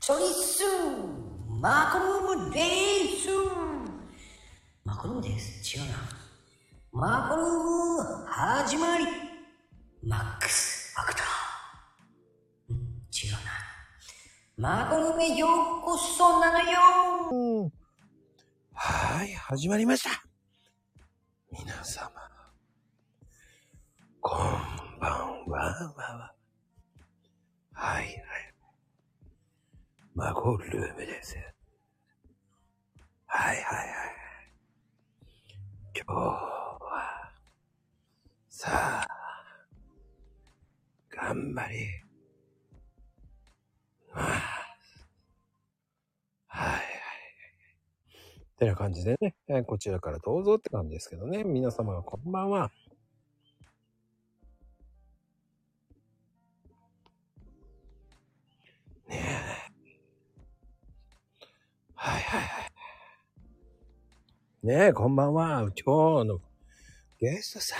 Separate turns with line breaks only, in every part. チョリスーマクルームですマクルームです違うなマクルーム始まりマックスファクターうん違うなマクルームへようこそなのよ
はい、始まりました。皆様、こんばんは、は、はい、はい。マコルームです。はい、はい、はい。今日は、さあ、頑張り、まあ、はい、てな感じでね、えーこちらからどうぞって感じですけどね、皆様がこんばんは。ねえ。はいはいはい。ねえ、こんばんは。今日のゲストさん。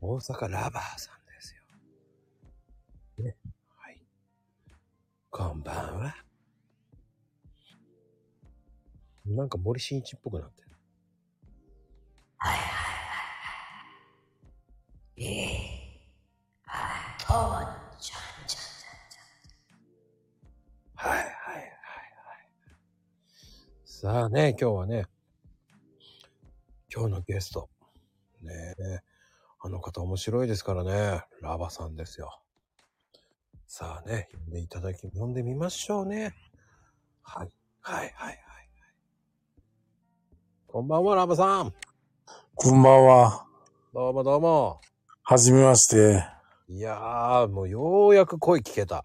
大阪ラバーさんですよ。ね。はい。こんばんは。なんか森進一っぽくなってる。
ええあともちゃんちゃん
はいはいはいはい。さあね、今日はね、今日のゲスト、ねえ、あの方面白いですからね、ラバさんですよ。さあね、呼んでいただき、呼んでみましょうね。はい、はい、はい、はい。こんばんは、ラバさん。
こんばんは。
どうもどうも。
はじめまして。
いやー、もうようやく声聞けた。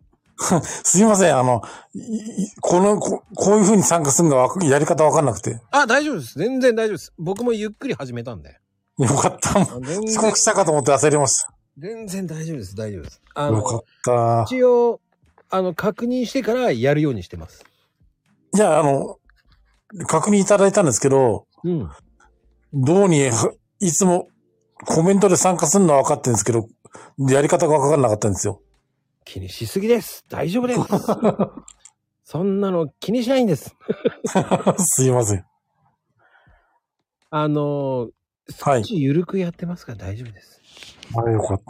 すいません。あの、いいこのこ、こういう風に参加するのがわかやり方わかんなくて。よ
あ、大丈夫です。全然大丈夫です。僕もゆっくり始めたんで。
かった。
あ全
遅
然
刻したかと思って焦りました。
全然大丈夫です、大丈夫です。あ
よ
の、
かった。
一応、あの、確認してからやるようにしてます。
いや、あの、確認いただいたんですけど、
うん。
どうに、いつもコメントで参加するのは分かってるんですけど、やり方が分かんなかったんですよ。
気にしすぎです。大丈夫です。そんなの気にしないんです。
すいません。
あの、
はい
少し緩くやってますから大丈夫です。
あ、よかっ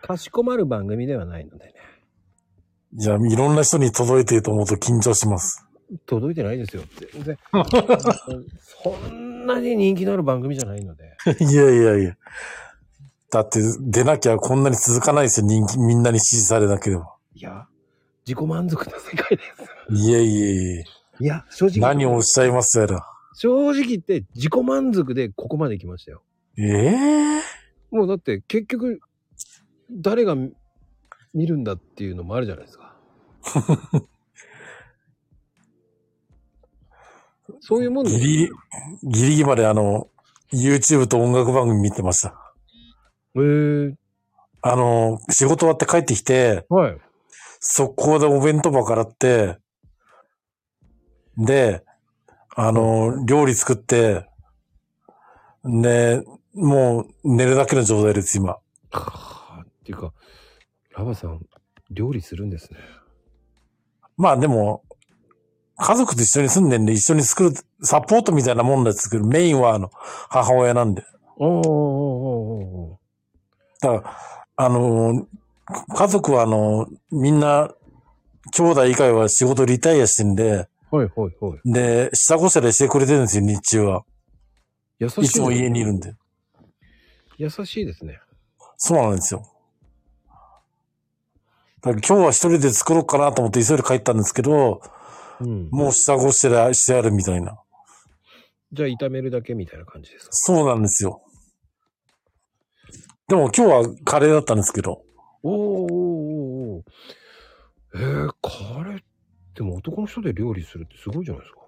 た。
かしこまる番組ではないのでね。
いや、いろんな人に届いてると思うと緊張します。
届いてないですよ。全 然。そんなに人気のある番組じゃないの で。
いやいやいや。だって出なきゃこんなに続かないですよ。人気、みんなに支持されなければ。
いや、自己満足な世界です。
いえいえいえ。
いや、正直。
何をおっしゃいますやら。
正直言って自己満足でここまで来ましたよ。
ええ
もうだって結局、誰が見見るんだっていうのもあるじゃないです か。そういうもん
ギ
で
リ
す。
ギリ、ギリギリまであの、YouTube と音楽番組見てました。
えー、
あの、仕事終わって帰ってきて、
はい。
速攻でお弁当箱洗って、で、あの、料理作って、で、もう寝るだけの状態です、今。
かーっていうか、ラバさん、料理するんですね。
まあでも、家族と一緒に住んでんで、一緒に作る、サポートみたいなもんだ作る。メインはあの、母親なんで。
おーおーお
だから、あのー、家族はあのー、みんな、兄弟以外は仕事リタイアしてんで、
ーおーおーはいはいはい。
で、下ごしらえしてくれてるんですよ、日中は。
優しい。
いつも家にいるんで。
優しいですね。
そうなんですよ。だから今日は一人で作ろうかなと思って急いで帰ったんですけど、
うん。
もう下ごしらえしてあるみたいな。
じゃあ炒めるだけみたいな感じですか。
そうなんですよ。でも今日はカレーだったんですけど、
おーおーおーおーえー、カレーでも男の人で料理するってすごいじゃないですか。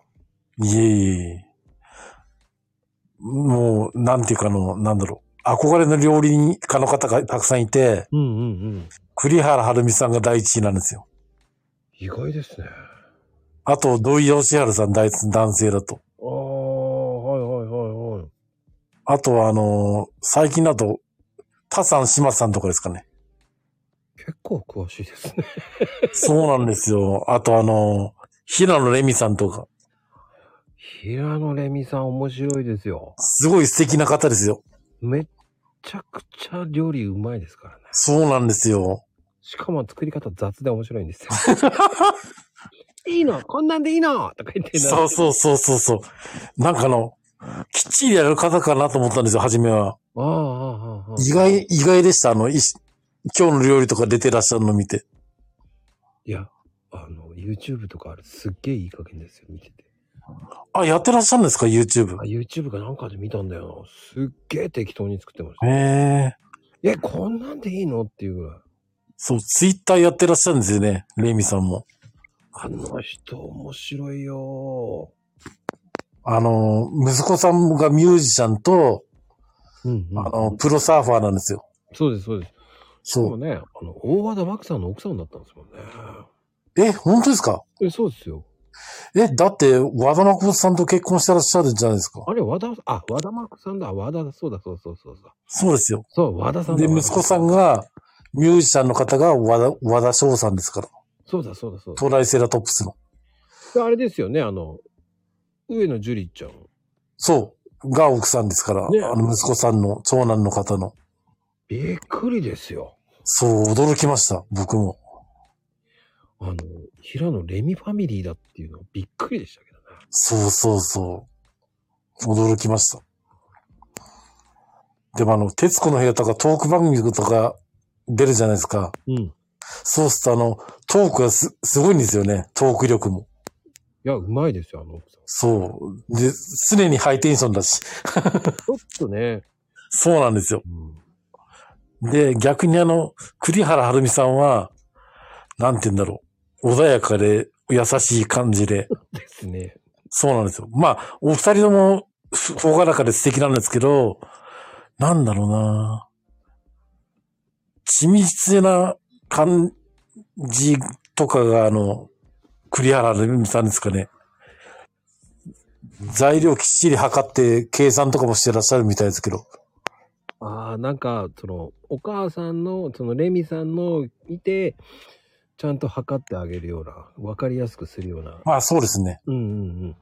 いえいえいえ。もう、なんていうかあの、なんだろう。憧れの料理家の方がたくさんいて、
うんうんうん。
栗原はるみさんが第一位なんですよ。
意外ですね。
あと、土井義晴さん第一男性だと。
ああ、はいはいはいはい。
あとは、あのー最近だと、田さん、島さんとかですかね。
え結構詳しいですね。
そうなんですよ。あとあの、平野レミさんとか、
平野レミさん面白いですよ。
すごい素敵な方ですよ。
めっちゃくちゃ料理うまいですからね。
そうなんですよ。
しかも作り方雑で面白いんですよ。いいのこんなんでいいのとか言って
そうそうそうそうそう。なんかあの、きっちりやる方かなと思ったんですよ、初めは。
う。ああ、ああ、ああ。
意外、意外でした。あの、いし今日の料理とか出てらっしゃるの見て。
いや、あの、YouTube とかあれすっげえいい加減ですよ、見てて。
あ、やってらっしゃるんですか ?YouTube
あ、。YouTube かなんかで見たんだよな。すっげえ適当に作ってまし
へ
た。
え。
え、こんなんでいいのっていうぐらい。
そう、ツイッターやってらっしゃるんですよね。レミさんも。
あの人面白いよ。
あの、息子さんがミュージシャンと、
うん、
あの、プロサーファーなんですよ。
そうです、そうです。で
そ
も
う。
ね、あの、大和田真紀さんの奥さんだったんですもんね。
え、本当ですか
え、そうですよ。
え、だって、和田誠さんと結婚してらっしゃるじゃないですか。
あれ、和田、あ、和田真紀さんだ。和田、そうだ、そうそうそうそう。
そうですよ。
そう、和田さんだ
で、息子さん。が、ミュージシャンの方が和田、和田翔さんですから。
そうだ、そうだ、そうだ。
トライセラトップスの。
であれですよね、あの、上野樹里ちゃん。
そう。が奥さんですから。
ね
あの、息子さんの、長男の方の。
びっくりですよ。
そう、驚きました。僕も。
あの、平野レミファミリーだっていうのびっくりでしたけどね。
そうそうそう。驚きました。でもあの、徹子の部屋とかトーク番組とか出るじゃないですか。
うん。い
そうするとあの、トークがす、すごいんですよね。トーク力も。
や、うまいですよ、あの奥さん。
そう。で、常にハイテンションだし。
ちょっとね、
そうなんですよ。
うん、
で、逆にあの、栗原はるみさんは、なんて言うんだろう。穏やかで、優しい感じで。
ですね。
そうなんですよ。まあ、お二人とも、ふほがらかで素敵なんですけど、なんだろうな緻密な感じとかが、あの、栗原レミさんですかね。材料きっちり測って計算とかもしてらっしゃるみたいですけど。
ああ、なんか、その、お母さんの、そのレミさんの見て、ちゃんと測ってあげるような、わかりやすくするような。
まあそうですね。
うんうんうん。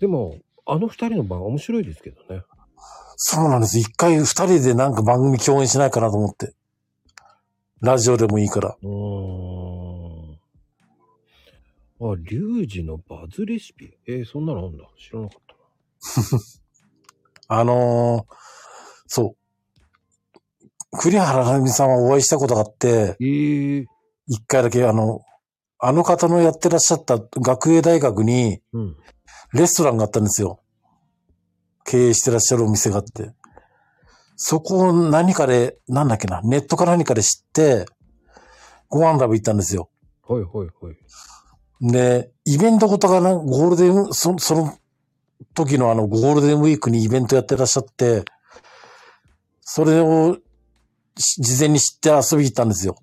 でも、あの二人の番面白いですけどね。
そうなんです。一回二人でなんか番組共演しないかなと思って。ラジオでもいいから。
うーん。あ、リュウジのバズレシピ。えーそんなのあんだ。知らなかったな。
あのーそう。栗原はるみさんはお会いしたことがあって、
えー、
一回だけあの、あの方のやってらっしゃった学芸大学に
うん。
レストランがあったんですよ。経営してらっしゃるお店があって。そこを何かで、なんだっけな、ネットか何かで知って、ご飯食べ行ったんですよ。
はいはいはい。
で、イベントごとがな、ゴールデン、そその時のあの、ゴールデンウィークにイベントやってらっしゃって、それをし事前に知って遊びに行ったんですよ。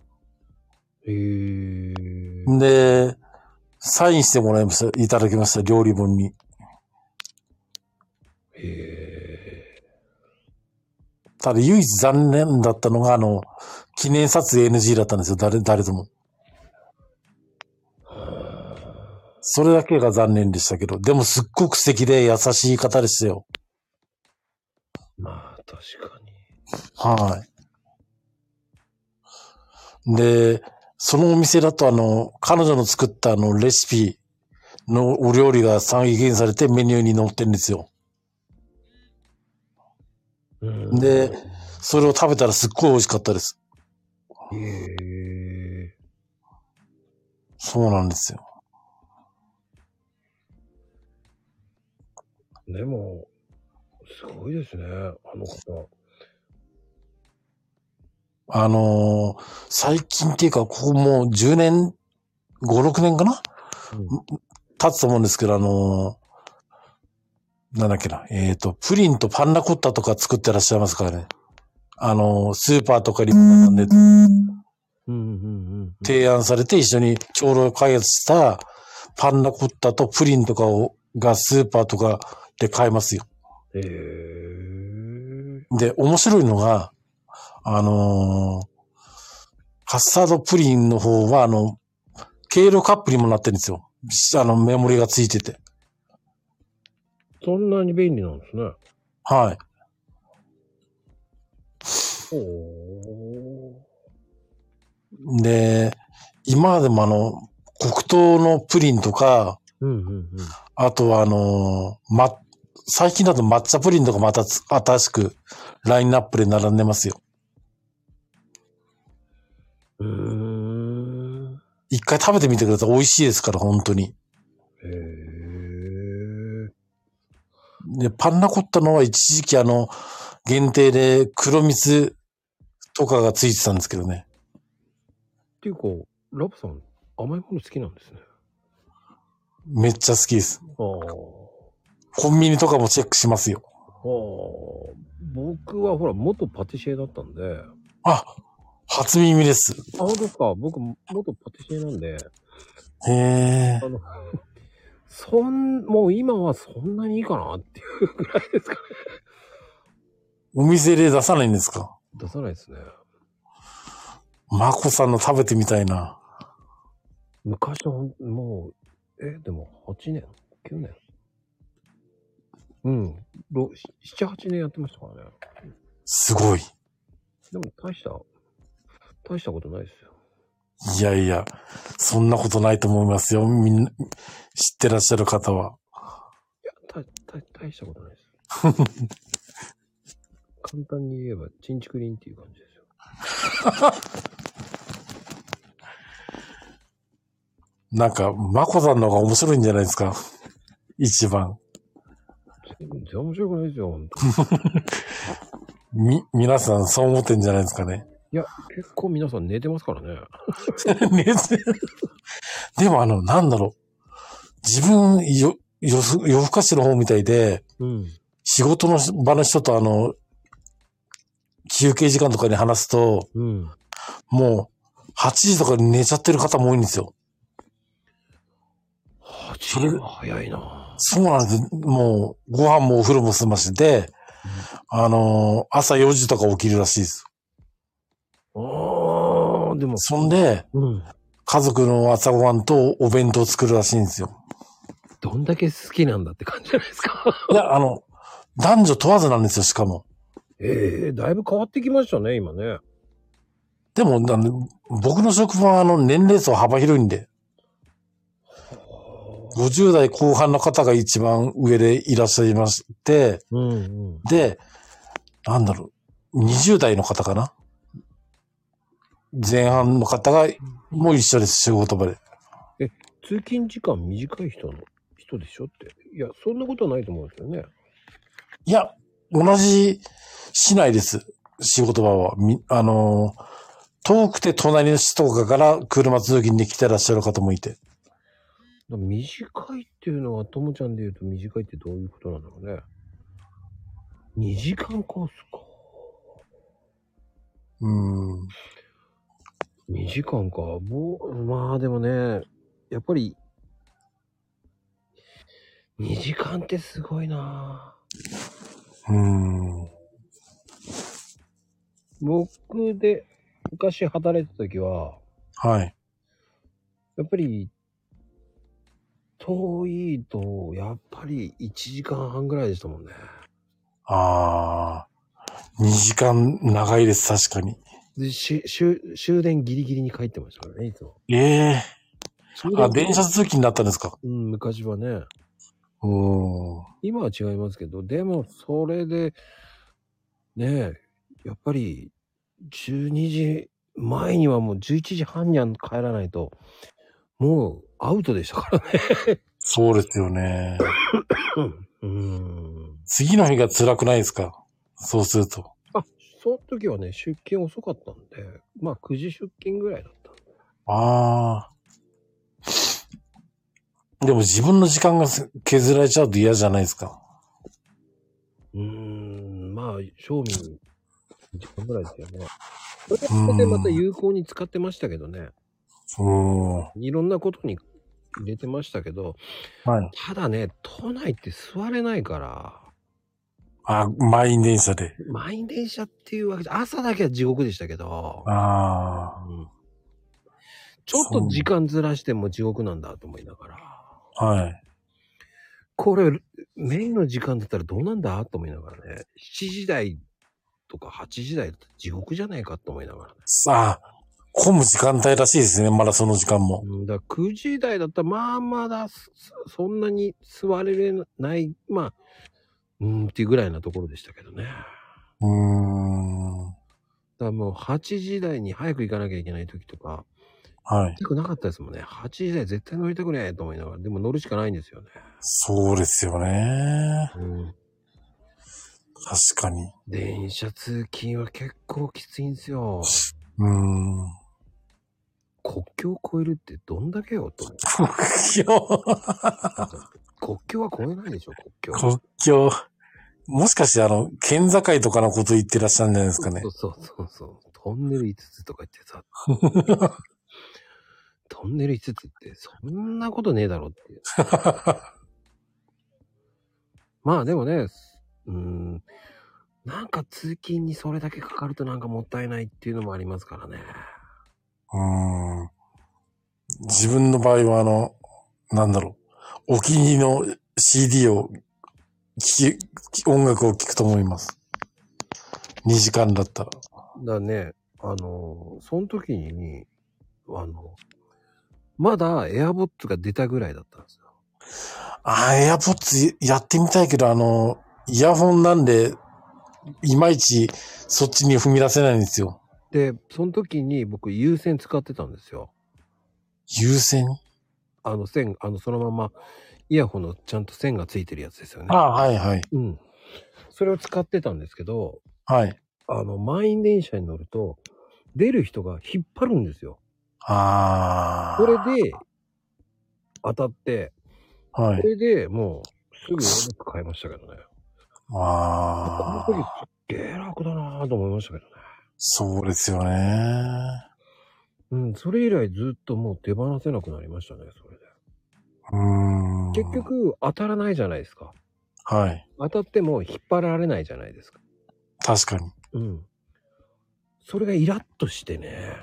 えー、
で、サインしてもらいました、いただきました、料理本に。
え
ただ唯一残念だったのが、あの、記念撮影 NG だったんですよ、誰、誰とも。それだけが残念でしたけど、でもすっごく素敵で優しい方でしたよ。
ー、まあ確かに。
はい。で、そのお店だとあの、彼女の作ったあの、レシピのお料理が再現されてメニューに載ってるんですよ。
うん
で、それを食べたらすっごい美味しかったです。
え
そうなんですよ。
ー、でも、すごいですね、あの方。
あのー最近っていうか、ここもう10年、5、6年かな経つと思うんですけど、あのーなんだっけな、えっ、と、プリンとパンナコッタとか作ってらっしゃいますからね。あのースーパーとかに並んで
うんうんうんうん。
提案されて一緒に共同開発したパンナコッタとプリンとかを、がスーパーとかで買えますよ。
えー、
で、面白いのが、あのーカッサードプリンの方は、あの、経路カップにもなってるんですよ。しあの、メモリがついてて。
そんなに便利なんですね。
はい。
おー。
で、今までもあの、黒糖のプリンとか、
うんうんうん。
あとはあの、ま、最近だと抹茶プリンとかまたつ新しくラインナップで並んでますよ。
うーん。
一回食べてみてください。美味しいですから、本当に。
へえ。
で、パンナコッタのは一時期あの、限定で黒蜜とかがついてたんですけどね。
っていうか、ラブさん、甘いもの好きなんですね。
めっちゃ好きです。
ああ。
コンビニとかもチェックしますよ。
ああ。僕はほら、元パティシエだったんで、
あ、初耳です。
あ、本当ですか。僕、元パティシエなんで、
へえ
あ。の、そん、もう今はそんなにいいかなっていうぐらいですかね。
お店で出さないんですか
出さないですね。
マコさんの食べてみたいな。
昔はほんもう、え、でも8年 ?9 年うん。ろ7、8年やってましたからね。
すごい。
でも大した、大したことないですよ。
いやいや、そんなことないと思いますよ。みんな、知ってらっしゃる方は。
いや、大、大、大したことないです。 簡単に言えば、チンチクリンっていう感じですよ。
なんか、マコさんの方が面白いんじゃないですか。一番。
全然面白くないですよ、本当
み、皆さんそう思ってんじゃないですかね。
いや、結構皆さん寝てますからね。
ねでもあの、なんだろう。自分、よ、よす、夜更かしの方みたいで、
うん。
仕事の場の人とあの、休憩時間とかに話すと、
うん。
もう、8時とかに寝ちゃってる方も多いんですよ。
8年は早いな
そうなんです。もう、ご飯もお風呂も済ませて、あのー朝4時とか起きるらしいです。
ああ、でも、
そんで、
うん。
家族の朝ごはんとお弁当作るらしいんですよ。
どんだけ好きなんだって感じじゃないですか。
いや、あの、男女問わずなんですよ、しかも。
ええだいぶ変わってきましたね、今ね。
でも、あの僕の職場はあの年齢層幅広いんで、50代後半の方が一番上でいらっしゃいまして、
うんうん。
で、なんだろう、20代の方かな前半の方が、もう一緒です、仕事場で。
通勤時間短い人の人でしょって。いや、そんなことはないと思うんですよね。
いや、同じ市内です、仕事場は。みあのー遠くて隣の市とかから車通勤で来てらっしゃる方もいて。
だから短いっていうのは、ともちゃんで言うと短いってどういうことなんだろうね。2時間コースか。
うん。
2時間か。もう、まあでもね、やっぱり、2時間ってすごいな
うん。
僕で昔働いてた時は、
はい。
やっぱり、遠いと、やっぱり1時間半ぐらいでしたもんね。
ああ、2時間長いです、確かに。
で、し終終電ギリギリに帰ってましたからね、いつも。
ええ
終
あ、電車通勤だったんですか
うん、昔はね。
うん。
今は違いますけど、でも、それで、ねえ、やっぱり、12時前にはもう11時半には帰らないと、もうアウトでしたから ね。
そうですよね。
うん。
次の日が辛くないですかそうすると。
あ、その時はね、出勤遅かったんで、まあ9時出勤ぐらいだった。
ああ。でも自分の時間が削られちゃうと嫌じゃないですか。
うーん、まあ、賞味1時間ぐらいですよね。それは
う
そ
ん
れでまた有効に使ってましたけどね。
うん。はい
ろんなことに入れてましたけど、
い。
ただね、都内って座れないから、
あ、満員電車で。
満員電車っていうわけじゃ、朝だけは地獄でしたけど、
ああ。
うんちょっと時間ずらしても地獄なんだと思いながら、
はい。
これ、メインの時間だったらどうなんだと思いながらね、7時台とか8時台だって地獄じゃないかと思いながらね。
さあ、混む時間帯らしいですね。まだその時間も。
うんだから9時台だったら、まあまだそそんなに座れれない、まあ、うーんっていうぐらいなところでしたけどね。だか
うーん。
らもう8時台に早く行かなきゃいけない時とか、
はい。
行きたくなかったですもんね。8時台絶対乗りたくねえと思いながら、でも乗るしかないんですよね。
そうですよね。
うん。
確かに。
電車通勤は結構きついんですよ。
うーん。
国境を越えるってどんだけよと 思って。
国境。
国境は越えないでしょ、国境。
国境。もしかして、あの、県境とかのこと言ってらっしゃるんじゃないですかね
そ。うそうそうそう。トンネル5つとか言ってさ。 トンネル5つってそんなことねえだろって いう。まあでもね、うん、なんか通勤にそれだけかかるとなんかもったいないっていうのもありますからね。
うーん。自分の場合は、あの、なんだろう。お気に入りの CD を聞き、音楽を聴くと思います。2時間だったら。
だからね、あの、その時に、あの、まだエアボッツが出たぐらいだったんですよ。
ああ、エアポッツやってみたいけど、あの、イヤホンなんで、いまいちそっちに踏み出せないんですよ。
で、その時に僕有線使ってたんですよ。
優先
あの線、あの、そのまま、イヤホンのちゃんと線がついてるやつですよね。
ああ、はいはい。
うん。それを使ってたんですけど、
はい。
あの、満員電車に乗ると、出る人が引っ張るんですよ。
ああ。
これで、当たって、
は
これ
い。
でもう、すぐ音楽変えましたけどね。
あ
あの時
あ。
すっげえ楽だなぁと思いましたけどね。
そうですよね。
うん、それ以来ずっともう手放せなくなりましたね、それで。
うーん。
結。局、当たらないじゃないですか。
はい。
当たっても引っ張られないじゃないですか。
確かに。
うん。それがイラッとしてね。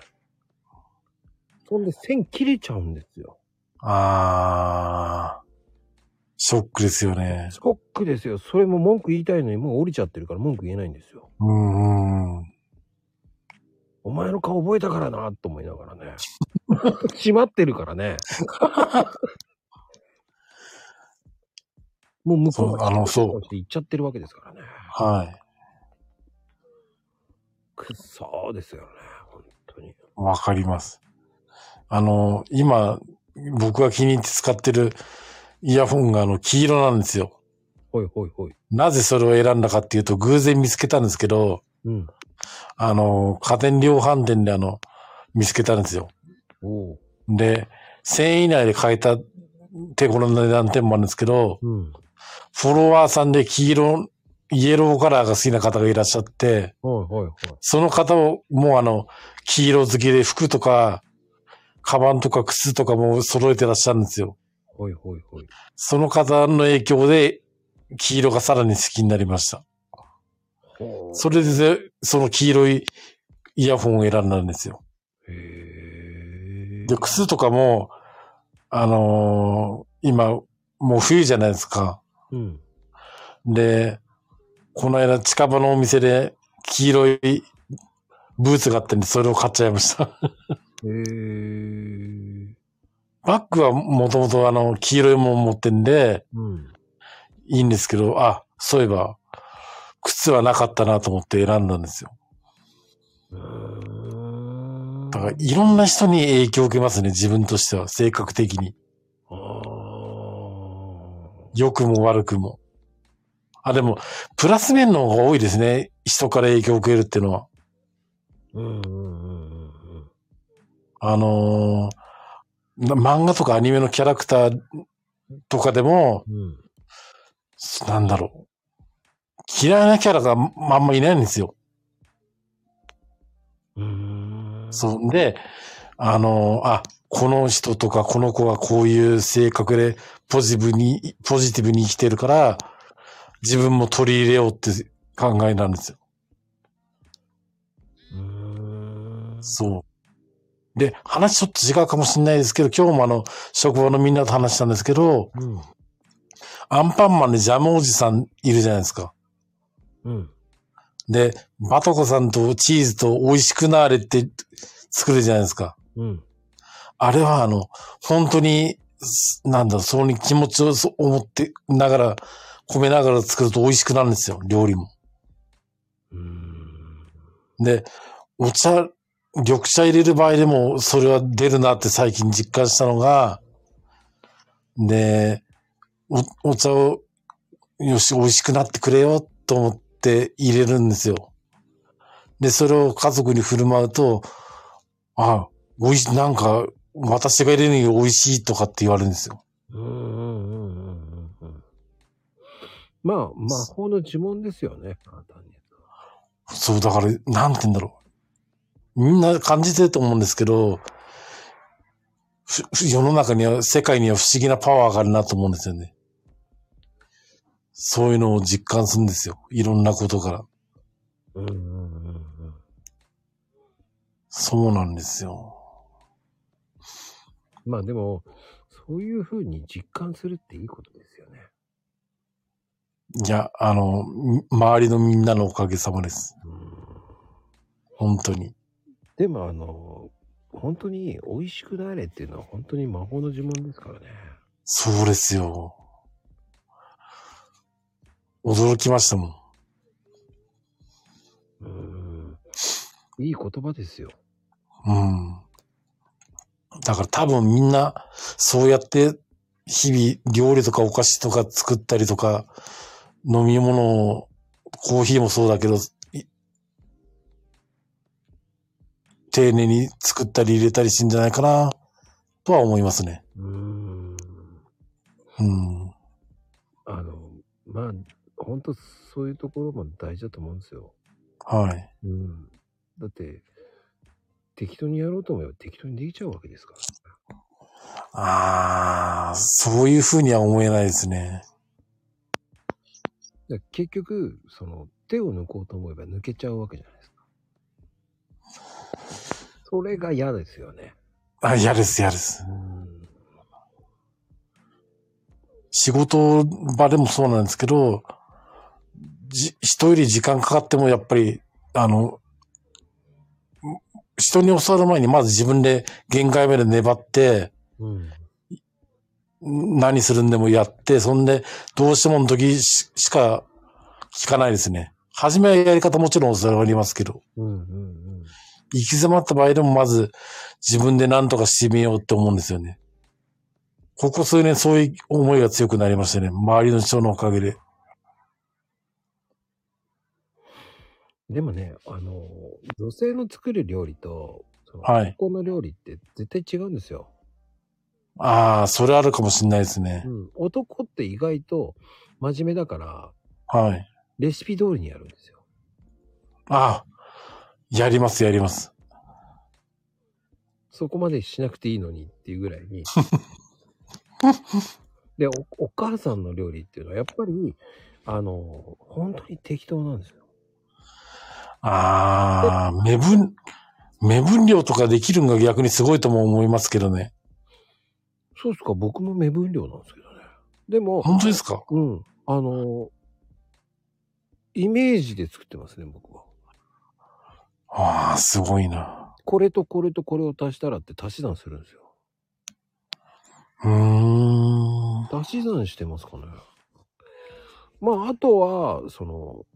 そんで線切れちゃうんですよ。
ああ。ショックですよね。
ショックですよ。それも文句言いたいのにもう降りちゃってるから文句言えないんですよ。
うんうん。
お前の顔覚えたからなと思いながらね。 閉まってるから ね。もう向こうが
そうあのそう
行っちゃってるわけですからね。
はい。
くっそーですよね。本当に。
わかります。あの、今、僕が気に入って使ってるイヤホンがあの、黄色なんですよ。
ほいほいほい。
なぜそれを選んだかっていうと、偶然見つけたんですけど、
うん。
あの、家電量販店であの、見つけたんですよ。
おう。
で、1000円以内で買えた手頃な値段点もあるんですけど、
うん。
フォロワーさんで黄色、イエローカラーが好きな方がいらっしゃって、
ほいほいほい。
その方をもうあの、黄色好きで服とか、カバンとか靴とかも揃えてらっしゃるんですよ。
ほいほいほい。
その方の影響で、黄色がさらに好きになりました。
ほ
それで、その黄色いイヤホンを選んだんですよ。
う。へえ。
で、靴とかも、あのー今、もう冬じゃないですか。
うん。
で、この間近場のお店で黄色いブーツがあったんで、それを買っちゃいました。
へえ。
バッグはもともとあの、黄色いもん持ってんで、
うん。
いいんですけど、あ、そういえば、靴はなかったなと思って選んだんですよ。
うーん
だから、いろんな人に影響を受けますね、自分としては、性格的に。
あー
良くも悪くも。あ、でも、プラス面の方が多いですね。人から影響を受けるっていうのは。
うんうんうんうんうん
あのーな漫画とかアニメのキャラクターとかでも、
うん
なんだろう。嫌いなキャラがまあんまいないんですよ。
うーん
そう。で、あのーあ、この人とかこの子はこういう性格でポジブに、ポジティブに生きてるから、自分も取り入れようって考えなんですよ。
うーん
そう。で、話ちょっと違うかもしれないですけど、今日もあの、職場のみんなと話したんですけど、
うん。
アンパンマンでジャムおじさんいるじゃないですか。
うん。
で、バトコさんとチーズと美味しくなーれって作るじゃないですか。
うん。
あれはあの、本当に、すなんだ、そうに気持ちをそう思ってながら、込めながら作ると美味しくなるんですよ、料理も。
うん。
で、お茶、緑茶入れる場合でも、それは出るなって最近実感したのが、で、お、お茶を、よし、美味しくなってくれよ、と思って入れるんですよ。で、それを家族に振る舞うと、あ、美味しい、なんか、私が入れるより美味しいとかって言われるんですよ。
うんうんうんうんうんうん。まあ、魔法の呪文ですよね、簡単に言うと。
そう、だから、なんて言うんだろう。みんな感じてると思うんですけど、ふふ世の中には、世界には不思議なパワーがあるなと思うんですよね。そういうのを実感するんですよ。いろんなことから。
うんうんうんうん。
そうなんですよ。
まあでも、そういうふうに実感するっていいことですよね。
いや、あの、み周りのみんなのおかげさまです。本当に。
でもあの、本当に美味しくなれっていうのは本当に魔法の呪文ですからね。
そうですよ。驚きましたもん。
うん。いい言葉ですよ。
うん。だから多分みんな、そうやって、日々料理とかお菓子とか作ったりとか、飲み物を、コーヒーもそうだけど、い丁寧に作ったり入れたりしてんじゃないかな、とは思いますね。
うん。
うん。
あの、まあ、本当そういうところも大事だと思うんですよ。
はい。
うん。だって、適当にやろうと思えば適当にできちゃうわけですから。
ああ、そういうふうには思えないですね。
だから結局、その、手を抜こうと思えば抜けちゃうわけじゃないですか。それが嫌ですよね。
あ、嫌です、嫌です。
うん。
仕事場でもそうなんですけど、じ、人より時間かかってもやっぱり、あの、人に教わる前にまず自分で限界まで粘って、
うん。
何するんでもやって、そんで、どうしてもの時ししか聞かないですね。初めはやり方もちろん教わりますけど、
うんうん
行き詰まった場合でもまず自分で何とかしてみようって思うんですよね。ここ数年そういう思いが強くなりましたね。周りの人のおかげで。
うん。でもね、あの、女性の作る料理と、その
はい
男の料理って絶対違うんですよ。
ああ、それあるかもしれないですね
う。ん。男って意外と真面目だから、
はい。
レシピ通りにやるんですよ。
ああ、やります、やります。
そこまでしなくていいのにっていうぐらい に。でお、お母さんの料理っていうのはやっぱり、あの、本当に適当なんですよ。
ああ、目分、目分量とかできるのが逆にすごいとも思いますけどね。
そうっすか、僕も目分量なんですけどね。でも、
本当ですか
うん、あの、イメージで作ってますね、僕は。
ああ、すごいな。
これとこれとこれを足したらって足し算するんですよ。
うーん。
足し算してますかね。まあ、あとは、その、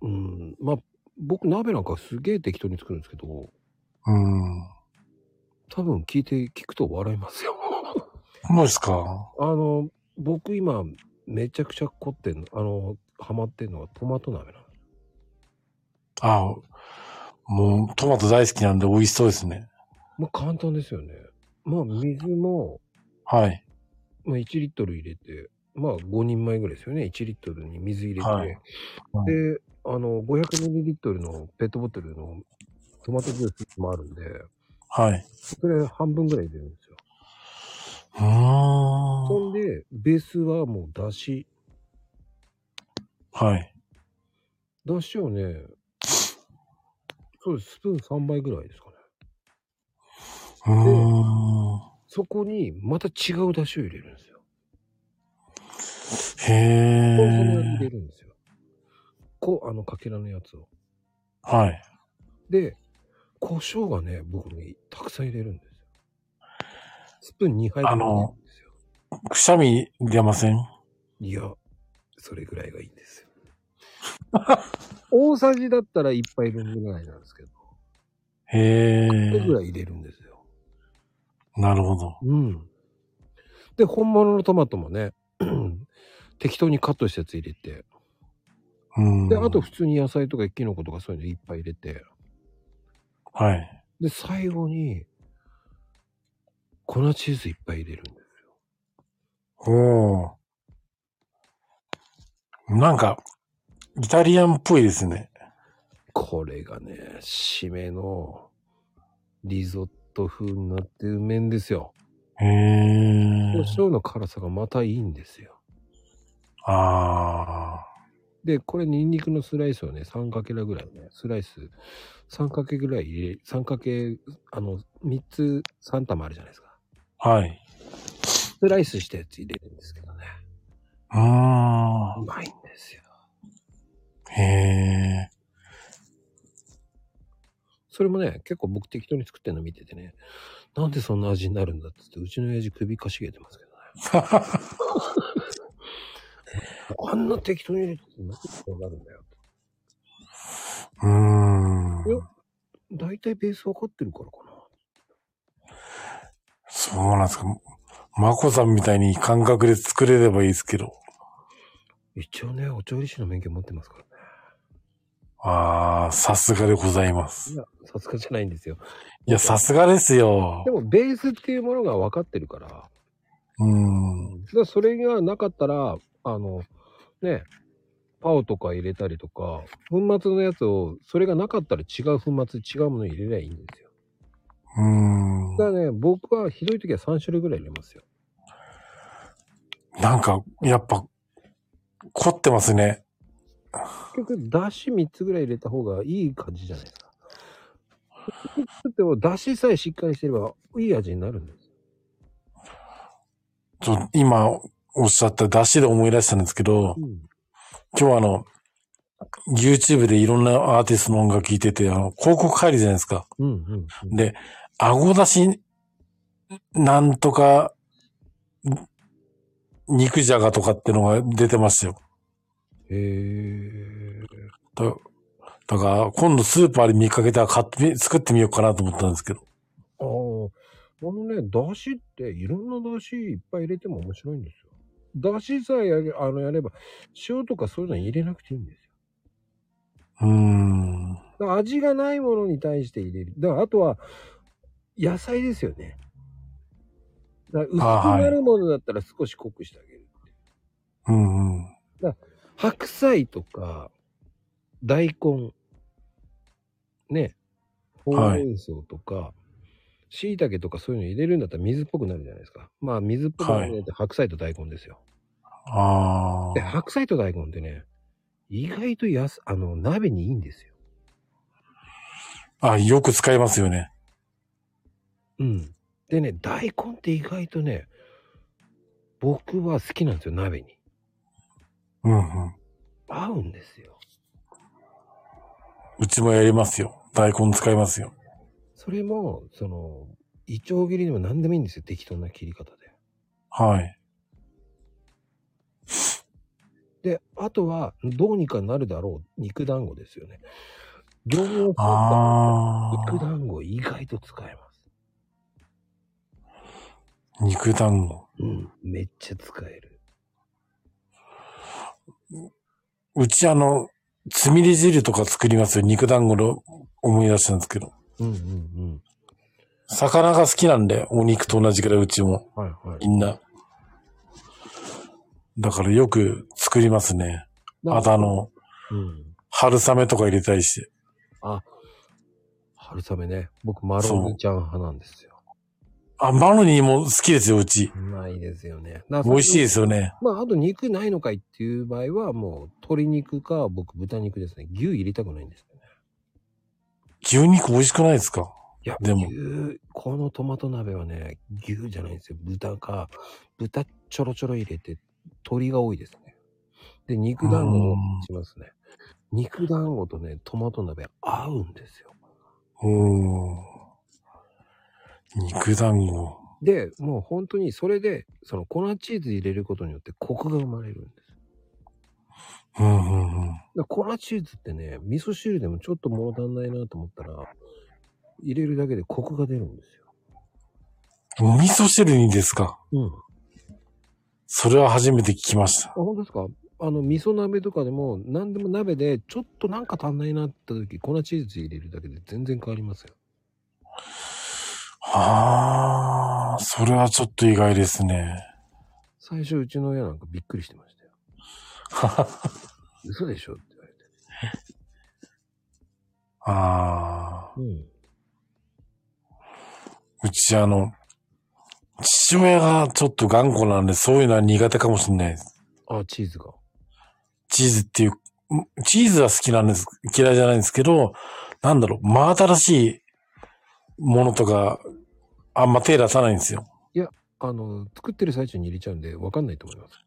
うん、まあ、僕鍋なんかすげえ適当に作るんですけど、
うん。
多分聞いて聞くと笑いますよ。
そうですか
あの、僕今めちゃくちゃ凝ってんの、あの、ハマってんのがトマト鍋なの。
ああ、もうトマト大好きなんで美味しそうですね。
まあ簡単ですよね。まあ水も、
はい。
まあ、1リットル入れて、まあ5人前ぐらいですよね。1リットルに水入れて。
はいはい
で、あの、500ミリリットルのペットボトルのトマトジュースもあるんで、
はい。
それ半分ぐらい入れるんですよ。
うー
そ
ん。
んで、ベースはもうだし。
はい。
だしをね、そうです。スプーン3杯ぐらいですかね。
うーん。
そこにまた違う出汁を入れるんですよ。コンソメを入
へえ。
れるんですよ。こう、あの、かけらのやつを。
はい。
で、胡椒がね、僕ね、たくさん入れるんですよ。スプーン2杯
あ
分入れ
の
るんですよ。
くしゃみ出ません
いや、それぐらいがいいんです よ。大さじだったら1杯分ぐらいなんですけど、
へえ。
それぐらい入れるんですよ。
なるほど。
うん。で、本物のトマトもね、 適当にカットしたやつ入れて、
うん。
で、あと普通に野菜とかキノコとかそういうのいっぱい入れて、
はい。
で、最後に、粉チーズいっぱい入れるんですよ。
おお。なんか、イタリアンっぽいですね。
これがね、締めのリゾット風になってうめえんですよ。
へ
胡
え。
椒の辛さがまたいいんですよ。
あ
で、これニンニクのスライスをね、3かけらぐらいね、スライス、3かけぐらい入れ、3かけ、あの、3つ、3玉あるじゃないですか。
あ。はい。
スライスしたやつ入れるんですけどね。
うー。
うんまいんですよ。
へえ。
それもね、結構僕適当に作ってるの見ててね、なんでそんな味になるんだっつって、うちの親父首かしげてますけどね。 あんな適当に入れてて、なんでそうなるんだよ。
うーん
いや。大体ベース分かってるからかな。
そうなんですか。マコさんみたいに感覚で作れればいいですけど。
一応ね、お調理師の免許持ってますからね。
ああ、さすがでございます。
いや、さすがじゃないんですよ。
いや、さすがですよ
で。も、ベースっていうものが分かってるから、だか
うん。
らそれがなかったら、あの、ね、パオとか入れたりとか、粉末のやつを、それがなかったら違う粉末、違うもの入れりゃいいんですよ。
うん。
だからね、僕はひどい時は3種類ぐらい入れますよ。
なんか、やっぱ、凝ってますね。
結局、だし3つぐらい入れた方がいい感じじゃないですか。でも、だしさえしっかりしてれば、いい味になるんです。
ちょ今、おっしゃった出汁で思い出したんですけど
う、ん。
今日あの、YouTube でいろんなアーティストの音楽聴いてて、あの、広告入るじゃないですか。
うんうん、うん。
で、顎出し、なんとか、肉じゃがとかってのが出てましたよ。
へえ。
だだから、今度スーパーで見かけたら買ってみ、作ってみようかなと思ったんですけど。
ああ、あのね、だしっていろんなだしいっぱい入れても面白いんですよ。だしさえやれあのやれば、塩とかそういうの入れなくていいんですよ。
うーん。
だから味がないものに対して入れる。だからあとは、野菜ですよね。だから
あーは
薄
い
くなるものだったら少し濃くしてあげる。
うんうん。
白菜とか、大根、ね、ほう
はい
れん草とか、椎茸とかそういうの入れるんだったら水っぽくなるじゃないですか。まあ水っぽくなるのって白菜と大根ですよ。
あ
で、白菜と大根ってね、意外とやす、あの、鍋にいいんですよ。
あ。あ、よく使いますよね。
うん。でね、大根って意外とね、僕は好きなんですよ、鍋に。
うんうん。
合うんですよ。
うちもやりますよ。大根使いますよ。
それも、その、いちょう切りでも何でもいいんですよ、適当な切り方で。
はい。
で、あとは、どうにかなるだろう、肉団子ですよね。業務を
あ
肉
あ。
団子意外と使えます。
肉団子。
うん、めっちゃ使える。
うちあの、つみれ汁とか作りますよ。肉団子の思い出したんですけど。
うんうんうん。
魚が好きなんで、お肉と同じくらいうちも。
はいはい。
みんな。だからよく作りますね。あとあの、
うん。
春雨とか入れたりして。
春雨ね。僕、マロニちゃん派なんですよ。
あ、マロニーも好きですよ、うち。
うまいですよね。な。
美味しいですすよね。
まあ、あと肉ないのかいっていう場合は、もう、鶏肉か、僕、豚肉ですね。牛入れたくないんですよね。
牛肉美味しくないですか
いや、
でも
牛、このトマト鍋はね、牛じゃないんですよ。豚か、豚ちょろちょろ入れて、鶏が多いですね。で、肉団子もしますね。肉団子とね、トマト鍋合うんですよ。
おー。肉団子。
で、もう本当にそれで、その粉チーズ入れることによってコクが生まれるんです。
うんうんうん。
だから粉チーズってね、味噌汁でもちょっと物足んないなと思ったら、入れるだけでコクが出るんですよ。
お味噌汁にですか
うん。
それは初めて聞きまし
あ
た。
本当ですかあの味噌鍋とかでも何でも鍋でちょっとなんか足んないなって時粉チーズ入れるだけで全然変わりますよ
ああ、それはちょっと意外ですね。
最初うちの親なんかびっくりしてましたよ 嘘でしょって言われて
ああ、
うん
うちあの、父親がちょっと頑固なんで、そういうのは苦手かもしれないです。
あチーズが
チーズっていう、んチーズは好きなんです、嫌いじゃないんですけど、なんだろう、真新しいものとか、あんま手出さないんですよ。
あの作ってる最中に入れちゃうんで分かんないと思います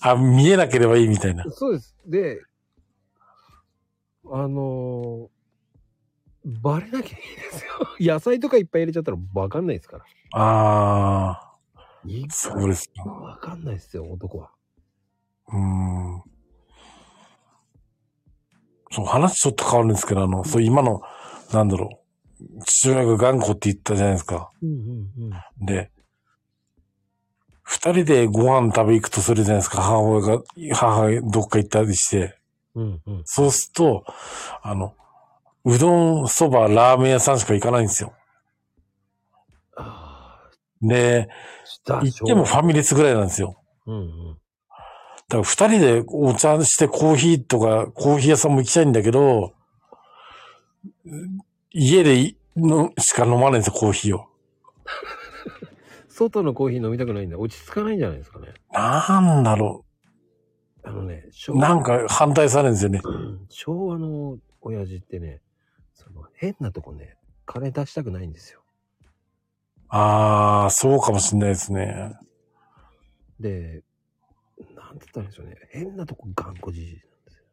あ、見えなければいいみたいな。
そうですであのーバレなきゃいいですよ 野菜とかいっぱい入れちゃったら分かんないですから
ああ、
い
そうですか。
分かんないですよ男は
うーんそう、話ちょっと変わるんですけど、あの、そう、今の、なんだろう、父親が頑固って言ったじゃないですか。
うんうんうん
で、二人でご飯食べ行くとするじゃないですか。母親が、母がどっか行ったりして。
うんうん
そうすると、あの、うどん、そば、ラーメン屋さんしか行かないんですよ。
ああ
で、行ってもファミレスぐらいなんですよ。
うんうん。
だから二人でお茶してコーヒーとか、コーヒー屋さんも行きたいんだけど、家でいのしか飲まないんですよ、コーヒーを。
外のコーヒー飲みたくないんだ。落ち着かないんじゃないですかね。
なんだろ
あのね、昭
う。なん
和
か反対されるんですよね。
うん昭和の親父ってね、その変なとこね、金出したくないんですよ。
ああ、そうかもしんないですね。
で、なんて言ったらいいんでしょうね。変なとこ頑固じじいなんですよ。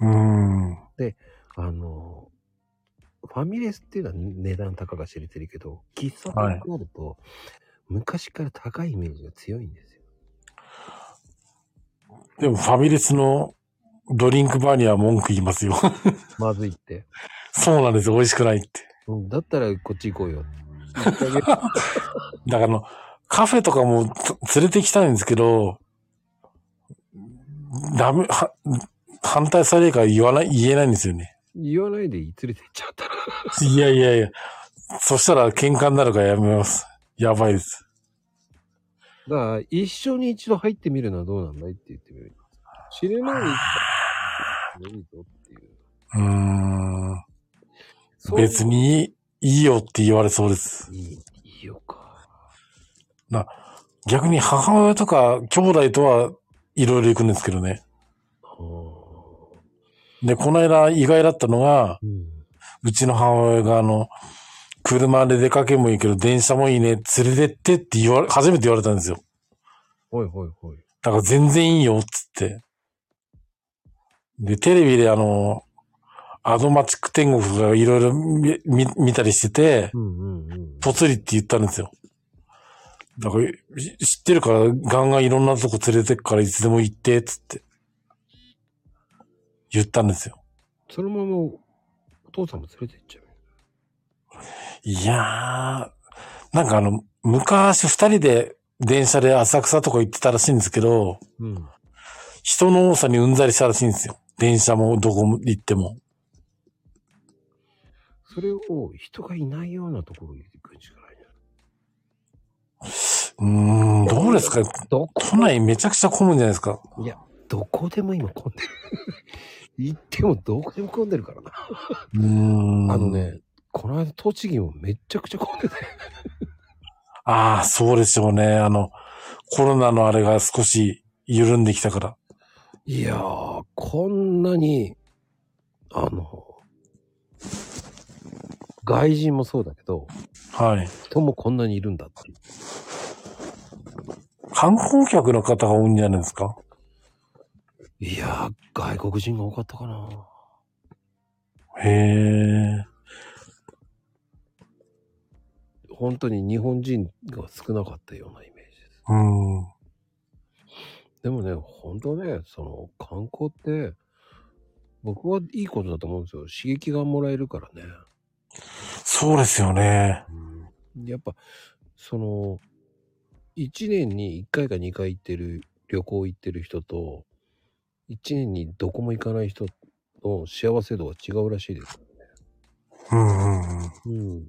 うーん。
あの、ファミレスっていうのは値段高が知れてるけど、喫茶店になると、昔から高いイメージが強いんですよ。
でもファミレスのドリンクバーには文句言いますよ。
まずいって。
そうなんですよ、美味しくないって。
うんだったらこっち行こうよ。言ってあげる
だからあの、カフェとかもつ連れてきたいんですけど、ダメ、は、反対されるから言わない、言えないんですよね。
言わないで連れてっちゃったら。
いやいやいや。そしたら喧嘩になるからやめます。やばいです。
だから、一緒に一度入ってみるのはどうなんだいって言ってみる。知れない人いいぞっていう。
うーん。
そう
別。にいいよって言われそうです。
いい、いいよか。
逆に母親とか兄弟とはいろいろ行くんですけどね。
はあ
で、この間意外だったのが、
うん。
うちの母親があの、車で出かけもいいけど、電車もいいね、連れてってって言われ、初めて言われたんですよ。
ほいほいほい。
だから全然いいよ、っつって。で、テレビであの、アドマチック天国とかいろいろ見見見たりしてて
う、んうんうん。
ぽつりって言ったんですよ。だから、し知ってるから、ガンガンいろんなとこ連れてくからいつでも行って、っつって。言ったんですよ。
そのまま、お父さんも連れて行っちゃうよ。
いやー、なんかあの、昔二人で電車で浅草とか行ってたらしいんですけど、
うん。
人の多さにうんざりしたらしいんですよ。電車もどこも行っても。
それを人がいないようなところに行くんしかないじゃ
うーん、どうですか
ん。どこ
都内めちゃくちゃ混むんじゃないですか
いや、どこでも今混んでる。行ってもどこでも混んでるからな。
うーん。
あの。ね、この間栃木もめっちゃくちゃ混んでたよ。
ああ、そうでしょうね。あの、コロナのあれが少し緩んできたから。
いやー、こんなに、あの、外人もそうだけど、
はい。
人もこんなにいるんだっていう。
観光客の方が多いんじゃないですか
いやー、外国人が多かったかな。
へえ。
本当に日本人が少なかったようなイメージです。
うん。
でもね、本当ね、その観光って、僕はいいことだと思うんですよ。刺激がもらえるからね。
そうですよね。
やっぱ、その、1年に1回か2回行ってる、旅行行ってる人と、1年にどこも行かない人の幸せ度は違うらしいです。
うんうんうん。
うん。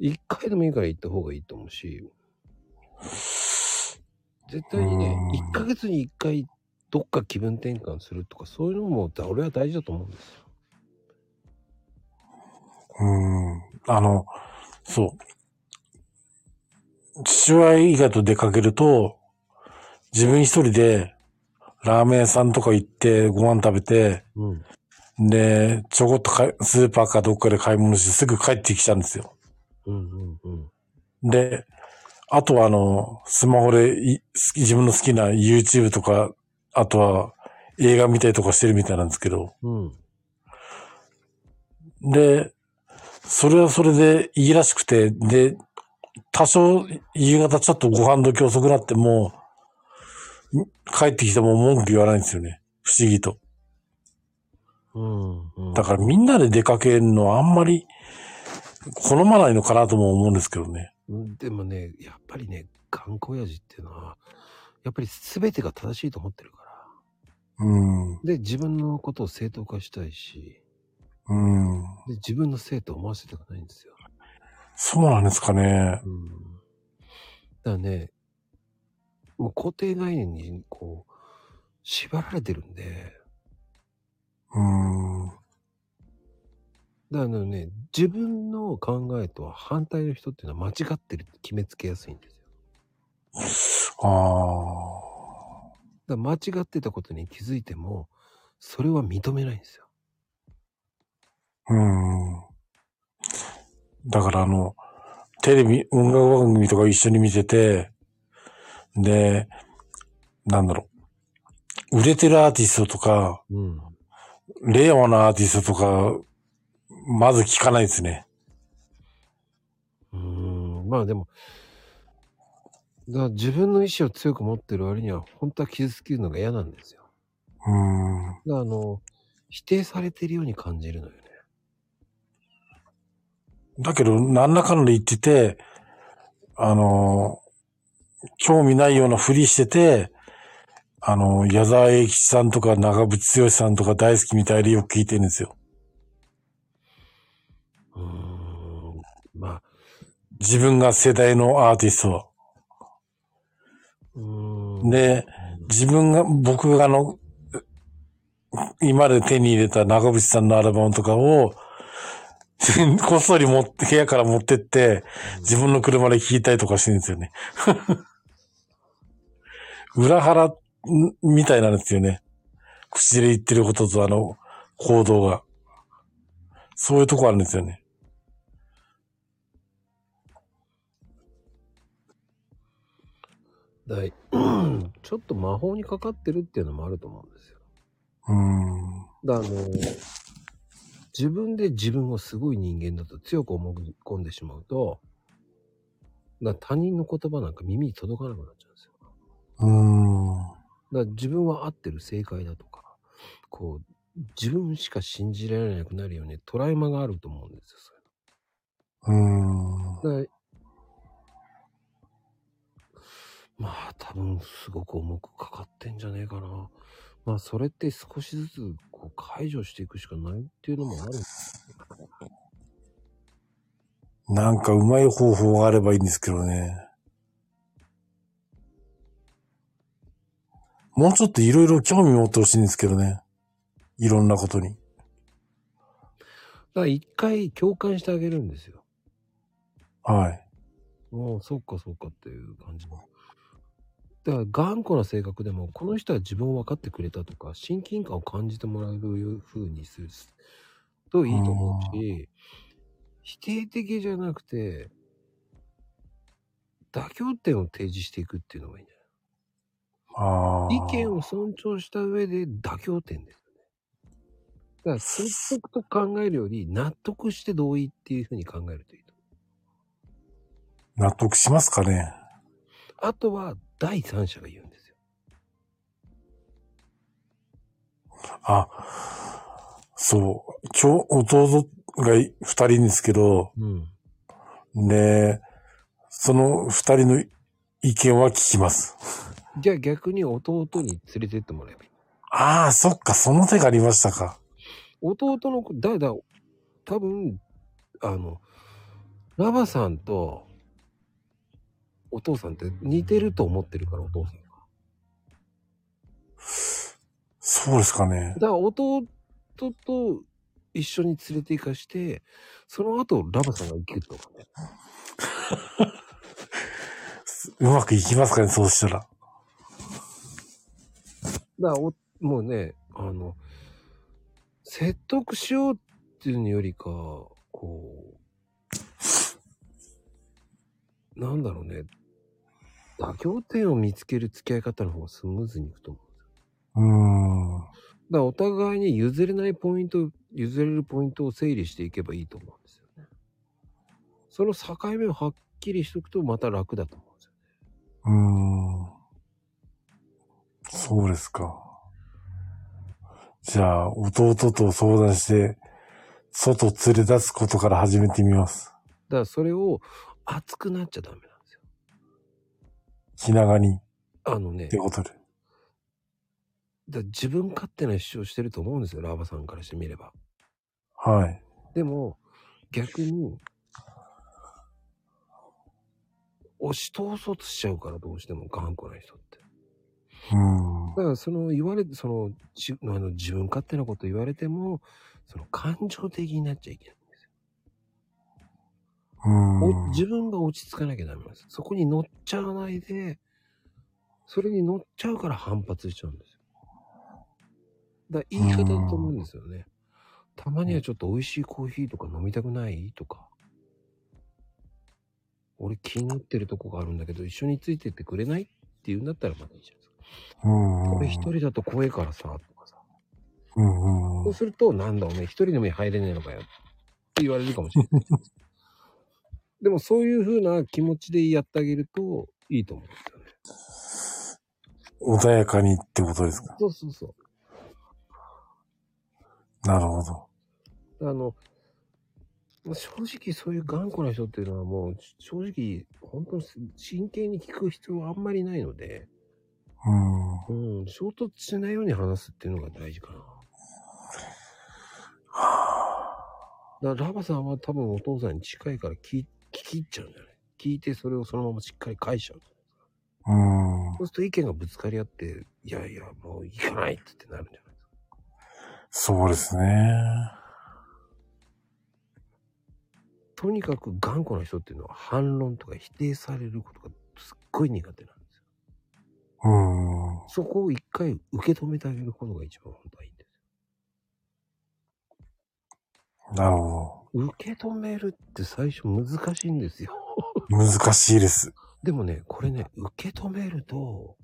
1回でもいいから行った方がいいと思うし、絶対にね
うん、
1ヶ月に1回どっか気分転換するとか、そういうのも俺は大事だと思うんですよ。
うん。あの、そう。父親以外と出かけると、自分一人で、ラーメン屋さんとか行って、ご飯食べて、
うん。
で、ちょこっとかいスーパーかどっかで買い物して、すぐ帰ってきちゃうんですよ。
うんうんうん。
で、あとはあの、スマホでい好き自分の好きな YouTube とか、あとは映画見たりとかしてるみたいなんですけど、
うん。
で、それはそれでいいらしくて、で、多少夕方ちょっとご飯時遅くなっても、ん帰ってきても文句言わないんですよね。不思議と。
うん、うん。
だからみんなで出かけるのはあんまり好まないのかなとも思うんですけどね。
うんでもね、やっぱりね、頑固親父っていうのは、やっぱり全てが正しいと思ってるから。
うん。
で、自分のことを正当化したいし、
うん。
で、自分のせいと思わせたくないんですよ。
そうなんですかね。
うん。だからね、もう固定概念にこう、縛られてるんで、
うん。
だからね、自分の考えとは反対の人っていうのは間違ってるって決めつけやすいんですよ。
あ
だから間違ってたことに気づいても、それは認めないんですよ。
あ、うん。だからあの、テレビ、音楽番組とか一緒に見てて、で、なんだろう、売れてるアーティストとか、
うん。
令和のアーティストとか、まず聞かないですね。
うーんまあでも、だから自分の意志を強く持ってる割には、本当は傷つけるのが嫌なんですよ。
うん。
だからあの、否定されてるように感じるのよね。
だけど、何らかので言ってて、あの、興味ないようなふりしてて、あの、矢沢永吉さんとか長渕剛さんとか大好きみたいでよく聞いてるんですよ。
うーん。まあ、
自分が世代のアーティストは。
うーん。
で、自分が、僕があの、今まで手に入れた長渕さんのアルバムとかを、 こっそり持って、部屋から持ってって、自分の車で聴いたりとかしてるんですよね。 裏腹んみたいなんですよね。口で言ってることとあの、行動が。そういうとこあるんですよね。
だ いちょっと魔法にかかってるっていうのもあると思うんですよ。
うん。
だからあの、自分で自分をすごい人間だと強く思い込んでしまうと、だから他人の言葉なんか耳に届かなくなっちゃうんですよ。
うん。
だから自分は合ってる正解だとか、こう、自分しか信じられなくなるようにトラウマがあると思うんですよ。
うん。
それだからまあ多分すごく重くかかってんじゃねえかな。まあそれって少しずつこう解除していくしかないっていうのもある。
なんかうまい方法があればいいんですけどね。もうちょっといろいろ興味持ってほしいんですけどね。いろんなことに。
だから一回共感してあげるんですよ。
はい。
もうそっかそっかっていう感じの。だから頑固な性格でもこの人は自分を分かってくれたとか親近感を感じてもらえるいう風にするといいと思うし否定的じゃなくて、妥協点を提示していくっていうのがいいんじゃ
ああ。
ない意見を尊重した上で妥協点ですよね。だから、説得と考えるより、納得して同意っていうふうに考えるといいと。
納得しますかね。
あとは、第三者が言うんですよ。
あ、そう。今日、弟がい二人ですけど、
うん。
で、その二人の意見は聞きます。
じゃあ逆に弟に連れてってもらえばいい。
ああ、そっか、その手がありましたか。
弟の子、だ、だ、多分、あの、ラバさんと、お父さんって似てると思ってるから、お父さん。
そうですかね
だ。から弟と一緒に連れて行かして、その後、ラバさんが行けるとかね。
うまくいきますかね、そうしたら。
だからおもうね、あの、説得しようっていうのよりか、こう、なんだろうね、妥協点を見つける付き合い方の方がスムーズにいくと思う。
うーん。
だからお互いに譲れないポイント、譲れるポイントを整理していけばいいと思うんですよね。その境目をはっきりしとくとまた楽だと思うんですよ。
うーん。そうですか。じゃあ、弟と相談して、外連れ出すことから始めてみます。
だからそれを熱くなっちゃダメなんですよ。
気長に、っ
あのね、
てことで。
だから自分勝手な主張してると思うんですよ、ラーバさんからしてみれば。
はい。
でも、逆に、押し通そうとしちゃうから、どうしても頑固な人って。
うーん。
だから、その、言われて、その、じあの自分勝手なこと言われても、その、感情的になっちゃいけない。
うー
お
ん。
自分が落ち着かなきゃダメなんです。そこに乗っちゃわないで、それに乗っちゃうから反発しちゃうんですよ。だから言い方だと思うんですよね。たまにはちょっと美味しいコーヒーとか飲みたくないとか。俺気になってるとこがあるんだけど、一緒についてってくれないって言うんだったらまだいいじゃないですか。
うん。
俺一人だと怖いからさ、とかさ。
うん
そうすると、なんだおめえ一人でも入れねえのかよって言われるかもしれない。でもそういう風な気持ちでやってあげるといいと思うんですよね。
うん。穏やかにってことですか。
そうそうそ
なるほど。
う。あの、まあ正直そういう頑固な人っていうのはもう正直本当に真剣に聞く必要はあんまりないので、
うん。
うん、衝突しないように話すっていうのが大事かな。だからラバさんは多分お父さんに近いから聞い聞き入っちゃうんじゃない聞いてそれをそのまましっかり返しちゃう。
うん。
そうすると意見がぶつかり合って、いやいや、もう行かないって言ってなるんじゃない
そうですね。
とにかく頑固な人っていうのは反論とか否定されることがすっごい苦手なんですよ。
うん。
そこを一回受け止めてあげることが一番本当はいいんです
なるほ
よ。受け止めるって最初難しいんですよ。
ど。難しいです。
でもね、これね、受け止めると、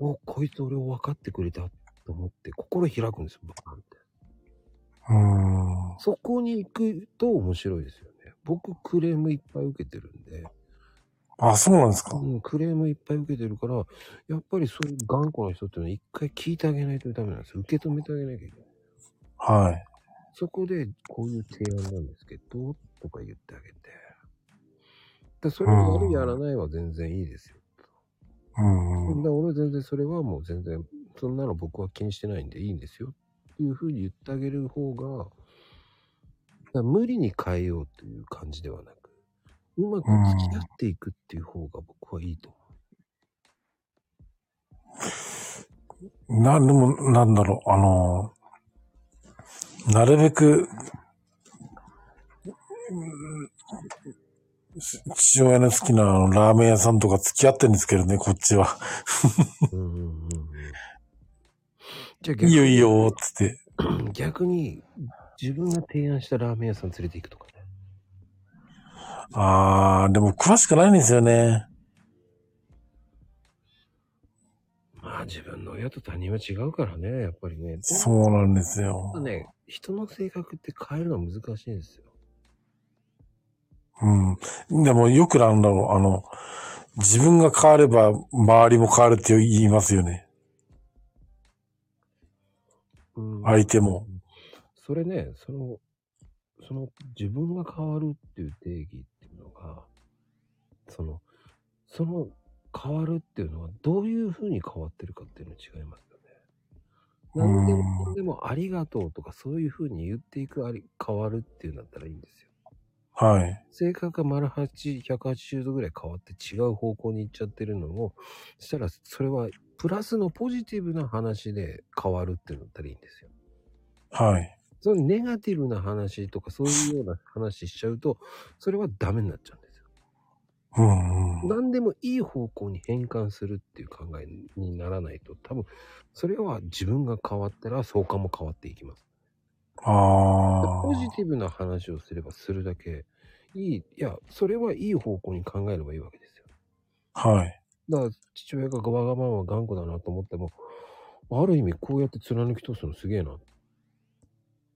お、こいつ俺を分かってくれたと思って心開くんですよ、バーンって。
うん。
そこに行くと面白いですよね。僕クレームいっぱい受けてるんで。
あ、そうなんですか。
うん、クレームいっぱい受けてるから、やっぱりそういう頑固な人っていうのは一回聞いてあげないとダメなんですよ。受け止めてあげなきゃいけない。
はい。
そこで、こういう提案なんですけど、とか言ってあげて。だそれをや
う
る
ん
やらないは全然いいですよ。
うんうん。
だ俺は全然それはもう全然、そんなの僕は気にしてないんでいいんですよ。っていうふうに言ってあげる方が、だから無理に変えようという感じではなく、うまく付き合っていくっていう方が僕はいいと思う。
な、でも、なんだろう、あの、なるべく、うんし父親の好きなあのラーメン屋さんとか付き合ってるんですけどね、こっちは。
うんうんうんうんじゃあ逆
いい
に
よいいよ、つって。
逆に自分が提案したラーメン屋さん連れて行くとかね。
あー、でも詳しくないんですよね。
まあ自分の親と他人は違うからね、やっぱりね。
そうなんですよ
ただ。ね、人の性格って変えるのは難しいんですよ。
うん。でもよくなんだろう、あの、自分が変われば周りも変わるって言いますよね。
うん
相手も。
それね、その、その自分が変わるっていう定義っていうのが、その、その変わるっていうのはどういうふうに変わってるかっていうの違いますよね。何でも
う
か
ん
んでもありがとうとかそういうふうに言っていくあり変わるっていうんだったらいいんですよ。
はい。
性格が丸8、180度ぐらい変わって違う方向に行っちゃってるのを、したらそれはプラスのポジティブな話で変わるっていうのだったらいいんですよ。
はい。
そのネガティブな話とかそういうような話しちゃうと、それはダメになっちゃうんですよ。
うんうん。
何でもいい方向に変換するっていう考えにならないと、多分、それは自分が変わったら相関も変わっていきます。
あ
ポジティブな話をすればするだけ、いい、いや、それはいい方向に考えればいいわけですよ。
あ。はい。
だから、父親がわがまま頑固だなと思っても、ある意味こうやって貫き通すのすげえなっ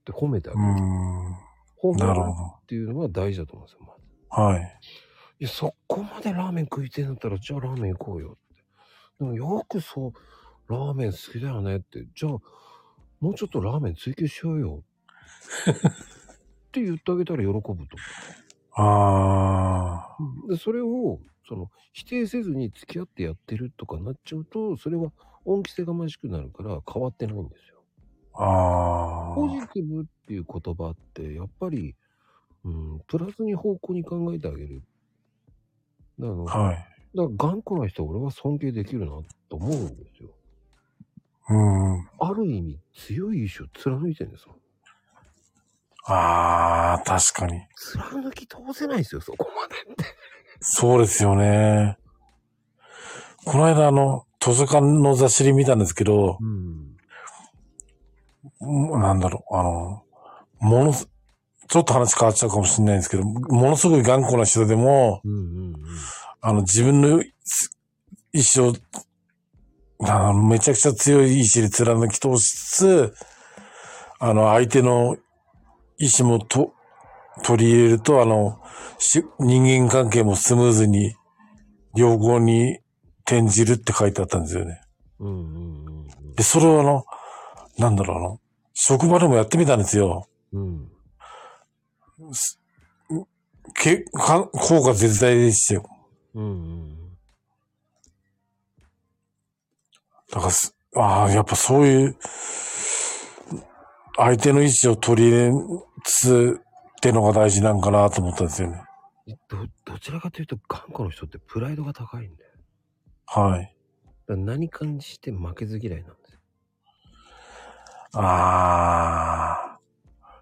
て褒めてあ
う
げる。
ん。
褒め
なる
る
ほど。
っていうのが大事だと思うんですよ、まず。
はい。
いや、そこまでラーメン食いてえんだったら、じゃあラーメン行こうよって。でもよくそう、ラーメン好きだよねって。じゃあ、もうちょっとラーメン追求しようよ。って言ってあげたら喜ぶと思
あ
う。で、それを、その、否定せずに付き合ってやってるとかなっちゃうと、それは恩着せがましくなるから変わってないんですよ。
あ。あ
ポジティブっていう言葉って、やっぱり、うん、プラスに方向に考えてあげる。だから
あ。はい。
だから頑固な人は俺は尊敬できるなと思うんですよ。
うんうん。
ある意味強い意志を貫いてるんですよ。
ああ、確かに。
貫き通せないですよ、そこまでって。
そうですよね。この間あの、図書館の雑誌で見たんですけど、
うん。
うんなんだろう、あの、ものす、ちょっと話変わっちゃうかもしれないんですけど、ものすごい頑固な人でも、
うんうんうん。
あの、自分のす意志を、あのめちゃくちゃ強い意志で貫き通しつつ、あの、相手の意志もと、取り入れると、あの、し人間関係もスムーズに、良好に転じるって書いてあったんですよね。
うんうんうん
で、それをあの、なんだろう、あの、職場でもやってみたんですよ。
うん。うん。
すけか効果絶大でしたよ。
うんうん
だからす、ああ、やっぱそういう、相手の意思を取り入れつつってのが大事なんかなと思ったんですよね。
うん。ど、どちらかというと頑固な人ってプライドが高いんだよ。
はい。
だから何かにして負けず嫌いなんですよ。
ああ。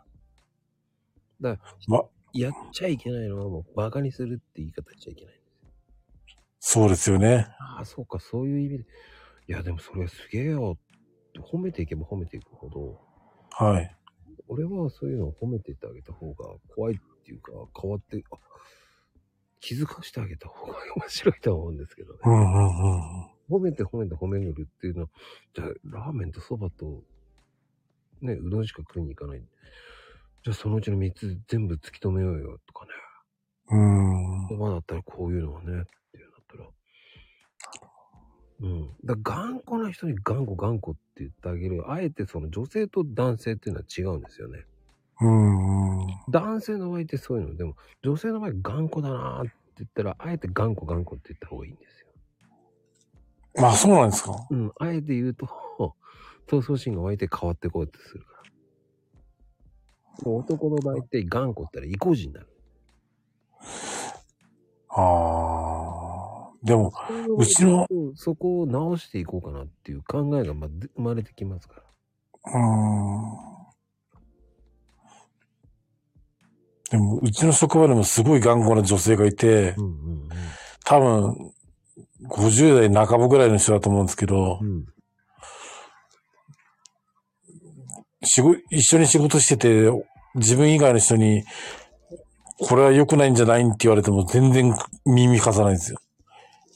だから、
ま、
やっちゃいけないのはもうバカにするって言い方しちゃいけない。
そうですよね。
ああ、そうか、そういう意味で。いや、でもそれすげえよって褒めていけば褒めていくほど、
はい。
俺はそういうのを褒めてってあげた方が怖いっていうか、変わって、あ気づかしてあげた方が面白いとは思うんですけどね。
うんうんうん。
褒めて褒めて褒めるっていうのは、じゃあラーメンとそばと、ね、うどんしか食いに行かない。じゃあそのうちの3つ全部突き止めようよとかね。
うん。
そばだったらこういうのはね、っていうんだったら。うん。だから頑固な人に頑固頑固って言ってあげる。あえてその女性と男性っていうのは違うんですよね。
うんうん。
男性の場合ってそういうのでも女性の場合頑固だなーって言ったらあえて頑固頑固って言った方がいいんですよ。
まあそうなんですか。
うん、あえて言うと 闘争心が湧いて変わってこうってするから。もう男の場合って頑固って言ったら意固地になる。
ああ。でも、うちの
うんそこを直していこうかなっていう考えがまで生まれてきますから。
うーん。でも、うちの職場でもすごい頑固な女性がいて
う、んうん
多分、50代半ばぐらいの人だと思うんですけど
う、ん。
仕事一緒に仕事してて、自分以外の人に、これは良くないんじゃないんって言われても全然耳貸さないんですよ。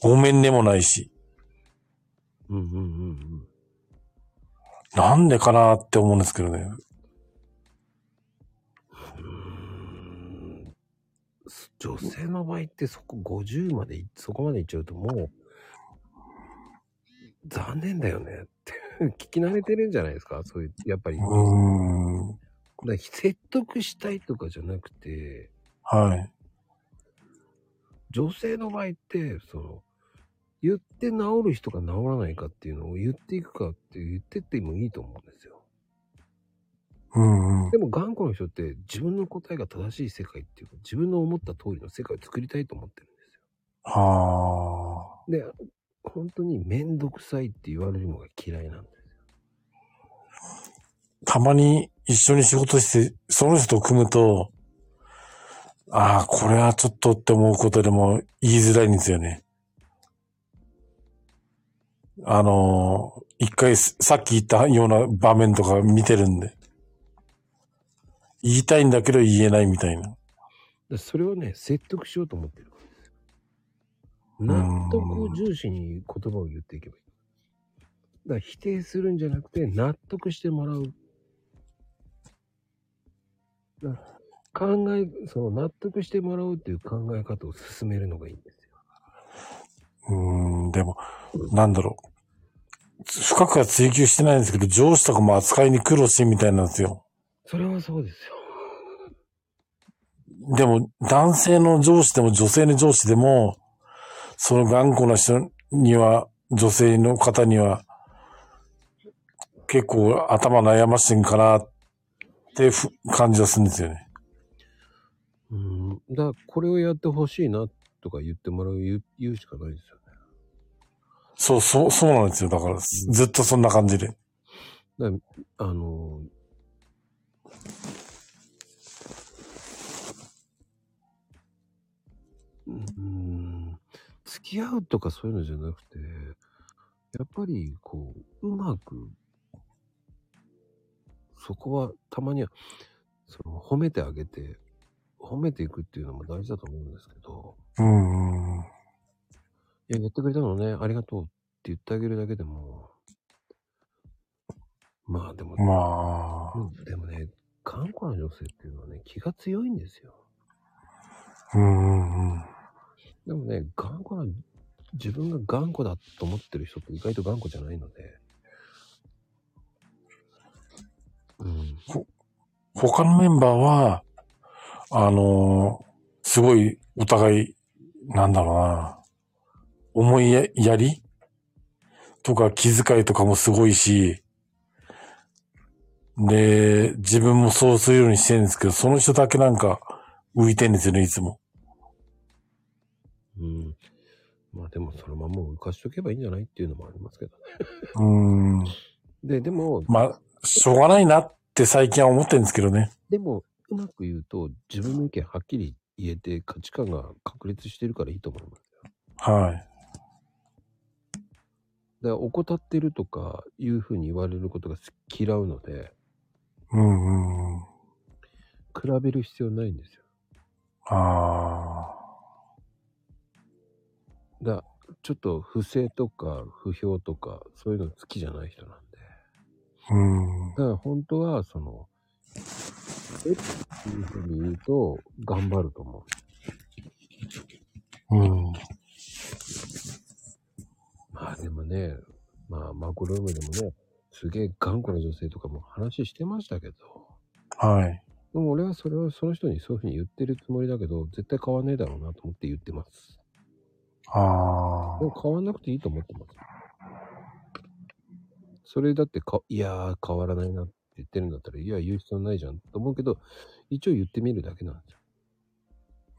ごめんねもないし。
うんうんうん
なんでかなって思うんですけどね。
うん。女性の場合ってそこ50までい、そこまでいっちゃうともう、残念だよねって。聞き慣れてるんじゃないですかそういう、やっぱり。
うー
だか
ん。
ら説得したいとかじゃなくて、
はい。
女性の場合って、その、言って治る人か治らないかっていうのを言っていくかって言ってってもいいと思うんですよ。
うんうん。
でも頑固な人って自分の答えが正しい世界っていうか自分の思った通りの世界を作りたいと思ってるん
はあ。
ですよ。で本当に面倒くさいって言われるのが嫌いなんで
たまに一緒に仕事して、その人と組むと、ああ、これはちょっとって思うことでも言いづらいんですよね。あのー、一回すさっき言ったような場面とか見てるんで。言いたいんだけど言えないみたいな。
でそれをね説得しようと思ってるからですよ納得を重視に言葉を言っていけばいいだから否定するんじゃなくて納得してもらうだから考えその納得してもらうっていう考え方を進めるのがいいんですよ
うーん、でも、なんだろう。深くは追求してないんですけど、上司とかも扱いに苦労してみたいなんですよ。
それはそうですよ
でも、男性の上司でも女性の上司でも、その頑固な人には、女性の方には、結構頭悩ましてんかなってふ感じはするんですよね。
うん、だからこれをやってほしいなとか言ってもらう言う言うしかないですよね。だか
そう、そう、そうなんですよ。だから、ずっとそんな感じで。
らあのうん、付き合うとかそういうのじゃなくて、やっぱりこう、うまく、そこはたまには、その褒めてあげて、褒めていくっていうのも大事だと思うんですけど、
うんうん。
いや、やってくれたのね、ありがとうって言ってあげるだけでも、まあでも、
まあ、
うんでもね、頑固な女性っていうのはね、気が強いんですよ。
うんうんうん。
でもね、頑固な、自分が頑固だと思ってる人って意外と頑固じゃないので、うん、
他のメンバーは、あのーすごいお互い、なんだろうな、思いややりとか気遣いとかもすごいし、で、自分もそうするようにしてるんですけど、その人だけなんか浮いてんですよね、いつも。
うん。まあでもそのまま浮かしとけばいいんじゃないっていうのもありますけどね。
うーん。
で、でも、
まあ、しょうがないなって最近は思ってるんですけどね。
でも、うまく言うと、自分の意見はっきり言えて、価値観が確立してるからいいと思います。
はい。
だから怠ってるとかいうふうに言われることがす嫌うので
うんうんうん。
比べる必要ないんですよ
あ
だからちょっと不正とか不評とかそういうの好きじゃない人なんで
あ。うん。
だから本当はそのえっていうふうに言うと頑張ると思
うん。
うまあでもねまあマクロームでもねすげえ頑固な女性とかも話してましたけど
はい。
でも俺はそれをその人にそういうふうに言ってるつもりだけど絶対変わんねえだろうなと思って言ってます
ああ
で。も変わんなくていいと思ってます。それだってか、いやー変わらないなって言ってるんだったら、いや言う必要ないじゃんと思うけど、一応言ってみるだけなんですよ。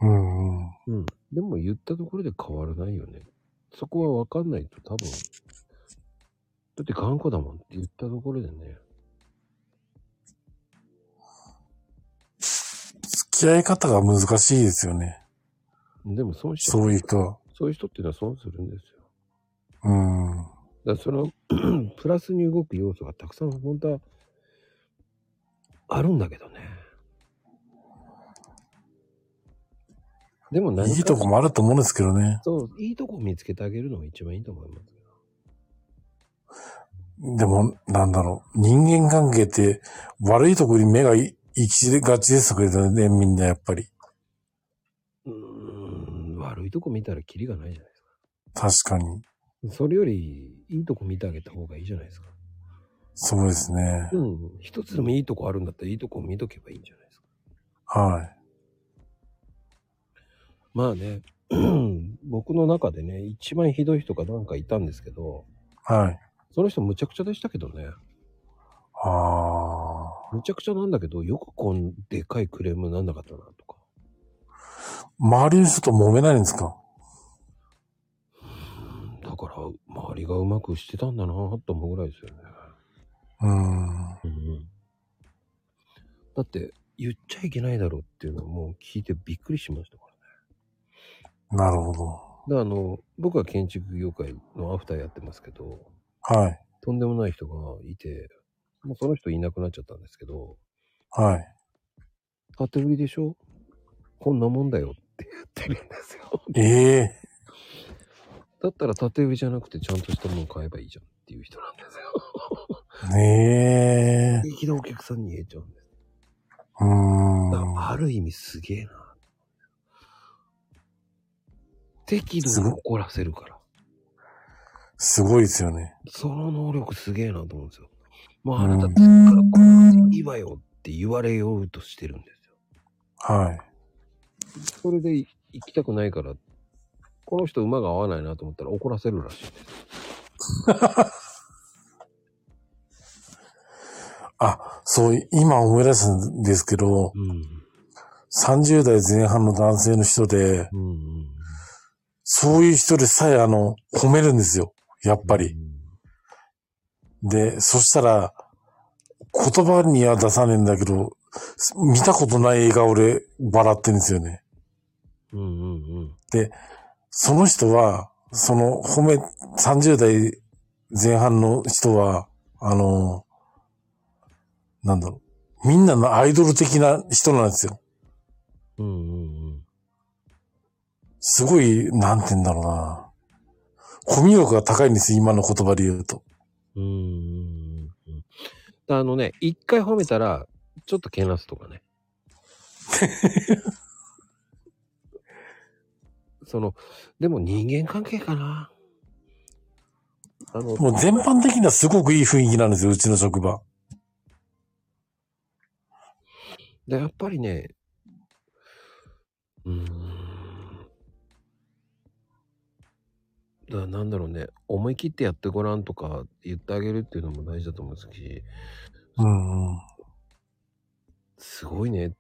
うんうん。
うん。でも言ったところで変わらないよね。そこはわかんないと多分、だって頑固だもんって言ったところでね、
付き合い方が難しいですよね。
でも損し
そういう人は。
そういう人っていうのは損するんですよ。
うん。
だからその プラスに動く要素がたくさん本当はあるんだけどね。でも何
いいとこもあると思うんですけどね。
そう、いいとこ見つけてあげるのが一番いいと思います。
でも、なんだろう。人間関係って悪いとこに目がい行きがちですけどね、みんなやっぱり。
うーん、悪いとこ見たらキリがないじゃないです
確かに。
か。それより、いいとこ見てあげた方がいいじゃないですか。
そうですね。
うん、一つでもいいとこあるんだったらいいとこ見とけばいいんじゃないですか。
は
まあね、 僕の中でね、一番ひどい人がなんかいたんですけど、
い。はい。
その人むちゃくちゃでしたけどね。
ああ。
むちゃくちゃなんだけど、よくこんでかいクレームなんなかったなとか。
周りの人と揉めないんですか
うんだから、周りがうまくしてたんだなと思うぐらいですよね。
うーん。
だって、言っちゃいけないだろうっていうのをもう聞いてびっくりしましたからね。
なるほ
だ
ど。
からあの、僕は建築業界のアフターやってますけど、
はい。
とんでもない人がいて、もうその人いなくなっちゃったんですけど、
はい。
縦売りでしょこんなもんだよって言ってるんですよ。
ええ
だったら縦売りじゃなくてちゃんとしたもの買えばいいじゃんっていう人なんですよ。
ねえ
平気でお客さんに言えちゃうんです。
うーん。
だからある意味すげえな。適度
す
に
ごい
怒らせるから。
すごいですよね。
その能力すげえなと思うんですよ。まああなただからこういいわよって言われようとしてるんですよ。
はい。
それで行きたくないから、この人馬が合わないなと思ったら怒らせるらしい。
あ、そう、今思い出すんですけど、
うん。
30代前半の男性の人で、
うんうん。
そういう人でさえあの、褒めるんですよ。やっぱ
う
り。
ん。
で、そしたら、言葉には出さねえんだけど、見たことない笑顔で笑ってるんですよね。
うんうんうん。
その人は、その褒め、30代前半の人は、あの、なんだろう、みんなのアイドル的な人なんですよ。
うんうんうん。
すごい、なんて言うんだろうな。コミュ力が高いんですよ、今の言葉で言うと。
うんうんうんうん。あのね、一回褒めたら、ちょっとけなすとか ね。その、でも人間関係かな。あの、
もう全般的にはすごくいい雰囲気なんですよ、うちの職場。
でやっぱりね、うーん。だなんだろうね、思い切ってやってごらんとか言ってあげるっていうのも大事だと思うし、
うんうん。
すごいね。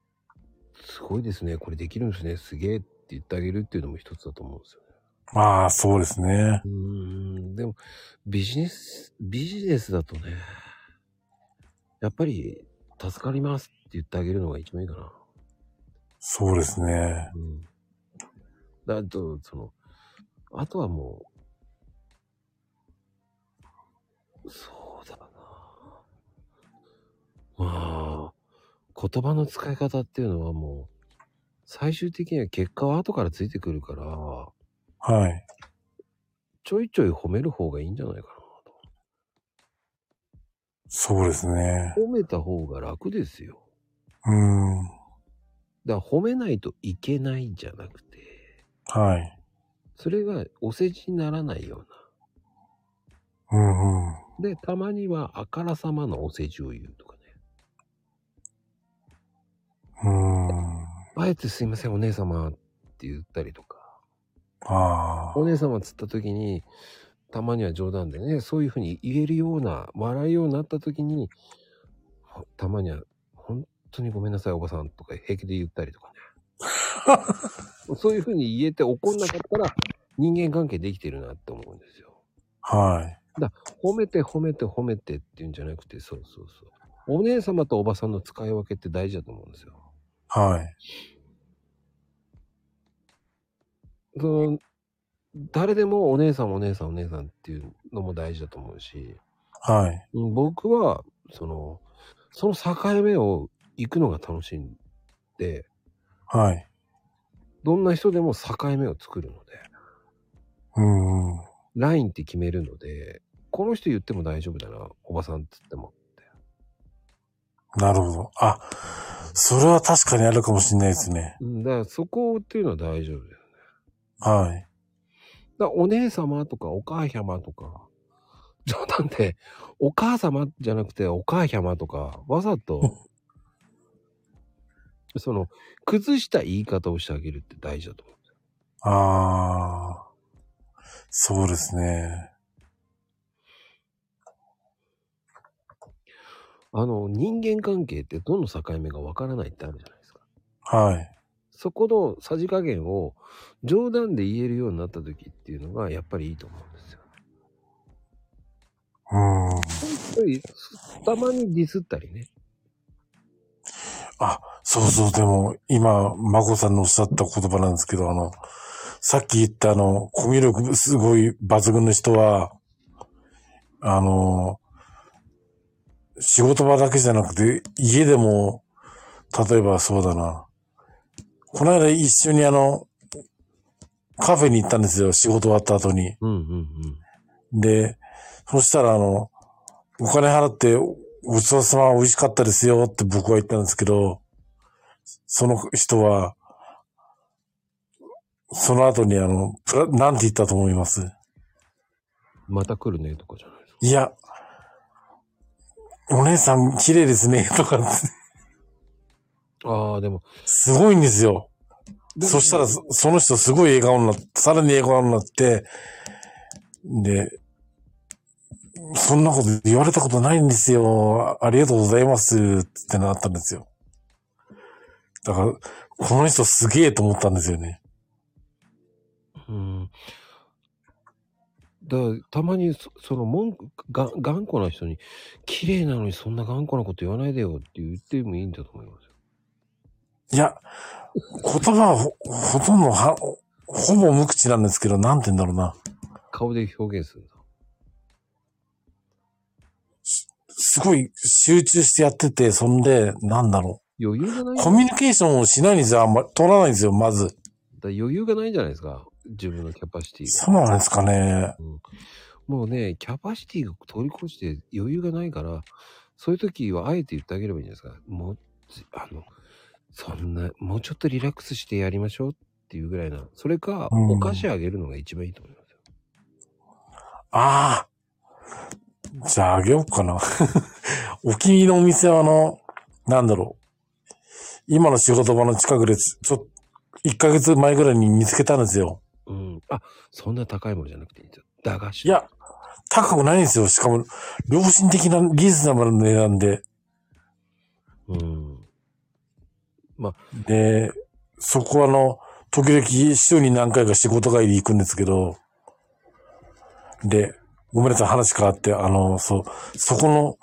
すごいですね。これできるんですね。すげえって言ってあげるっていうのも一つだと思うんですよね。
まあ、そうですね。
うーん。でも、ビジネス、ビジネスだとね、やっぱり、助かりますって言ってあげるのが一番いいかな。
そうですね。
うん。だと、その、あとはもう、そうだな。まあ、言葉の使い方っていうのはもう、最終的には結果は後からついてくるから、
はい。
ちょいちょい褒める方がいいんじゃないかな
そうですね。
と。褒めた方が楽ですよ。
うん。
だから褒めないといけないんじゃなくて、
はい。
それがお世辞にならないような。
うんうん。
で、たまにはあからさまなお世辞を言うとかね。
うん。
あえてすいません、お姉様って言ったりとか。
ああ。
お姉様つった時に、たまには冗談でね、そういうふうに言えるような、笑えるようになった時に、ほたまには、本当にごめんなさい、おばさんとか平気で言ったりとかね。そういうふうに言えて怒んなかったら、人間関係できてるなって思うんですよ。
はい。
褒めて褒めて褒めてっていうんじゃなくて、そうそうそう。お姉様とおばさんの使い分けって大事だと思うんですよ。
はい。
その、誰でもお姉さんお姉さんお姉さんっていうのも大事だと思うし、
はい。
うん僕は、その、その境目を行くのが楽しいんで、
はい。
どんな人でも境目を作るので、
うん。うん
ラインって決めるので、この人言っても大丈夫だな、おばさんって言っても。
なるほど。あ、それは確かにあるかもしれないですね。
うん、だからそこっていうのは大丈夫だよ。
はい。
だからお姉様とかお母様とか、 冗談で、お母様じゃなくてお母様とか、わざと、その、崩した言い方をしてあげるって大事だと思う。
ああ。そうですね。
あの、人間関係ってどの境目がわからないってあるじゃないですか。
はい。
そこのさじ加減を冗談で言えるようになった時っていうのがやっぱりいいと思うんですよ。
うん。
やっぱりたまにディスったりね。
あ、そうそう、でも、今、孫さんのおっしゃった言葉なんですけど、あの、さっき言ったあの、コミュ力すごい抜群の人は、あの、仕事場だけじゃなくて、家でも、例えばそうだな。この間一緒にあの、カフェに行ったんですよ、仕事終わった後に。
うんうん
で、そしたらあの、お金払って、ごちそうさま美味しかったですよって僕は言ったんですけど、その人は、その後にあの、プラ、なんて言ったと思います
うん。また来るねとかじゃないですか。
いや、お姉さん綺麗ですね、とか、
ああ、でも。
すごいんですよ。そしたら、そその人すごい笑顔になって、さらに笑顔になって、で、そんなこと言われたことないんですよ。あありがとうございます。ってなったんですよ。だから、この人すげえと思ったんですよね。
うん。だからたまにそその文句が頑固な人に「綺麗なのにそんな頑固なこと言わないでよ」って言ってもいいんだと思いますよ。
いや、言葉はほほとんどは、ほぼ無口なんですけど、なんて言うんだろうな。
顔で表現するんだ。
すごい集中してやってて、そんで、なんだろ。
余裕がないう
コミュニケーションをしないんですよ。あんまり取らないんですよ、まず。
だ余裕がないじゃないですか自分のキャパシティが、
そうなんですかね。
うんもうねキャパシティが通り越して余裕がないからそういう時はあえて言ってあげればいいんじゃないですかもうつあのそんなもうちょっとリラックスしてやりましょうっていうぐらいなそれか
うん
お菓子あげるのが一番いいと思いますよ、
ああ。じゃああげようかな。 お気に入りのお店はあの、なんだろう。今の仕事場の近くでち、ちょっと、1ヶ月前ぐらいに見つけたんですよ。
うん、あそんな高いものじゃなくていいんですよ駄菓子
いや、高くないんですよ。しかも、良心的なリーズナブルな値段で。
うん
で、そこはあの、時々週に何回か仕事帰り行くんですけど、で、ごめんなさい、話変わって、あの、そう、そこの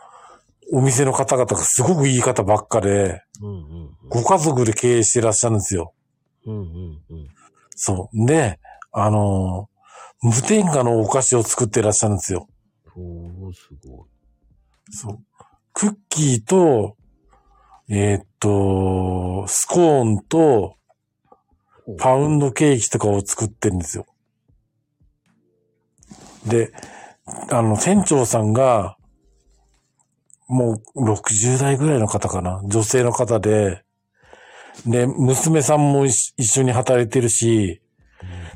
お店の方々がすごくいい方ばっかで、
うんうん
ご家族で経営してらっしゃるんですよ。
うんうんうん
そう。で、あのー無添加のお菓子を作ってらっしゃるんですよ。
おーすごい
そう。クッキーと、えーっと、スコーンと、
ほう
パウンドケーキとかを作ってるんですよ。で、あの、店長さんが、もう60代ぐらいの方かな。女性の方で、で、娘さんも一一緒に働いてるし、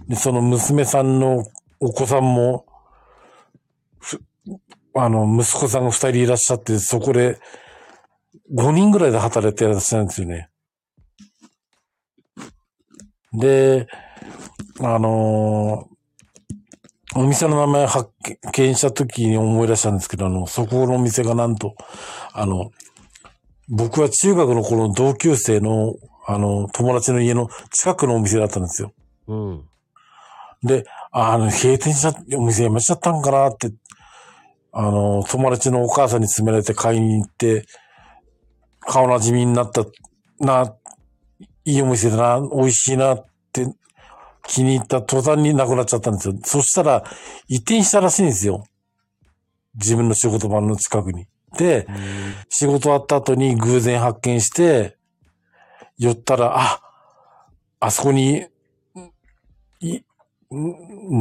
で、その娘さんのお子さんも、ふあの、息子さんが二人いらっしゃって、そこで、5人ぐらいで働いてらっしゃるんですよね。で、あのーお店の名前発見した時に思い出したんですけど、あの、そこのお店がなんと、あの、僕は中学の頃の同級生の、あの、友達の家の近くのお店だったんですよ。
うん
で、ああの、閉店しちゃって、お店辞めちゃったんかなって、あの、友達のお母さんに勧められて買いに行って、顔なじみになったな、いいお店だな、美味しいなって気に入った途端になくなっちゃったんですよ。そしたら、移転したらしいんですよ。自分の仕事場の近くに。で、仕事終わった後に偶然発見して、寄ったら、あ、あそこにい、ん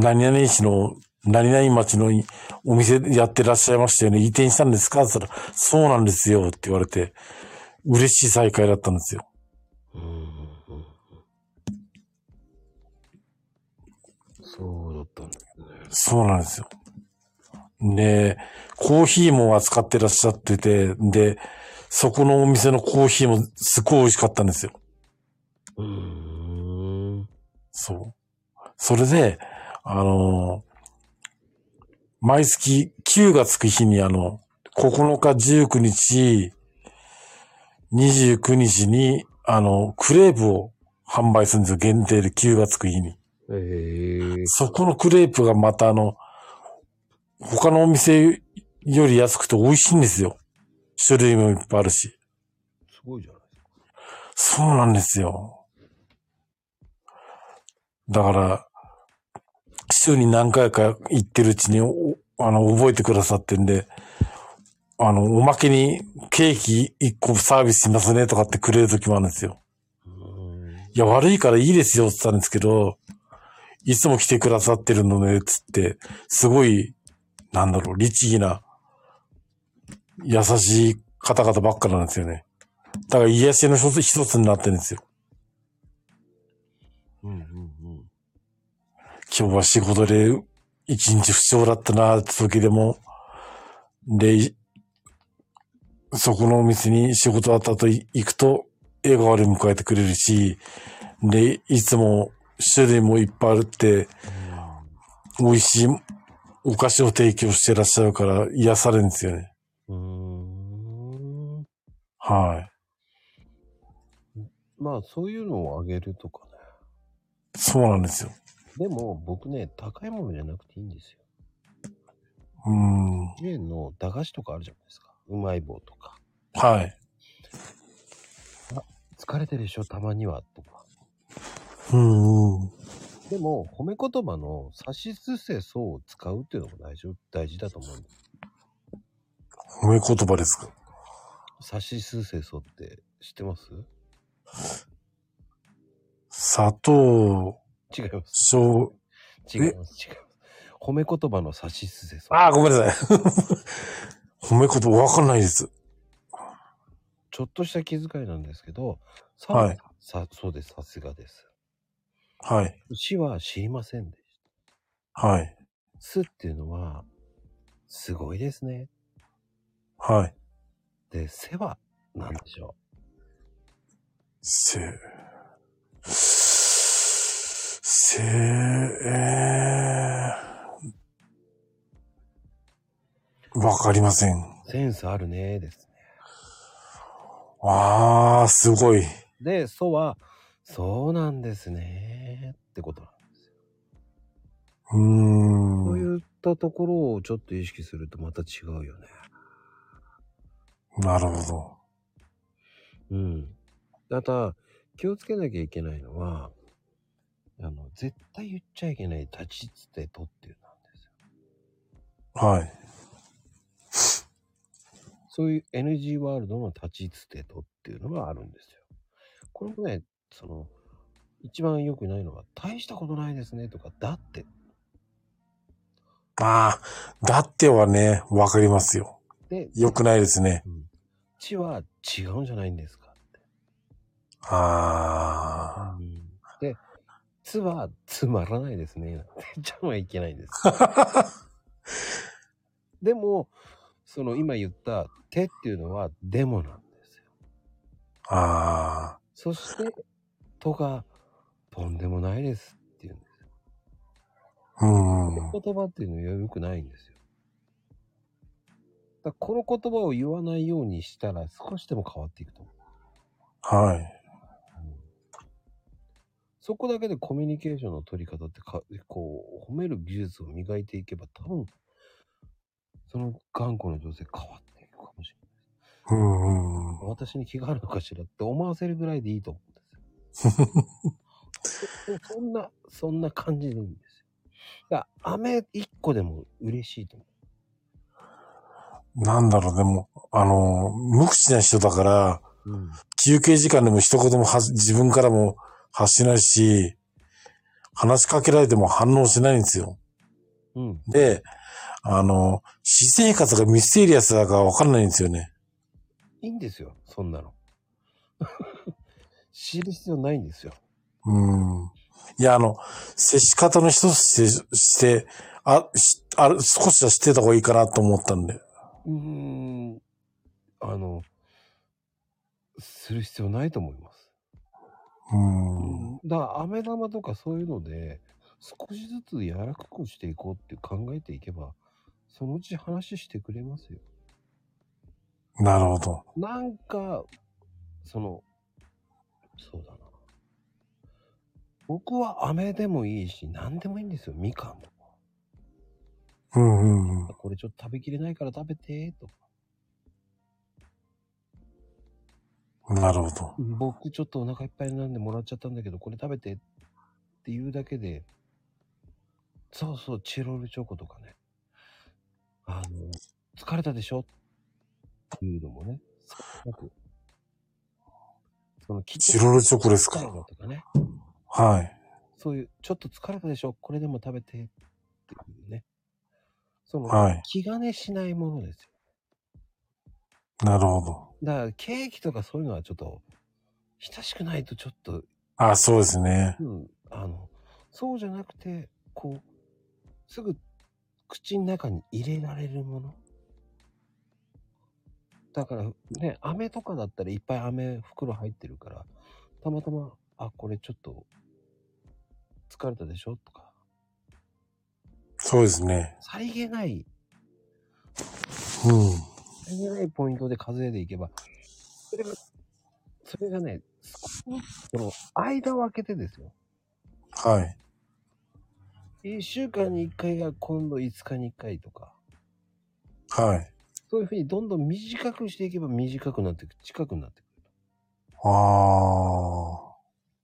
何々市の、何々町のいお店やってらっしゃいましたよね。移転したんですかって言ったら、そうなんですよって言われて、嬉しい再会だったんですよ。
うんうんうんそうだったんだけどね。
そうなんですよ。で、コーヒーも扱ってらっしゃってて、で、そこのお店のコーヒーもすごい美味しかったんですよ。
うーん。
そう。それで、あのー毎月9がつく日にあの、9日、19日、29日に、あの、クレープを販売するんですよ。限定で9がつく日に。
ええ
そこのクレープがまたあの、他のお店より安くて美味しいんですよ。種類もいっぱいあるし。
すごいじゃないですか。
そうなんですよ。だから、週に何回か行ってるうちに、おあの、覚えてくださってんで、あの、おまけにケーキ1個サービスしますねとかってくれる時もあるんですよ。
うーん。
いや、悪いからいいですよって言ったんですけど、いつも来てくださってるのね、つって、すごい、なんだろう、律儀な、優しい方々ばっかなんですよね。だから癒しの一つ一つになってるんですよ。
うんうん
今日は仕事で一日不調だったな、って時でも、で、いそこのお店に仕事だったと行くと、笑顔で迎えてくれるし、で、いつも種類もいっぱいあるって、美味しいお菓子を提供してらっしゃるから癒されるんですよね。
うん。うーん。
は
まあ、そういうのをあげるとかね。
い。そうなんですよ。
でも、僕ね、高いものじゃなくていいんですよ。
うーん。は
チェーンの駄菓子とかあるじゃないですか。うまい棒とか。
い。
疲れてるでしょ、たまには。とか。
うん、うん。
でも、褒め言葉の差しすせそうを使うっていうのも大丈夫、大事だと思うんです。
褒め言葉ですか。
差しすせそうって知ってます
砂糖、
違います。
醤、
違います。違います。褒め言葉の差しすせそう。
ああ、ごめんなさい。褒め言葉わかんないです。
ちょっとした気遣いなんですけど、さ、
はい
さ、そうです、さすがです。
はい。
死は知りませんでし
はい。
た。すっていうのは、すごいですね。
はい。
で、せは、なんでしょ
せ、せ、えー、わかりません。
う。センスあるね、ですね。
ああ、すごい。
で、そは、そうなんですね、ってことなんですよ。
うーん。
そういったところをちょっと意識するとまた違うよね。
なるほど。
うん。あとは、気をつけなきゃいけないのは、あの、絶対言っちゃいけない立ちつてとっていうのなんですよ
はい。
そういう NG ワールドの立ちつてとっていうのがあるんですよ。これもね、その、一番良くないのが、大したことないですねとか、だって、
ああ、だってはね、わかりますよ。
で、
よくないですね。
地は違うんじゃないんですかって。
あ
で、つはつまらないですね。なん て言っちゃはいけないんです。でも、その今言った手っていうのはデモなんですよ。
あ、あ
そして、とが、とんでもないですっていうんです。
あ、うん。
言葉っていうのは良くないんですよ。だからこの言葉を言わないようにしたら少しでも変わっていくと思う。
はい。
そこだけでコミュニケーションの取り方ってか、こう、褒める技術を磨いていけば多分、その頑固な女性変わっていくかもしれない。
うんうん。
私に気があるのかしらって思わせるぐらいでいいと思うんですよ。そんな、そんな感じでいいんですよ。だから飴一個でも嬉しいと思う。
なんだろう、でも、あの、無口な人だから、休憩時間でも一言もは自分からも発しないし、話しかけられても反応しないんですよ。
うん。
で、あの、私生活がミステリアスだからわかんないんですよね。
いいんですよ、そんなの。 知る必要ないんですよ。
うん。いや、あの、接し方の一つとして、してあ、しある少しは知ってた方がいいかなと思ったんで。
うーん。あの、する必要ないと思います。
うん。
だから、飴玉とかそういうので、少しずつ柔らかくしていこうって考えていけば、そのうち話してくれますよ。
なるほど。
なんか、その、そうだな。僕は飴でもいいし、何でもいいんですよ、みかんも。
うんうんうん。
これちょっと食べきれないから食べて、とか。
なるほど。
僕ちょっとお腹いっぱいなんでもらっちゃったんだけど、これ食べてっていうだけで、そうそう、チロルチョコとかね。あの、疲れたでしょっていうのもね、少なく。その、き
チロルチョコです
疲れた
か。
とかね。
はい。
そういう、ちょっと疲れたでしょこれでも食べてっていうね。その、
はい
気兼ねしないものですよ。
なるほど。
だから、ケーキとかそういうのはちょっと、親しくないとちょっと
あ、そうですね。
うん、あの、そうじゃなくて、こう、すぐ口の中に入れられるもの。だからね、飴とかだったらいっぱい飴袋入ってるから、たまたま、あ、これちょっと、疲れたでしょとか、
そうですね。
さりげない、
うん。
さりげないポイントで数えていけば、それが、それがね、少しずつこの間を空けてですよ。
はい。
1週間に1回が今度5日に1回とか、
はい。
そういうふうにどんどん短くしていけば短くなっていく、近くなってい
ああ。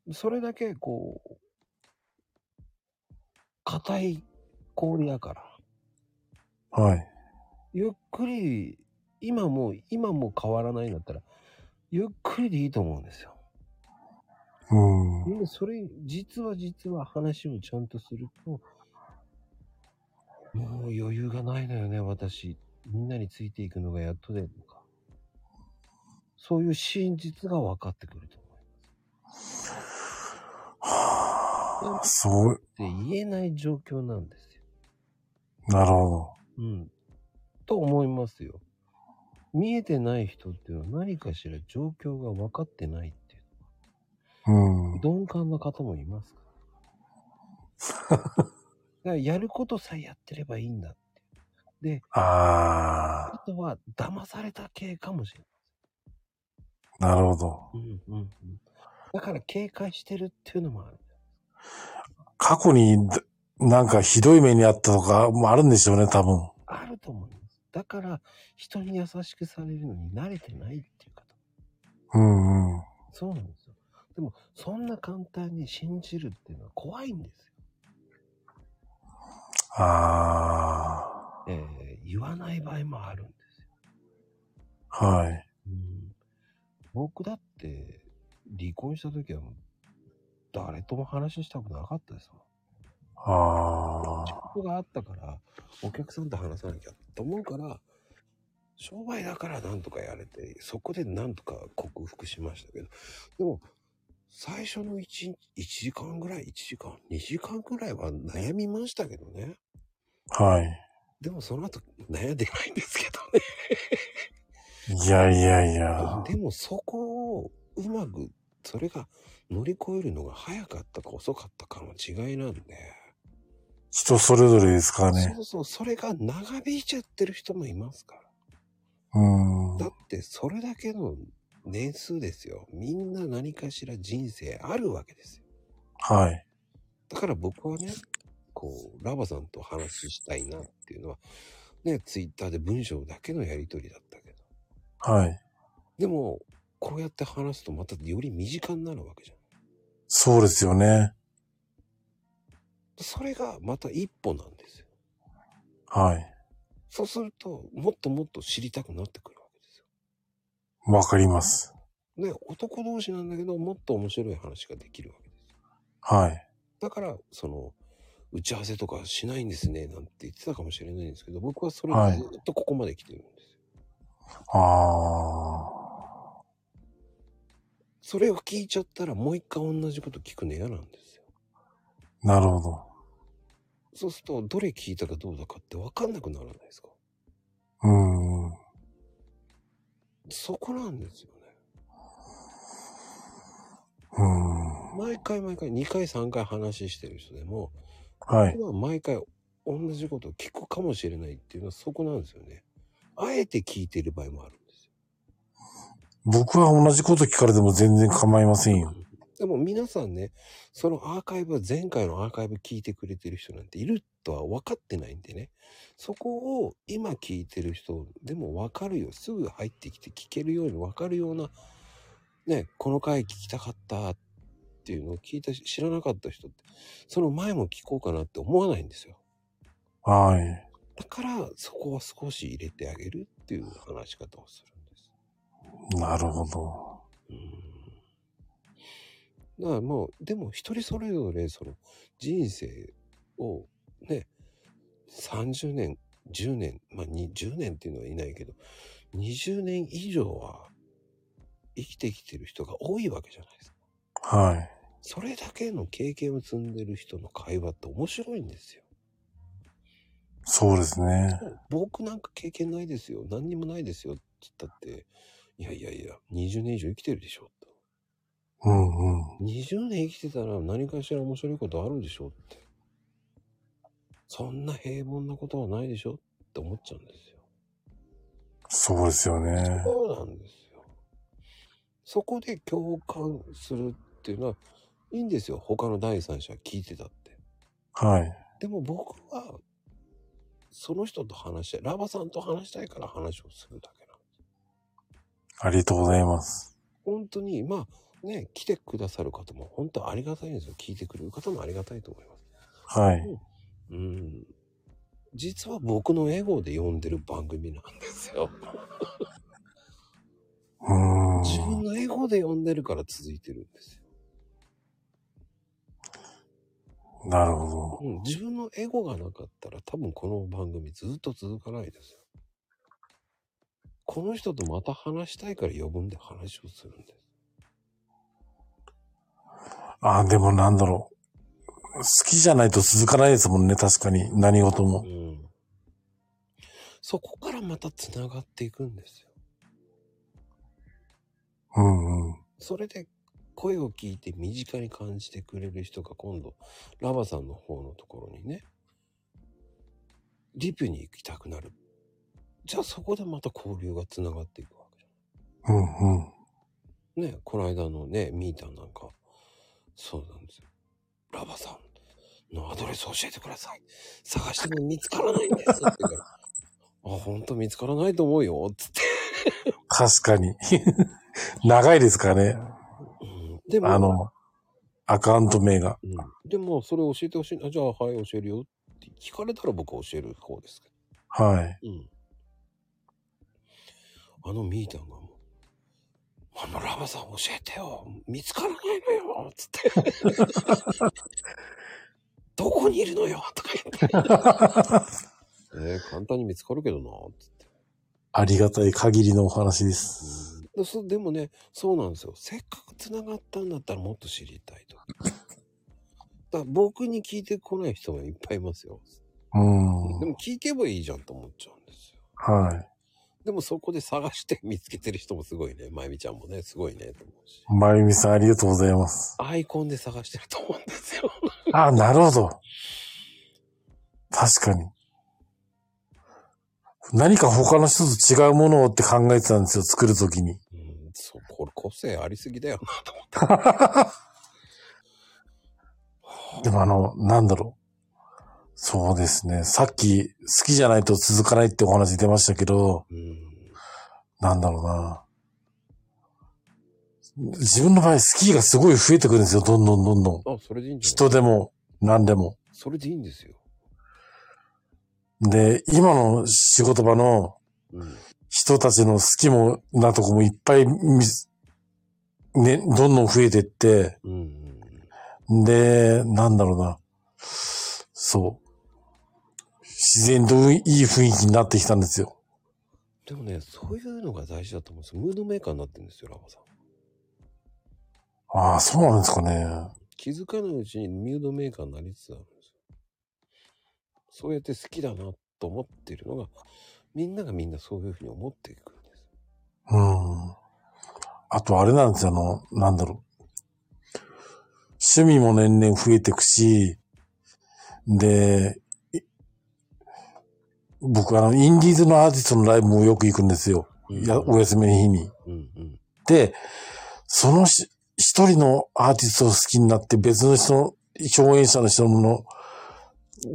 く。それだけ、こう、硬い氷だから、
はい。
ゆっくり、今も、今も変わらないんだったら、ゆっくりでいいと思うんですよ。
うん。
みんなそれ、実は実は話をちゃんとすると、もう余裕がないのよね、私。みんなについていくのがやっとで、とか。そういう真実が分かってくると
はあ。そう、
思う。で、言えない状況なんですよ。
なるほ
うん。と思いますよ。見えてない人っていうのは何かしら状況が分かってないっていう。
ど。うん。
鈍感な方もいますから。だからやることさえやってればいいんだって。で、
あ
あとは騙された系かもしれない。
あ。なるほど。
うんうんうん、だから警戒してるっていうのもある。
過去にだなんかひどい目にあったとかもあるんでしょうね、多分。
あると思います。だから人に優しくされるのに慣れてないっていう方。
うんうん。
そうなんですよ。でもそんな簡単に信じるっていうのは怖いんですよ。
あ
えー言わない場合もあるんですよ。
あ。はい。
うん、僕だって離婚した時はもう誰とも話したくなかったですもん。
ああ。
ことがあったから、お客さんと話さなきゃと思うから、商売だからなんとかやれて、そこでなんとか克服しましたけど、でも、最初の1日、1時間ぐらい、1時間、2時間ぐらいは悩みましたけどね。
はい。
でもその後悩んでないんですけどね。
いやいやいや。
でもそこをうまく、それが乗り越えるのが早かったか遅かったかの違いなんで。
人それぞれですからね
そ。うそう、それが長引いちゃってる人もいますから。
うん。
だってそれだけの年数ですよ。みんな何かしら人生あるわけですよ。
はい。
だから僕はね、こう、ラバさんと話したいなっていうのは、ね、ツイッターで文章だけのやりとりだったけど。
はい。
でも、こうやって話すとまたより身近になるわけじゃん。
そうですよね。
それがまた一歩なんですよ。
はい。
そうすると、もっともっと知りたくなってくるわけですよ。
わかります。
ね、男同士なんだけど、もっと面白い話ができるわけですよ。
はい。
だから、その、打ち合わせとかしないんですね、なんて言ってたかもしれないんですけど、僕はそれ
はい
ずっとここまで来てるんですよ。
あ
それを聞いちゃったら、もう一回同じこと聞くの嫌なんですよ。
あ、なるほど。
そうすると、どれ聞いたかどうだかって分かんなくならないですか
うん。
そこなんですよね。
うん。
毎回毎回、2回3回話してる人でも、
はい。
僕は毎回同じことを聞くかもしれないっていうのはそこなんですよね。あえて聞いてる場合もあるんですよ。
僕は同じこと聞かれても全然構いませんよ。
でも皆さんね、そのアーカイブ、前回のアーカイブ聞いてくれてる人なんているとは分かってないんでね、そこを今聞いてる人でも分かるよ、すぐ入ってきて聞けるように分かるような、ね、この回聞きたかったっていうのを聞いたし、知らなかった人って、その前も聞こうかなって思わないんですよ。
はい。
だから、そこは少し入れてあげるっていう話し方をするんです。
なるほど。
だからもう、でも一人それぞれその人生をね、30年、10年、まあに10年っていうのはいないけど、20年以上は生きてきてる人が多いわけじゃないですか。
はい。
それだけの経験を積んでる人の会話って面白いんですよ。
そうですね。
僕なんか経験ないですよ。何にもないですよって言ったって、いやいやいや、20年以上生きてるでしょ。
うんうん。
20年生きてたら何かしら面白いことあるでしょって。そんな平凡なことはないでしょって思っちゃうんですよ。
そうですよね。
そうなんですよ。そこで共感するっていうのは、いいんですよ。他の第三者は聞いてたって。
はい。
でも僕は、その人と話したい。ラバさんと話したいから話をするだけなの。
ありがとうございます。
本当に、まあ、ね、来てくださる方も本当ありがたいんですよ。聞いてくれる方もありがたいと思います。
はい。
うん実は僕のエゴで呼んでる番組なんですよ。
うー
自分
ん。
のエゴで呼んでるから続いてるんですよ。
なるほど。
うん、自分のエゴがなかったら多分この番組ずっと続かないですよ。この人とまた話したいから呼ぶんで話をするんです。
あー、でもなんだろう。好きじゃないと続かないですもんね。確かに。何事
う
も。
ん、そこからまた繋がっていくんですよ。
うんうん。
それで声を聞いて身近に感じてくれる人が今度、ラバさんの方のところにね、リプに行きたくなる。じゃあそこでまた交流が繋がっていくわけじ
うんうん。
ゃん。ね、この間のね、ミータンなんか、そうなんですよ。ラバさんのアドレス教えてください。探しても見つからないんですって言うから。あ、ほんと見つからないと思うよ。つって。
確かに。 長いですからね。
うんでも、
あの、アカウント名が。
うん、でもそれ教えてほしいなじゃあはい教えるよって聞かれたら僕は教える方ですけ
はい。
ど、うん、あのミータンがもう「あのラバさん教えてよ見つからないのよ」つって 「どこにいるのよ」とか言って「 えー簡単に見つかるけどな」つって、
ありがたい限りのお話です。
うんでそでもねそうなんですよせっかくつながったんだったらもっと知りたいと。だから僕に聞いてこない人がいっぱいいますよ。
うん。
でも聞けばいいじゃんと思っちゃうんですよ。
はい。
でもそこで探して見つけてる人もすごいね。まゆみちゃんもね、すごいねと思うし。
まゆみさんありがとうございます。
アイコンで探してると思うんですよ。
あ、なるほど。確かに。何か他の人と違うものをって考えてたんですよ、作るときに。
うん、そう、これ個性ありすぎだよなと思って。
でもあの、なんだろう。そうですね。さっき、好きじゃないと続かないってお話出ましたけど、
うん。
なんだろうな。自分の場合、スキーがすごい増えてくるんですよ、どんどんどんどん。
あ、それでいいんじゃない
人でも、何でも。
それでいいんですよ。
で、今の仕事場の
うん。
人たちの好きも、なとこもいっぱい見す、ね、どんどん増えてって、
うん。
で、なんだろうな。そう。自然といい雰囲気になってきたんですよ。
でもね、そういうのが大事だと思うんですよ。ムードメーカーになってるんですよ、ラバさん。
ああ、そうなんですかね。
気づかないうちにムードメーカーになりつつあるんですよ。そうやって好きだなと思ってるのが、みんながみんなそういうふうに思っていくんです。
うん。あとあれなんですよ、あの、なんだろう。趣味も年々増えていくし、で、い僕あの、インディーズのアーティストのライブもよく行くんですよ。いや、お休みの日に。
うんうん。
で、そのし一人のアーティストを好きになって別の人の、共演者の人の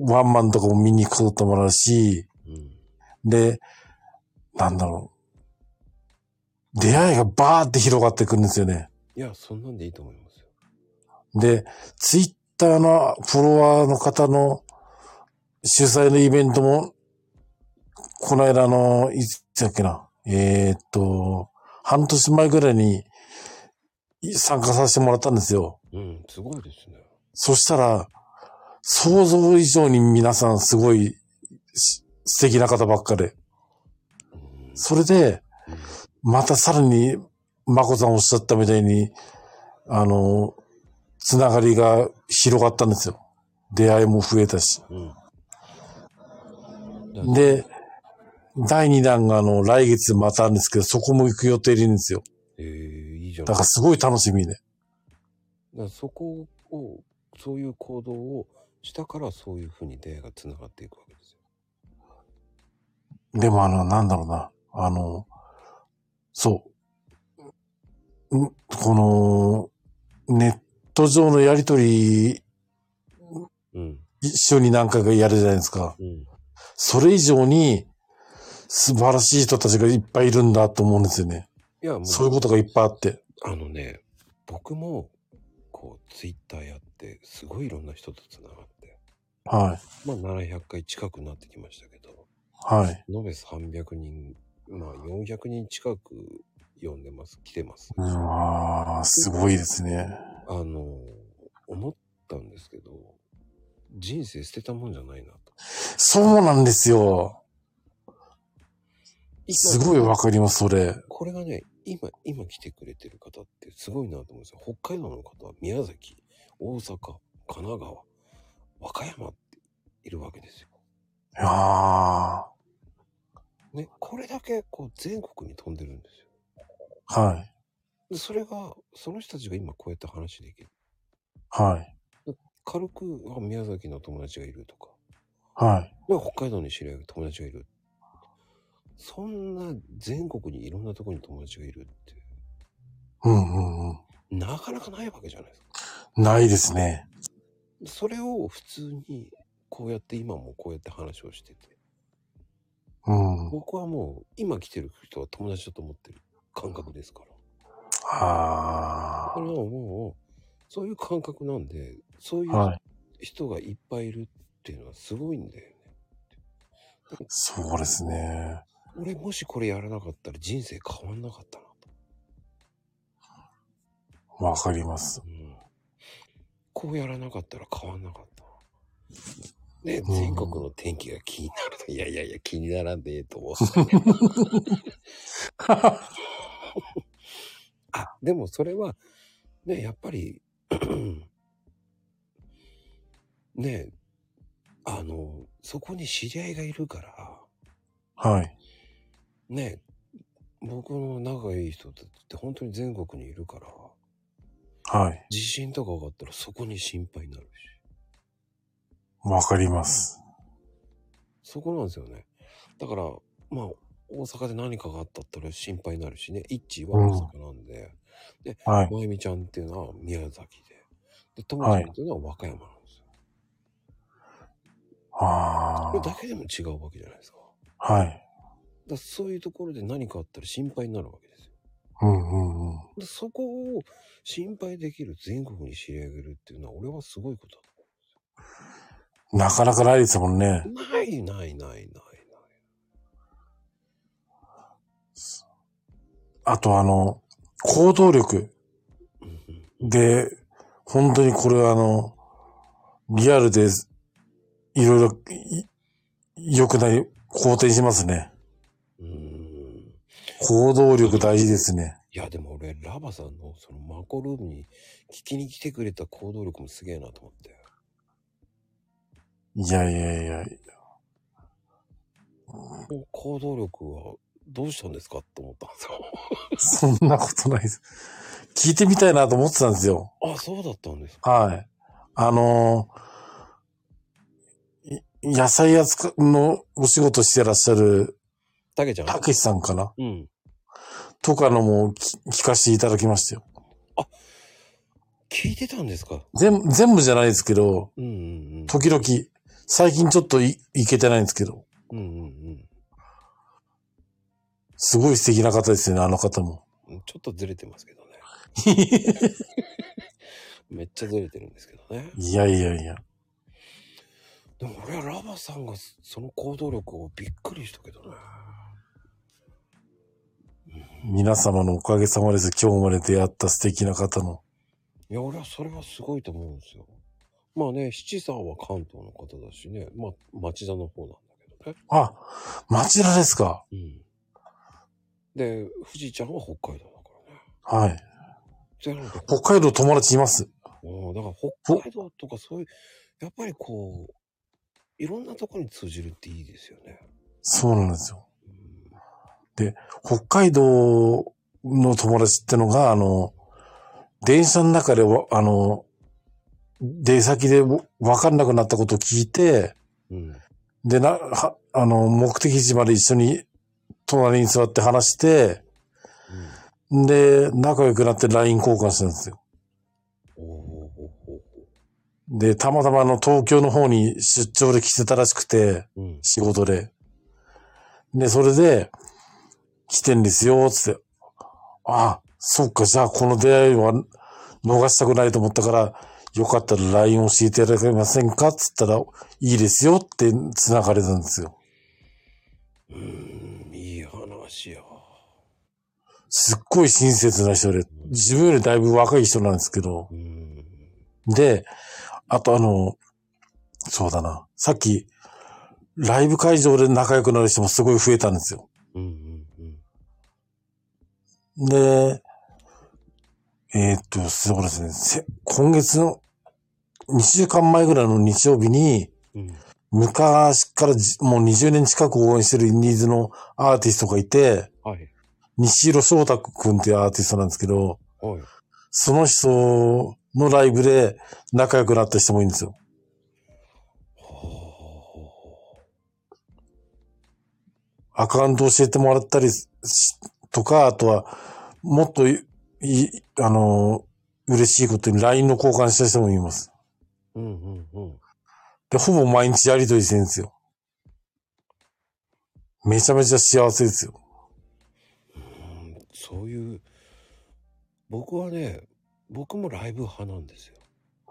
ワンマンとかも見に行くこともあるし、
うん。
で、なんだろう。出会いがバーって広がってくるんですよね。
いや、そんなんでいいと思いますよ。
で、ツイッターのフォロワーの方の主催のイベントも、この間の、いつだっけな、えーっと、半年前ぐらいにい参加させてもらったんですよ。
うん、すごいですね。
そしたら、想像以上に皆さんすごいし素敵な方ばっかで。
うん
それで、
うん
またさらに、まこさんおっしゃったみたいに、あの、つながりが広がったんですよ。出会いも増えたし。
うん。で、
で、第2弾があの、来月またあるんですけど、そこも行く予定でいるんですよ。
えー、いいじゃん。
だ
だ
か
か
らすごい楽しみで。
らそこを、そういう行動をしたからそういうふうに出会いが繋がっていくわけですよ。
でもあの、なんだろうな。あの、そう。んこの、ネット上のやりとり、
うん。
一緒に何回かやるじゃないですか。
うん。
それ以上に素晴らしい人たちがいっぱいいるんだと思うんですよね。
いや、もう、
そういうことがいっぱいあって。
あのね、僕も、こう、ツイッターやって、すごいいろんな人と繋がって、
はい。
まあ、700回近くなってきましたけど、
はい。
延べ300人、まあ、400人近く呼んでます、来てます。
うわー、すごいですね。
あの、思ったんですけど、人生捨てたもんじゃないなと。
そうなんですよ。すごいわかります、それ。
これがね、今、今来てくれてる方ってすごいなと思うんですよ。北海道の方は宮崎、大阪、神奈川、和歌山っているわけですよ。
いやー。
ね、これだけこう全国に飛んでるんですよ。
はい。
でそれが、その人たちが今こうやって話できる。
はい。
軽く、あ宮崎の友達がいるとか、
はい。
まあ北海道に知り合う友達がいる。そんな全国にいろんなところに友達がいるって、
うんうんうん。
なかなかないわけじゃないですか。
ないですね。
それを普通に、こうやって今もこうやって話をしてて、
うん。
僕はもう今来てる人は友達だと思ってる感覚ですから。
あ
これはもう、そういう感覚なんで、そうい
ー。
う
はい。
人がいっぱいいるっていうのはすごいんだよね。
そうですね。
俺もしこれやらなかったら人生変わんなかったなと。
わかります。
うん、こうやらなかったら変わんなかったな。ね、
うん
全国の天気が気になると、いやいやいや、気にならんでええと思う。あ、でもそれは、ね、やっぱり、 ね、あの、そこに知り合いがいるから、
はい。
ね僕の仲いい人たちって本当に全国にいるから
はい。
地震とかがあったらそこに心配になるし
わかります。
そこなんですよねだからまあ大阪で何かがあったったら心配になるしねイッチーは大阪なんで、
はい。
まゆみちゃんっていうのは宮崎ででともちゃんっていうのは和歌山なんですよ、
あ
これ
ー。
だけでも違うわけじゃないですかだか
はい。
らそういうところで何かあったら心配になるわけですよ
うんうんうん。
でそこを心配できる全国に知り合いがいるっていうのは俺はすごいことだと
なかなかないですもんね。
ないないないないない。
あとあの、行動力
うんうん
で、本当にこれはあの、リアルで、いろいろい、良くなり、好転しますね。
うーん。
行動力大事ですね。
いや、でも俺、ラバさんのそのマコルームに聞きに来てくれた行動力もすげえなと思って。
いやいやいや。
この行動力はどうしたんですかって思ったんですよ。
そんなことないです。聞いてみたいなと思ってたんですよ。
あ、そうだったんですか。
はい。あのーい野菜扱いのお仕事してらっしゃる、
たけちゃん
たけしさんかな
うん。
とかのもき聞かせていただきましたよ。
聞いてたんですか。
全部、全部じゃないですけど、
うんうん
時々、最近ちょっといいけてないんですけど、
うん。うんうん
すごい素敵な方ですよね、あの方も。
うん。ちょっとずれてますけどね。めっちゃずれてるんですけどね。
いやいやいや。
でも俺はラバさんがその行動力をびっくりしたけどね。
皆様のおかげさまです。今日まで出会った素敵な方の。
いや、俺はそれはすごいと思うんですよ。まあね、七さんは関東の方だしね、まあ、町田の方なんだけどね。
あ、町田ですか。
うん。で、富士ちゃんは北海道だからね。
はい。
そうなのか
北海道友達います。
うんだから北海道とかそういう、やっぱりこう、いろんなところに通じるっていいですよね。
そうなんですよ。
うん
北海道の友達ってのが、あの、電車の中でわ、あの、出先でわわかんなくなったことを聞いて、
うん。
で、な、は、あの、目的地まで一緒に隣に座って話して、で、仲良くなって LINE 交換したんですよ。
うん。おーおーおーお
で、たまたまあの東京の方に出張で来てたらしくて、
ーうん。
仕事で。で、それで、来てんですよ、つって。あ、そっか、じゃあこの出会いは逃したくないと思ったから、よかったら LINE 教えていただけませんかつったら、いいですよって繋がれたんですよ。
うーん、いい話や。
すっごい親切な人で、自分よりだいぶ若い人なんですけど。
うん。
で、あとあの、そうだな、さっき、ライブ会場で仲良くなる人もすごい増えたんですよ。
うんうんうん。
で、えーっと、そうですね、せ今月の2週間前ぐらいの日曜日に、
うん。
昔からじもう20年近く応援してるインディーズのアーティストがいて、
はい。
西広翔太くんっていうアーティストなんですけど、
はい。
その人のライブで仲良くなった人もいるんですよ。アカウント教えてもらったりしとか、あとは、もっとい、いあの、嬉しいことに LINE の交換した人もいます。
うんうんうん。
で、ほぼ毎日やりとりしてるんですよ。めちゃめちゃ幸せですよ。
うんそういう、僕はね、僕もライブ派なんですよ。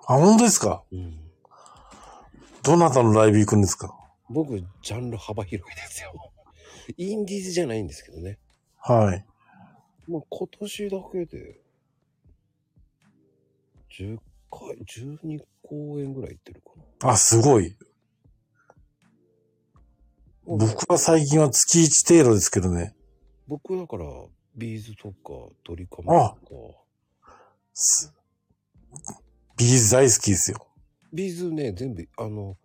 あ、本当ですか
うん、
どなたのライブ行くんですか
僕、ジャンル幅広いですよ。インディーズじゃないんですけどね。
はい。
もう今年だけで、10回、12公演ぐらい行ってるかな。
あ、すごい。僕は最近は月1程度ですけどね。
僕だから、ビーズとか、ドリカムとか、
すビーズ大好きですよ。
ビーズね、全部、あの、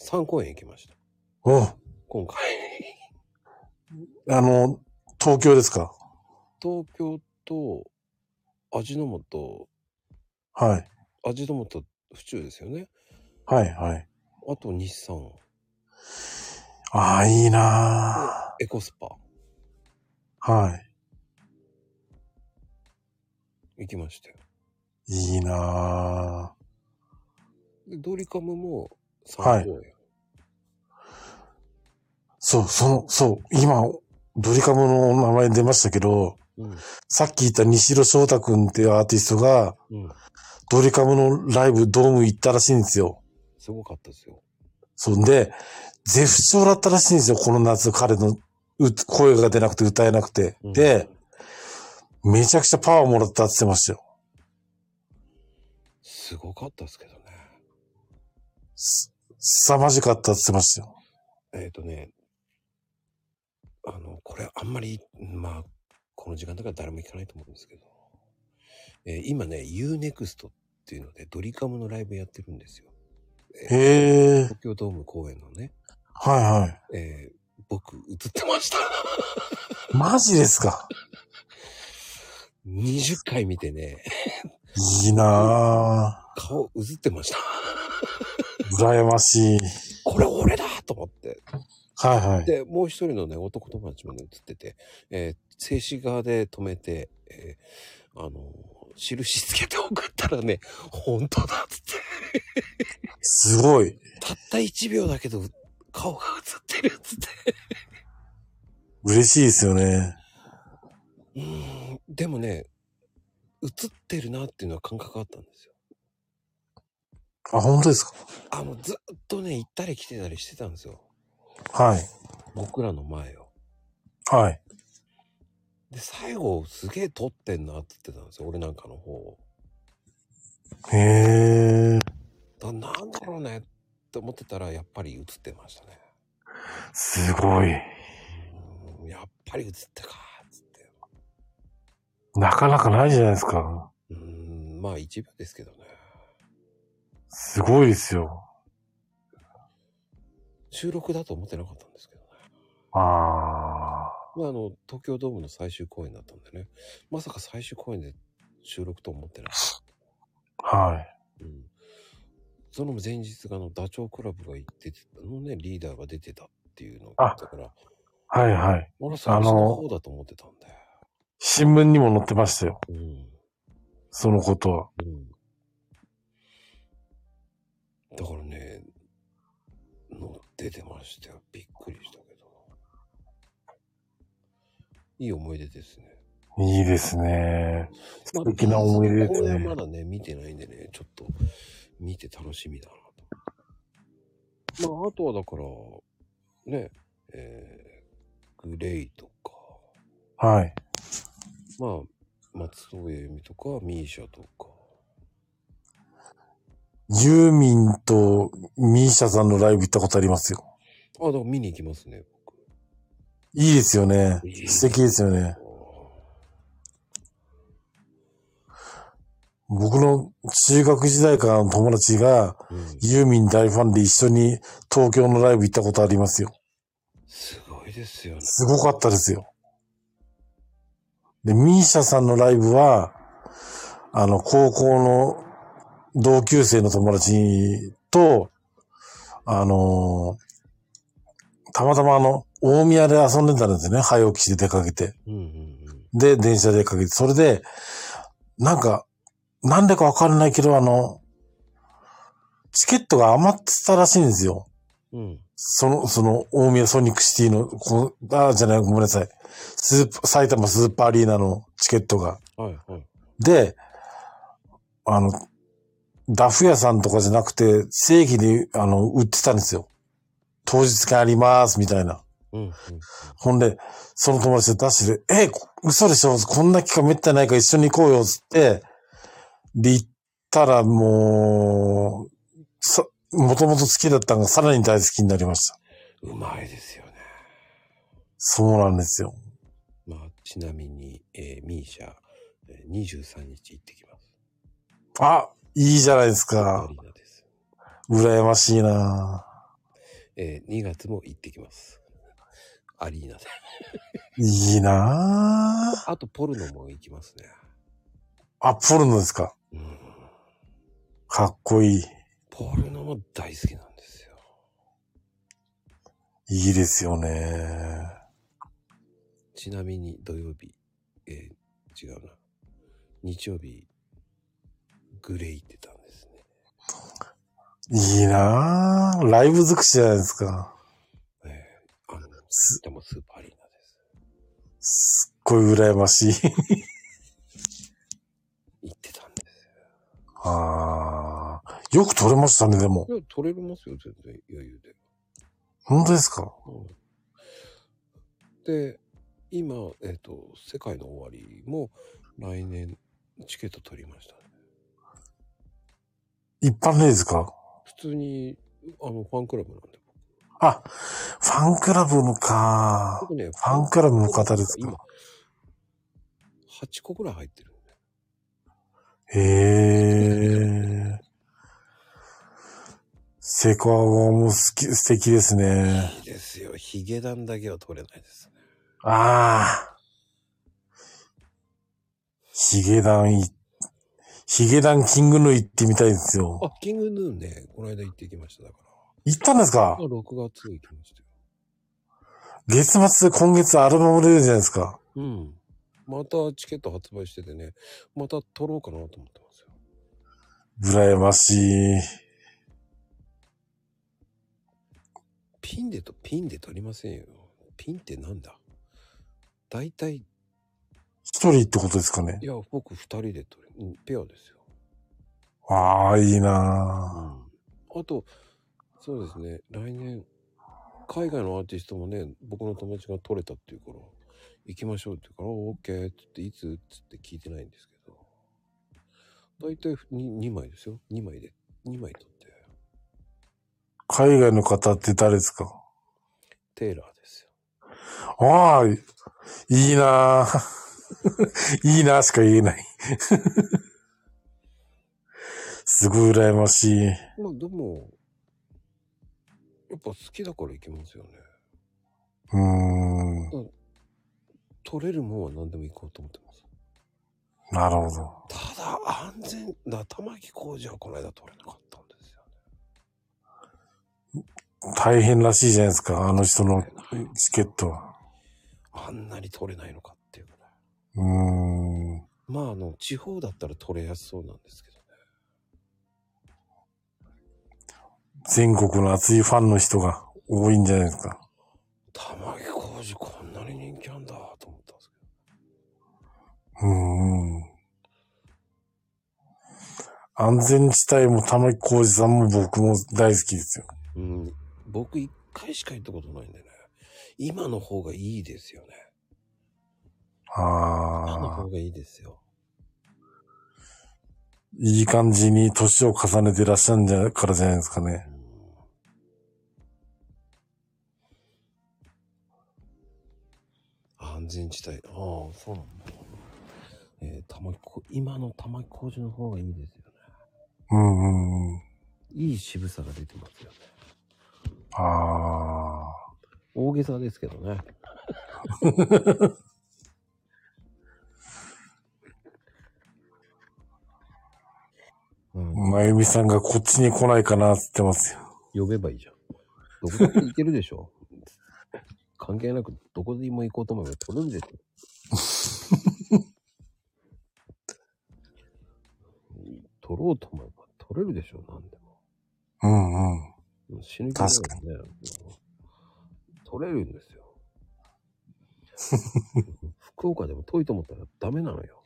3公演行きました。
お
今回。
あの、東京ですか
東京と、味の素、
はい。
味の素、府中ですよね。
はい、はい。
あと、日産、
ああ、いいな
エコスパ、
あはい。
行きましたよ。
いいなあ
でドリカムも
は
3
い
公演。
そう、その、そう、今、ドリカムの名前出ましたけど、
うん。
さっき言った西野翔太くんっていうアーティストが、
うん。
ドリカムのライブドーム行ったらしいんですよ。
すごかったですよ。
そんで、絶不調だったらしいんですよ、この夏、彼のう声が出なくて歌えなくて。
うん
で、めちゃくちゃパワーもらったって言ってましたよ。
すごかったですけどね。
す、凄まじかったって言ってましたよ。
えっ、とね、あの、これあんまり、まあ、この時間だから誰も行かないと思うんですけど、えー今ね、UNEXT っていうのでドリカムのライブやってるんですよ。えー
へえ。
東京ドーム公演のね、
はいは
えー僕映ってました。
い。マジですか。
20回見てね、
いいな
顔映ってました。
ぁ。羨ましい。
これ俺だと思って。
はいはい。
で、もう一人のね、男友達もね、映ってて、えー静止画で止めて、えーあのー印つけて送ったらね、本当だっつって。
すごい。
たった1秒だけど、顔が映ってるっつって。
嬉しいですよね。
うーん、でもね、映ってるなっていうのは感覚あったんですよ。
あ、本当ですか
あ、もうずっとね、行ったり来てたりしてたんですよ。
はい。
僕らの前を。
はい。
で、最後、すげえ撮ってんなって言ってたんですよ。俺なんかの方を。
へえ。
だなんだろうねって思ってたら、やっぱり映ってましたね。
すご
う
い。
んやっぱり映ったかっつって。
なかなかないじゃないですか。
うーん、まあ一秒ですけどね。
すごいですよ。
収録だと思ってなかったんですけどね。
あ
まああの、東京ドームの最終公演だったんでね。まさか最終公演で収録と思ってなかっ
あ。はい。
た。うん。その前日があの、ダチョウ倶楽部が行ってて、あのね、リーダーが出てたっていうのがあったから、
はいはい。
俺は最初の方だと思ってたんだよ。
新聞にも載ってましたよ。
うん。
そのことは。
うんだからね、乗っててましたよ。びっくりしたけど。いい思い出ですね。
いいですね。素敵な思い出です
これは
ね
ま。だね、見てないんでね、ちょっと見て楽しみだなと。まあ、あとはだから、ね、えー、グレイとか、
はい。
まあ、松任谷由実とか、ミーシャとか、
ユーミンとミーシャさんのライブ行ったことありますよ。
あ、だから見に行きますね、僕。
いいですよね
いい。です
素敵ですよね。僕の中学時代からの友達が
うん
ユーミン大ファンで一緒に東京のライブ行ったことありますよ。
すごいですよね。
すごかったですよ。で、ミーシャさんのライブは、あの、高校の同級生の友達と、あのーたまたまあの、大宮で遊んでたんですよね。早起きして出かけて。
うんうんうん。
で、電車で出かけて。それで、なんか、なんでかわかんないけど、あの、チケットが余ってたらしいんですよ。
うん。
その、その、大宮ソニックシティの、この、あーじゃない、ごめんなさい。スーパー、埼玉スーパーアリーナのチケットが。
はいはい。
で、あの、ダフ屋さんとかじゃなくて、正規に、あの、売ってたんですよ。当日券あります、みたいな。
うんうん。
ほんで、その友達とダッシュで、え、嘘でしょこんな期間めったにないから一緒に行こうよ、つって、で、行ったらもう、さ、もともと好きだったのがさらに大好きになりました。
うまいですよね。
そうなんですよ。
まあ、ちなみに、えー、ミーシャ、えー23日行ってきます。
あ、いいじゃないです
ア
か
リ。ーナです。
羨ましいな
えー、2月も行ってきます。アリーナで。
いいな
あと、ポルノも行きますね。
あ、ポルノですか。
うん。
かっこいい。
ポルノも大好きなんですよ。
いいですよね。
ちなみに、土曜日、えー、違うな。日曜日、グレイ行ってたんですね。
いいなライブ尽くしじゃないですか。
えー、あの、
す
でもスーパーアリーナです。
すっごい羨ましい。
行ってたんです。
あーよく撮れましたね、でも
い。や、取れますよ、全然余裕で。
本当ですか
で、今、えっ、と、世界の終わりも来年チケット取りましたね。
一般例ですか
普通に、あの、ファンクラブなんで。
あ、ファンクラブのか。
僕ね、
ファンクラブの方ですか
今、8個ぐらい入ってるんで。
へえ。セコアももう好き、素敵ですね。
いいですよ。ヒゲダンだけは取れないですね。
ああ。ヒゲダンい、ヒゲダンキングヌー行ってみたいですよ。
あ、キングヌーね、この間行ってきましただから。
行ったんですか
あ、6月行きましたよ。
月末、今月アルバム出るじゃないですか。
うん。またチケット発売しててね、また取ろうかなと思ってますよ。
羨ましい。
ピンでと、ピンで取りませんよ。ピンってなんだ大体、い
一人ってことですかね。
や、僕2人で取る。うん、ペアですよ。。
ああ、いいうなん
あと、そうですね、来年、海外のアーティストもね、僕の友達が取れたっていうから、行きましょうって言うから、オーケーって言って、いつって言って聞いてないんですけど。大体2枚ですよ。2枚で。2枚取って。
ぁ海外の方って誰ですか
テイラーですよ。
ああ、いいなぁ いいなぁしか言えない。すごい羨ましい。
まあでも、やっぱ好きだから行きますよね。
うーん。
取れるもんは何でも行こうと思ってます。
なるほど。
ただ、安全な玉木工事はこの間取れなかったんですよ
大変らしいじゃないですか。あの人の
ね。
チケットは。
あんなに取れないのかっていうぐらい。
うーん。
まあ、あの、地方だったら取れやすそうなんですけどね。
全国の熱いファンの人が多いんじゃないですか。
玉木工事こんなに人気あんだと思ったんですけど。
うーん。安全地帯も玉木浩二さんも僕も大好きですよ。
うん、僕一回しか行ったことないんでね。今の方がいいですよね。今の
ああ
方、がいいですよ。
いい感じに年を重ねてらっしゃるんじゃからじゃないですかね。
安全地帯。ああ、そうなんだ。えー、玉木こ、今の玉木工事の方がいいですよね。
うんうんうん。
いい渋さが出てますよね。
ああ。
大げさですけどね。うん、
まゆみさんがこっちに来ないかなって言ってますよ。
呼べばいいじゃん。どこでも行けるでしょ。 関係なく、どこでも行こうと思えば取れるでしょ。 取ろうと思えば取れるでしょ、なんで
うんうん。
も。死ぬ気ないからね。取れるんですよ。 福岡でも遠いと思ったらダメなのよ。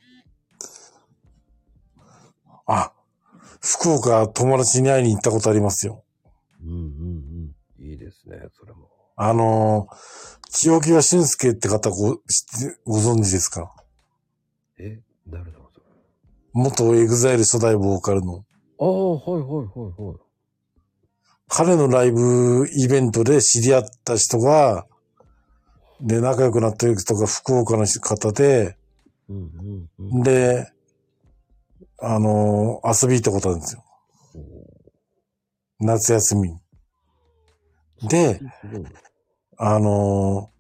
あ、福岡友達に会いに行ったことありますよ。
うんうんうん。いいですね、それも。
あのー、清木は俊介って方ご、知ってご存知ですか
え、誰だろう、それ。
元エグザイル初代ボーカルの。
ああ、はいはいはいはい。
彼のライブイベントで知り合った人が、で、仲良くなった人が福岡の方で、
うんうんうん。
で、あのー遊び行ったことあるんですよ。夏休み。で、
すごいね。
あの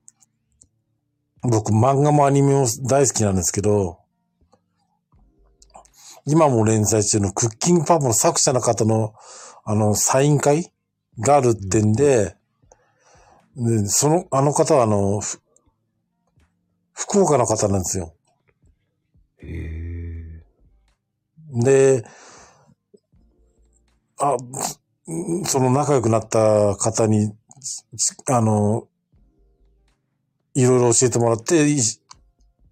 ー僕漫画もアニメも大好きなんですけど、今も連載中のクッキングパパの作者の方の、あの、サイン会があるってんで、で、その、あの方はあの、ふ福岡の方なんですよ。
へえ。
で、あ、んその仲良くなった方に、ちあの、いろいろ教えてもらって、い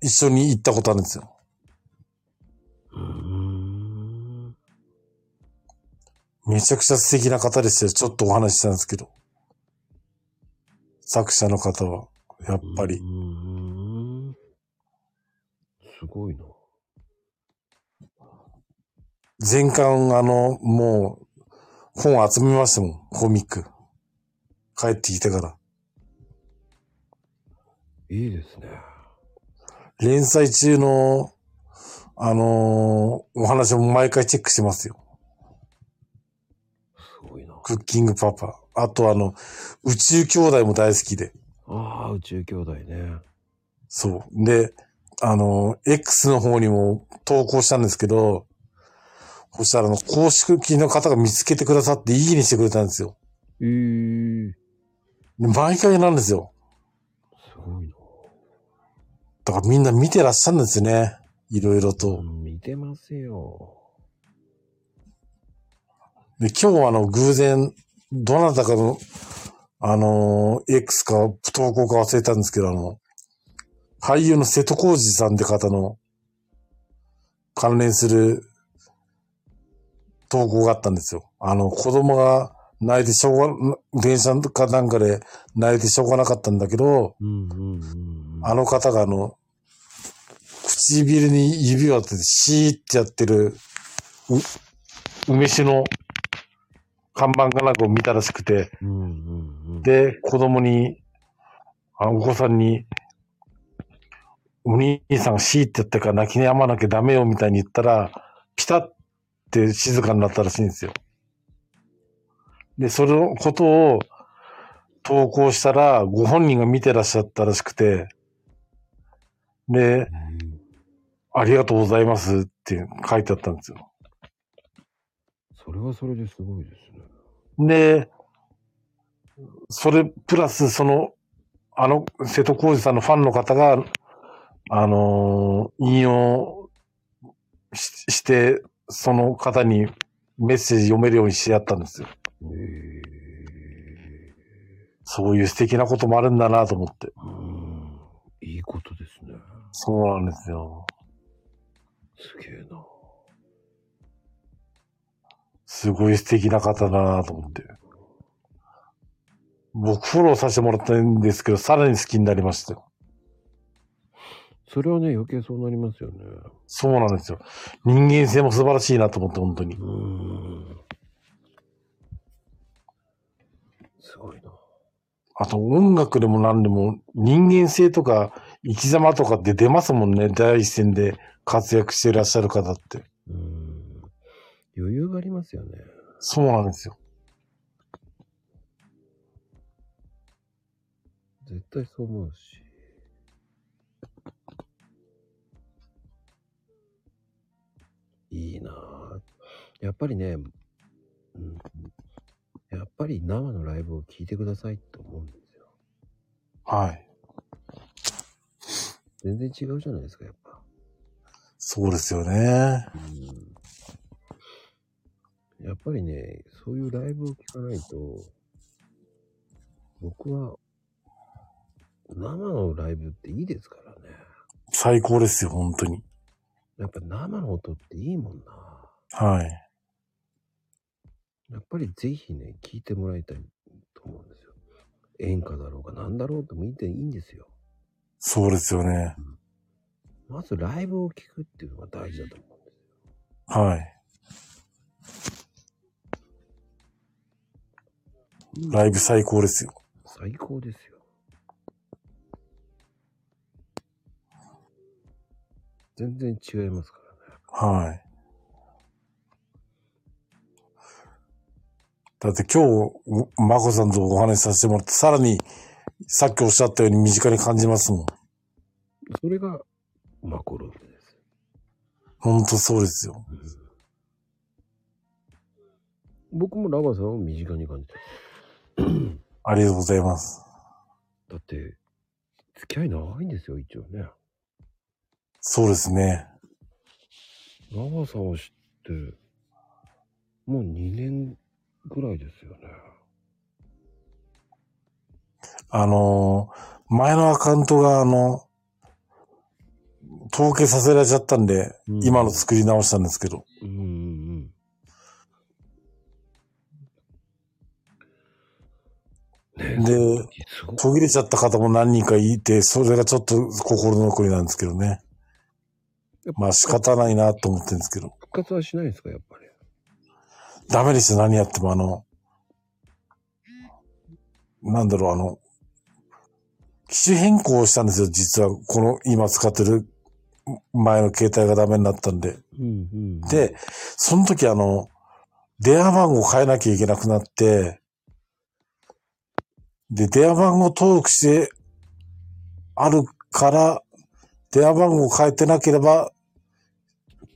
一緒に行ったことあるんですよ。
うーん。
めちゃくちゃ素敵な方でしたよ。ちょっとお話ししたんですけど。作者の方は、やっぱ
う
り。
ーん。すごいな。
全巻、あの、もう、本集めましたもん、コミック。帰ってきてから。
いいですね。
連載中の、あのーお話も毎回チェックしてますよ。
すごいな。
クッキングパパ。あとあの、宇宙兄弟も大好きで。
ああ、宇宙兄弟ね。
そう。で、あの、X の方にも投稿したんですけど、そしたらあの、公式の方が見つけてくださって、いいにしてくれたんですよ。
えー、
で毎回なんですよ。
すごいな。
だからみんな見てらっしゃるんですね。いろいろと。
うん見てますよ。
で、今日あの、偶然、どなたかの、あのー X か投稿か忘れたんですけど、あの、俳優の瀬戸康史さんって方の、関連する投稿があったんですよ。あの、子供が泣いてしょうが、電車かなんかで泣いてしょうがなかったんだけど、
うんうんうんうん。
あの方があの、唇に指を当ててシーってやってる、う、梅酒の看板かなんかを見たらしくて、
うんうんうん。
で、子供に、あお子さんに、お兄さんがシーってやってるから泣き止まなきゃダメよみたいに言ったら、ピタって静かになったらしいんですよ。で、そのことを投稿したら、ご本人が見てらっしゃったらしくて、で、
うん
ありがとうございますって書いてあったんですよ。
それはそれですごいですね。
で、それプラスその、あの、瀬戸康史さんのファンの方が、あのー引用しして、その方にメッセージ読めるようにしてやったんですよ。
え
そういう素敵なこともあるんだなと思って。
ー、うん。いいことですね。
そうなんですよ。
すげえな。
すごい素敵な方だなと思って。僕フォローさせてもらったんですけど、さらに好きになりましたよ。
それはね、余計そうなりますよね。
そうなんですよ。人間性も素晴らしいなと思って、本当に。
うん。すごいな。
あと音楽でも何でも人間性とか生き様とかって出ますもんね。第一線で活躍していらっしゃる方って。
うん。余裕がありますよね。
そうなんですよ。
絶対そう思うし。いいなぁ。やっぱりね、うん、やっぱり生のライブを聞いてくださいって思うんですよ。
はい。
全然違うじゃないですか、やっぱ。
そうですよね。
うん、やっぱりね、そういうライブを聞かないと、僕は、生のライブっていいですからね。
最高ですよ、本当に。
やっぱ生の音っていいもんな。
はい。
やっぱりぜひね、聞いてもらいたいと思うんですよ。演歌だろうが何だろうともいいていいんですよ。
そうですよね。
まずライブを聞くっていうのが大事だと思うんです。
はい。ライブ最高ですよ。
最高ですよ。全然違いますからね。
はい。だって今日、まこさんとお話しさせてもらって、さらに、さっきおっしゃったように身近に感じますもん。
それが、マコルームです。
ほんとそうですよ。
僕もラバさんを身近に感じて
ありがとうございます。
だって、付き合い長いんですよ、一応ね。
そうですね。
ラバさんを知って、もう2年ぐらいですよね。
あのー前のアカウントが、あの、統計させられちゃったんで、
うん
今の作り直したんですけど、
うんうんうん。ねえ、
で、
すごい。
途切れちゃった方も何人かいて、それがちょっと心残りなんですけどね。まあ仕方ないなと思ってるんですけど。
復活はしないんですか、やっぱり。
ダメですよ、何やっても、あの、なんだろう、あの、機種変更をしたんですよ、実は。この、今使ってる前の携帯がダメになったんで。
うんうん。
で、その時あの、電話番号変えなきゃいけなくなって、で、電話番号登録してあるから、電話番号変えてなければ、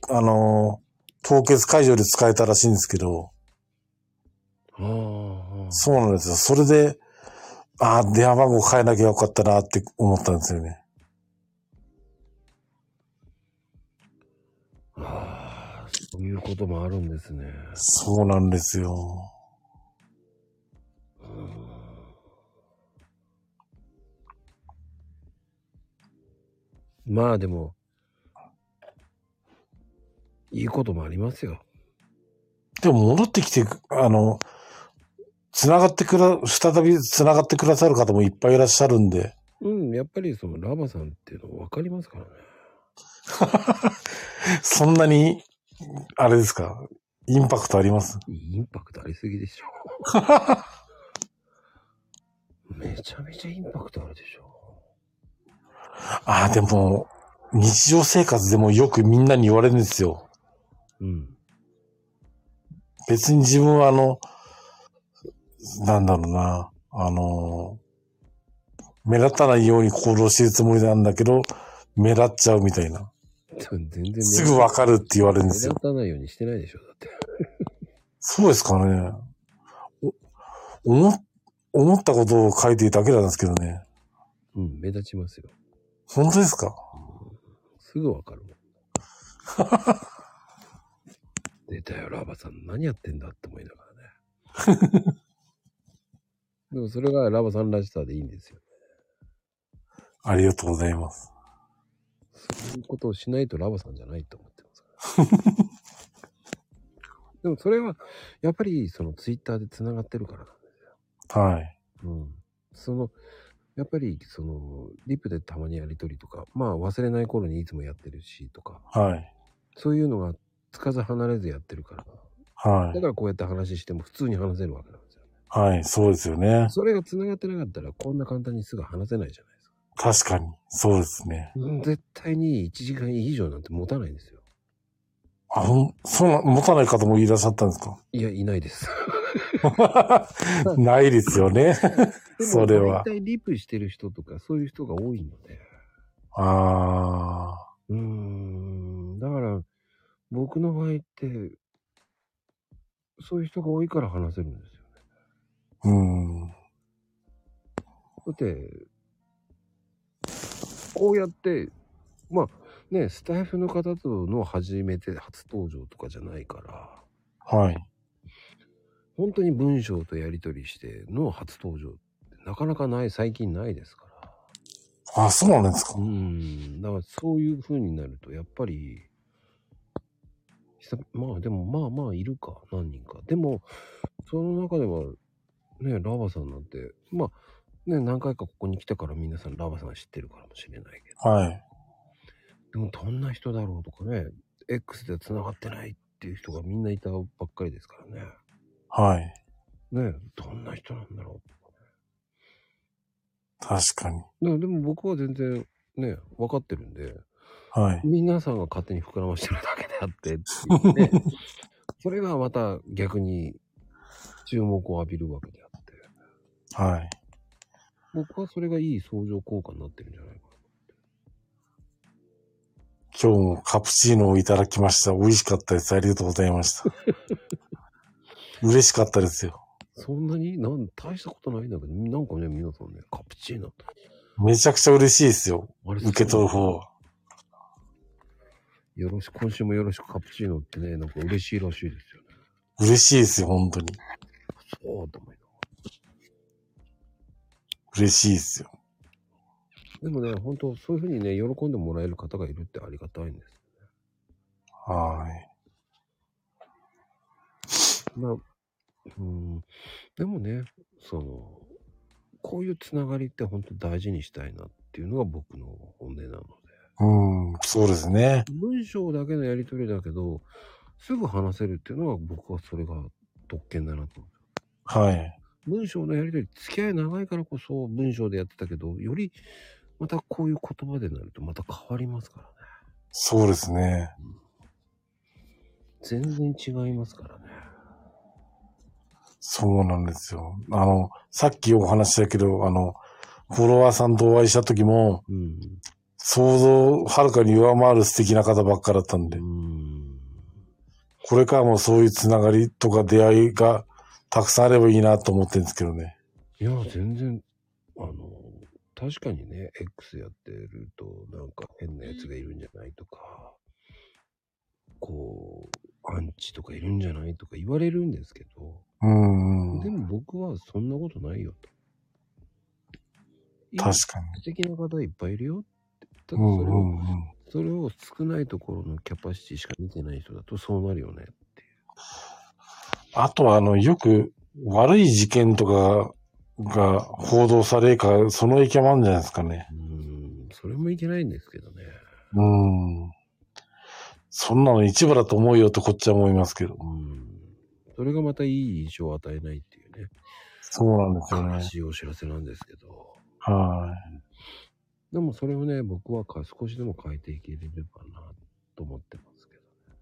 あの、凍結解除で使えたらしいんですけど、
ああ。
そうなんですよ。それで、ああ、電話番号変えなきゃよかったなって思ったんですよね。
ああ、そういうこともあるんですね。
そうなんですよ。
まあでも、いいこともありますよ。
でも戻ってきて、あの、繋がってくら、再び繋がってくださる方もいっぱいいらっしゃるんで、
うん、やっぱりそのラバさんっていうの分かりますからね。
そんなに、あれですか、インパクトあります
インパクトありすぎでしょ。めちゃめちゃインパクトあるでしょ。
ああ、でも、日常生活でもよくみんなに言われるんですよ。
うん。
別に自分はあの、なんだろうな、あの、目立たないように行動してるつもりなんだけど、目立っちゃうみたいな。
全然目
すぐわかるって言われるん
目
で
立
すよ。
たないようにしてないでしょ、だって。
そうですかね。お思っ、思ったことを書いているだけなんですけどね。
うん、目立ちますよ。
本当ですか
すぐ分かるもん。出たよ、ラバさん。何やってんだって思いながらね。でもそれがラバさんらしさでいいんですよ。
ありがとうございます。
そういうことをしないとラバさんじゃないと思ってますから。でもそれは、やっぱりそのツイッターで繋がってるからなんですよ。
はい。
うん。その、やっぱりその、リプでたまにやりとりとか、まあ忘れない頃にいつもやってるしとか、
はい。
そういうのがつかず離れずやってるから。
は
だ
い。
からこうやって話しても普通に話せるわけなんですよ。
はい。そうですよね。
それが繋がってなかったらこんな簡単にすぐ話せないじゃないですか。
確かに。そうですね。
絶対に1時間以上なんて持たないんですよ。
あ、ほん、そうな、持たない方もいらっしゃったんですか
いや、いない です。
ないですよね。
でも
それは
大体リプしてる人とかそういう人が多いので。
あ
うーん。だから、僕の場合って、そういう人が多いから話せるんですよね。
あ、うん。
だって、こうやって、まあね、スタイフの方との初めて初登場とかじゃないから、
はい。
本当に文章とやり取りしての初登場ってなかなかない、最近ないですから。
あ、そうなんですか
う。ん。だからそういう風になると、やっぱり、久々まあでもまあまあいるか、何人か。でも、その中では、ね、ラバさんなんて、まあ、ね、何回かここに来てから皆さんラバさん知ってるからもしれないけ
はい。
ど、でもどんな人だろうとかね、X で繋がってないっていう人がみんないたばっかりですからね。
はい。
ね、どんな人なんだろう
確かに。
ね、でも僕は全然ね、分かってるんで、
はい。
皆さんが勝手に膨らましてるだけであ ってっていうね、それがまた逆に注目を浴びるわけであって、
はい。
僕はそれがいい相乗効果になってるんじゃないか
今日もカプチーノをいただきました。美味しかったです。ありがとうございました。嬉しかったですよ。
な。そんなになん大したことないんだけど、なんかね、皆さんね、カプチーノって。
めちゃくちゃ嬉しいですよ。
あれ
受け取る方は。
よろしく、今週もよろしくカプチーノってね、なんか嬉しいらしいですよね。
嬉しいですよ、本当に。
そうと思いながら
嬉しいですよ。
でもね、本当そういうふうにね、喜んでもらえる方がいるってありがたいんです。
はい。
まあ、うん、でもね、その、こういうつながりって本当大事にしたいなっていうのが僕の本音なので。
うん、そうですね。
文章だけのやりとりだけど、すぐ話せるっていうのは僕はそれが特権だなと思う。
はい。
文章のやりとり、付き合い長いからこそ文章でやってたけど、よりまたこういう言葉でなるとまた変わりますからね。
そうですね。
全然違いますからね。
そうなんですよ。あの、さっきお話ししたけど、あの、フォロワーさんとお会いした時も、
うん。
想像をはるかに上回る素敵な方ばっかだったんで
う、ん。
これからもそういうつながりとか出会いがたくさんあればいいなと思ってるんですけどね。
いや、全然、あの、確かにね、X やってると、なんか変なやつがいるんじゃないとか、こう、アンチとかいるんじゃないとか言われるんですけど、
うん、う
で
ん。
も僕はそんなことないよと。
確
素
かに。
敵な方いっぱいいるよって。ただ
う
そ
ん
れを、
うんうん。
それを少ないところのキャパシティしか見てない人だとそうなるよね。
あとは、あの、よく悪い事件とかが報道されるから、その影響もあるんじゃないですかね。
うーん、それもいけないんですけどね。
うん。そんなの一部だと思うよとこっちは思いますけど。
うん。それがまたいい印象を与えないっていうね。
そうなんですよ
悲
ね。
しいお知らせなんですけど。
は
でもそれをね、僕はか少しでも変えていければなと思ってますけどね。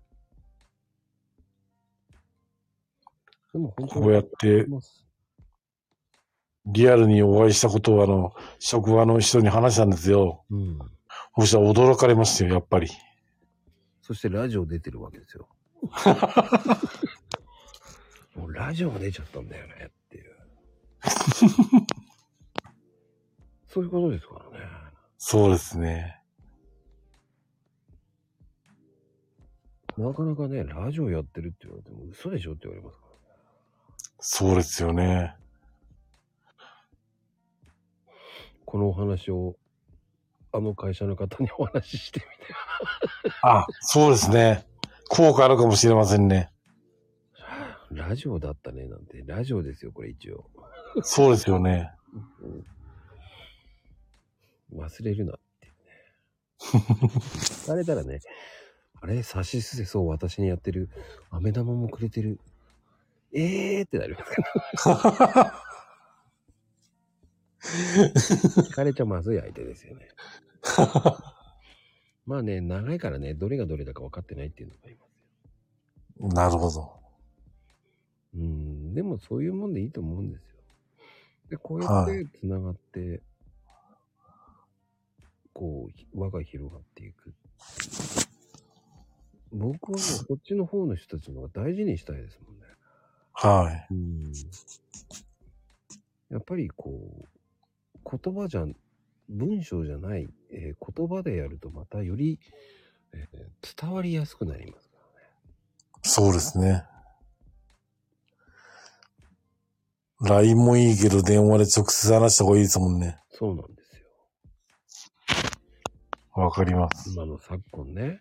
でも
い。
本当
こうやって
ます
リアルにお会いしたことをあの、職場の人に話したんですよ。
うん。
そしたら驚かれましたよ、やっぱり。
そしてラジオ出てるわけです よ。もうラジオが出ちゃったんだよねって いう。そういうことですからね。
そうですね。
なかなかね、ラジオやってるって言われても嘘でしょって言われますからね。
そうですよね。
このお話を、あの会社の方にお話ししてみて。
あ、そうですね。効果あるかもしれませんね。
ラジオだったねなんて、ラジオですよ、これ一応。
そうですよね。
忘れるなっていうね。聞かれたらね、あれ、差しすせそう、私にやってる、飴玉もくれてる。えーってなります から。聞かれちゃまずい相手ですよね。まあね、長いからね、どれがどれだか分かってないっていうのがありますよ。
なるほど。
うん、でもそういうもんでいいと思うんですよ。で、こうやって繋がって、こう、輪が広がっていく。僕はもうこっちの方の人たちの方が大事にしたいですもんね。
はい。
うん。やっぱりこう、言葉じゃん、文章じゃない、えー言葉でやるとまたより、えー伝わりやすくなりますからね。
そうですね。LINE もいいけど電話で直接話した方がいいですもんね。
そうなんですよ。
わかります。
今の昨今ね、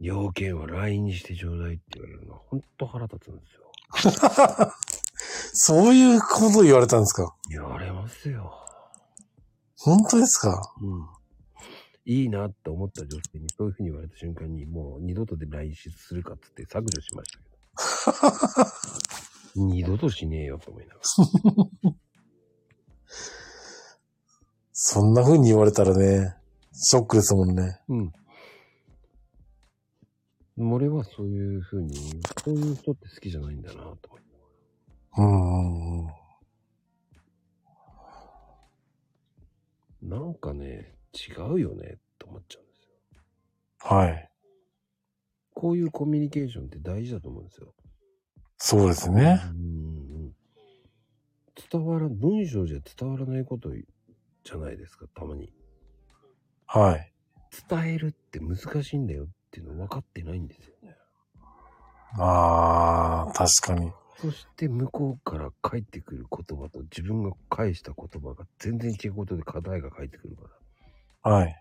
要件は LINE にしてちょうだいって言われるのは本当腹立つんですよ。
そういうこと言われたんですか
言われますよ。
本当ですか
うん。いいなって思った女性にそういうふうに言われた瞬間にもう二度とで LINE するかっつって削除しましたけ ど。二度としねえよと思いながら。
そんな風に言われたらね、ショックですもんね。
うん。俺はそういうふうに、そういう人って好きじゃないんだなと思って。
うんうんうん。
なんかね、違うよねって思っちゃうんですよ。
はい。
こういうコミュニケーションって大事だと思うんですよ。
そうですね。
うん伝わら、文章じゃ伝わらないことじゃないですか、たまに。
はい。
伝えるって難しいんだよっていうの分かってないんですよね。
ああ、確かに。
そして向こうから返ってくる言葉と自分が返した言葉が全然違うことで課題が返ってくるか
はい。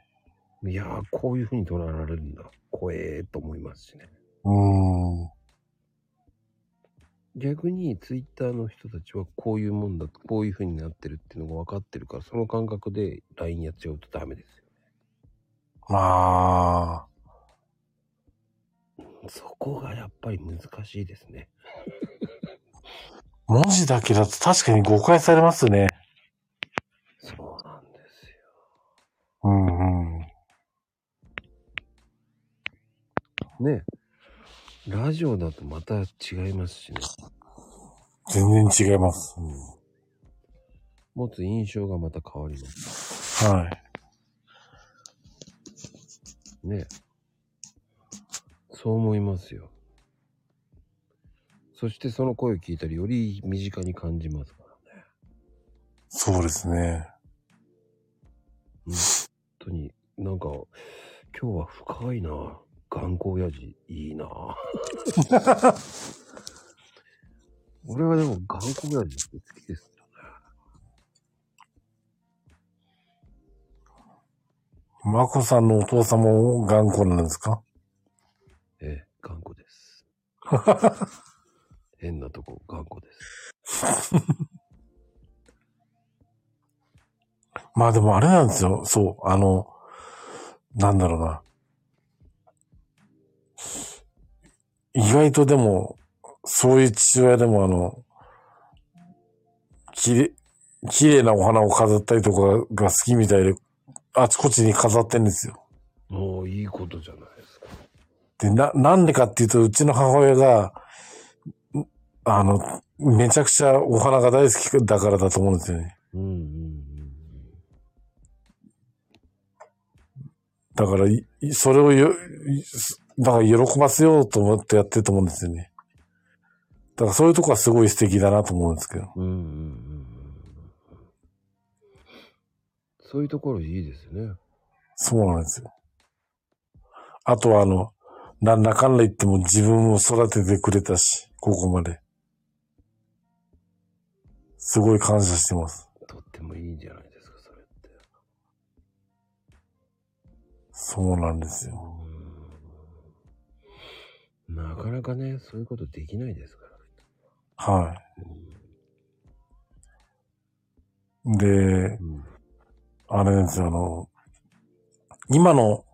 ら。いやー、こういう風に捉えられるんだ。怖えーと思いますしね。
うん。
逆にツイッターの人たちはこういうもんだ、こういう風になってるっていうのが分かってるから、その感覚で LINE やっちゃうとダメですよ。
まあ、
そこがやっぱり難しいですね。
文字だけだと確かに誤解されますね。
そうなんですよ。
うんうん。
ねラジオだとまた違いますしね。
全然違います。うん
持つ印象がまた変わります。
はい。
ねそう思いますよ。そしてその声を聞いたらより身近に感じますからね。
そうですね。
うん本当に、なんか、今日は深いな。頑固親父、い いな。俺はでも頑固親父って好きですよね。
マコさんのお父様も頑固なんですか
ええ、頑固です。変なとこ、頑固です。
まあでもあれなんですよ。そう。あの、なんだろうな。意外とでも、そういう父親でもあの、きれ、綺麗なお花を飾ったりとかが好きみたいで、あちこちに飾ってんですよ。
もういいことじゃないですか。
で、な、なんでかっていうと、うちの母親が、んあの、めちゃくちゃお花が大好きだからだと思うんですよね。
うんうんうん。
だからい、いそれをよ、いだから喜ばせようと思ってやってると思うんですよね。だからそういうとこはすごい素敵だなと思うんですけど。
うんうんうんうん。そういうところいいですね。
そうなんですよ。あとはあの、なんだかんだ言っても自分を育ててくれたし、ここまで。すごい感謝してます。
とってもいいんじゃないですか、それって。
そうなんですよ。
うんなかなかね、そういうことできないですから。
はい。で、
うん
あれなんですよ、あの、今の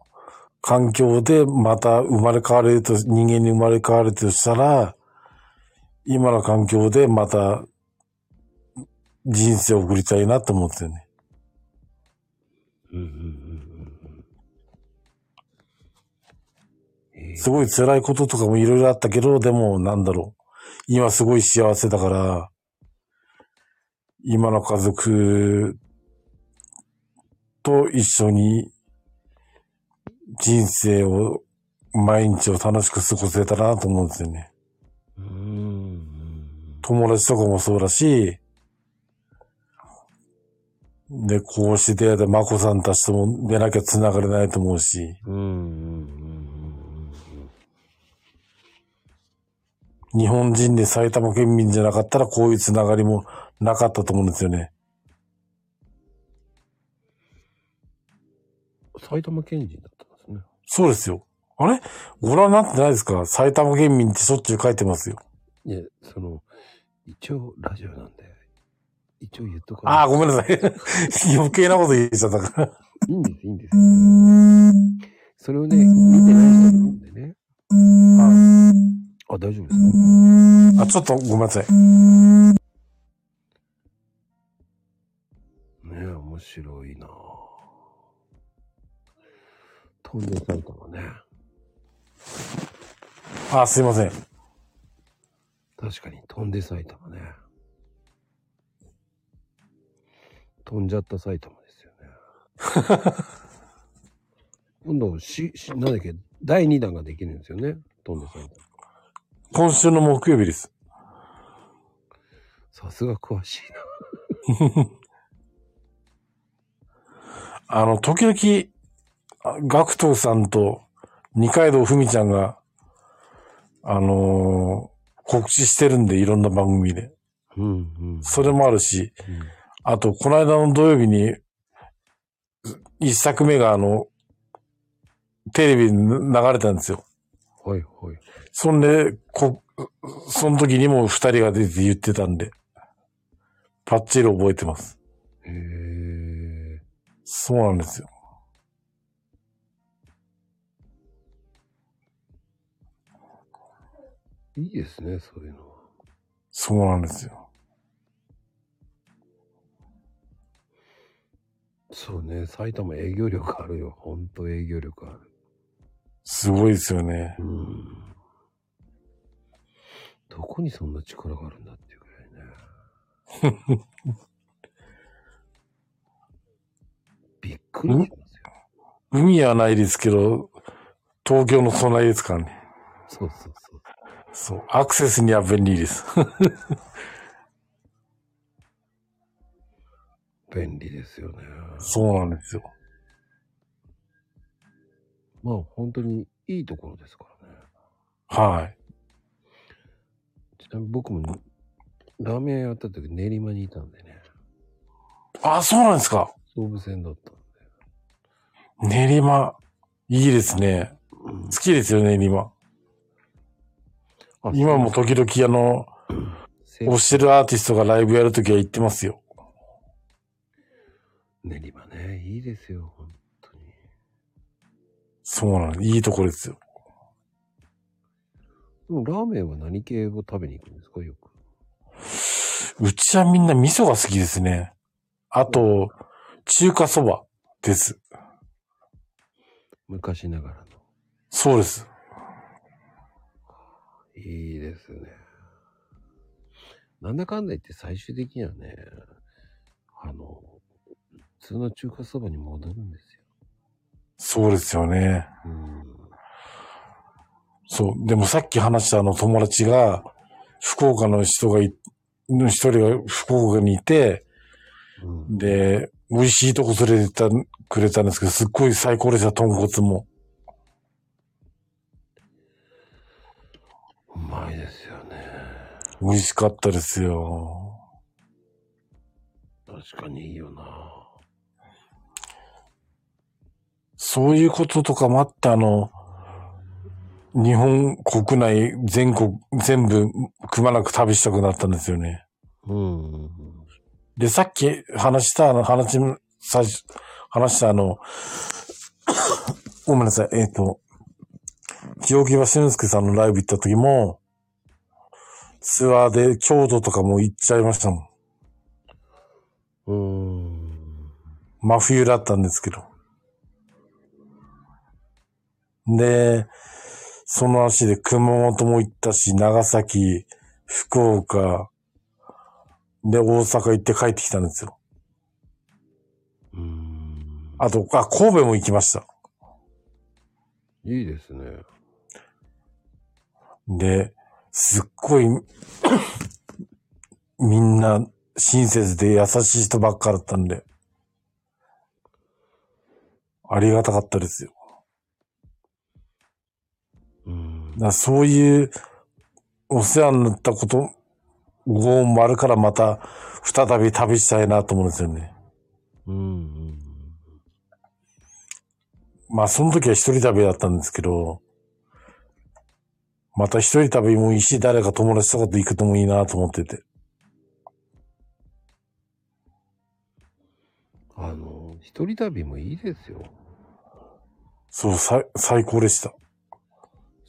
環境でまた生まれ変われると、人間に生まれ変われるとしたら、今の環境でまた人生を送りたいなと思ってね。
うんうんうんうんうん。ええ
すごい辛いこととかもいろいろあったけど、でもなんだろう。今すごい幸せだから、今の家族と一緒に人生を、毎日を楽しく過ごせたらなと思うんですよね。
うんうんうん。
友達とかもそうだし、で、こうして出会ったマコさんたちとも出なきゃ繋がれないと思うし。
うんうんうん
日本人で埼玉県民じゃなかったらこういうつながりもなかったと思うんですよね。
埼玉県人だったんですね。
そうですよ。あれご覧になってないですか埼玉県民ってしょっちゅう書いてますよ。
いや、その、一応ラジオなんで、一応言っとかない
ああ、ごめんなさい。 余計なこと言っちゃったから。
いいんです、いいんです。それをね、見てない人もいるんでね。あ、大丈夫ですか
あ、ちょっとごめんなさい。
ねえ、面白いなぁ。飛んで埼玉ね。
あーすいません。
確かに、飛んで埼玉ね。飛んじゃった埼玉ですよね。今度、し、し、なんだっけ、第2弾ができるんですよね。飛んで埼玉。
今週の木曜日です。
さすが詳しいな。
あの、時々、あガクトさんと二階堂ふみちゃんが、あのー告知してるんで、いろんな番組で。
うん、うん。
それもあるし、あと、この間の土曜日に、一作目があの、テレビに流れたんですよ。
うん。はい、はい。
そんで、こ、その時にも二人が出て言ってたんで、パッチリ覚えてます。
へえ。
そうなんですよ。
いいですね、そういうのは。
そうなんですよ。
そうね、埼玉営業力あるよ。ほんと営業力ある。
すごいですよね。
うん。どこにそんな力があるんだっていうくらいね。 びっくりしますよ。
海はないですけど、東京の隣ですからね。
そうそうそう。
そう。アクセスには便利です。
便利ですよね。
そうなんですよ。
まあ本当にいいところですからね。
はい。
ちなみに僕もラーメン屋やった時練馬にいたんでね。
あ、そうなんですか。
総武線だったんで。
練馬。いいですね。好きですよね、練馬。
あ
今も時々あの、
西
推
武
してるアーティストがライブやるときは行ってますよ。
練馬ね、いいですよ、本当に。
そうなんです。いいところですよ。
でもラーメンは何系を食べに行くんですかよく。
うちはみんな味噌が好きですね。あと、中華そばです。
昔ながらの。
そうです。
いいですね。なんだかんだ言って最終的にはね、あの、普通の中華そばに戻るんですよ。
そうですよね。
うん。
そう。でもさっき話したあの友達が、福岡の人がい、の一人が福岡にいて、
うん、
で、美味しいとこ連れてったくれたんですけど、すっごい最高でした、豚骨も。
うまいですよね。
美味しかったですよ。
確かにいいよな。
そういうこととかもあって、あの、日本国内全国、全部くまなく旅したくなったんですよね。
うんうんうん。
で、さっき話した、あの、話、最初、話したあの、 ごめんなさい、えっ、と、清木場俊介さんのライブ行った時も、ツアーで京都とかも行っちゃいましたもん。
うーん。
真冬だったんですけど。で、その足で熊本も行ったし、長崎、福岡、で、大阪行って帰ってきたんですよ。
うーん。
あと、あ、神戸も行きました。
いいですね。
で、すっごい、 みんな親切で優しい人ばっかだったんで、ありがたかったですよ。
うん
だか。らそういうお世話になったこと、ご恩もあるからまた再び旅したいなと思うんですよね。
うんうん
まあその時は一人旅だったんですけど、また一人旅もいいし、誰か友達とかと行くともいいなと思ってて。
うん。あの、一人旅もいいですよ。
そう、さ最高でした。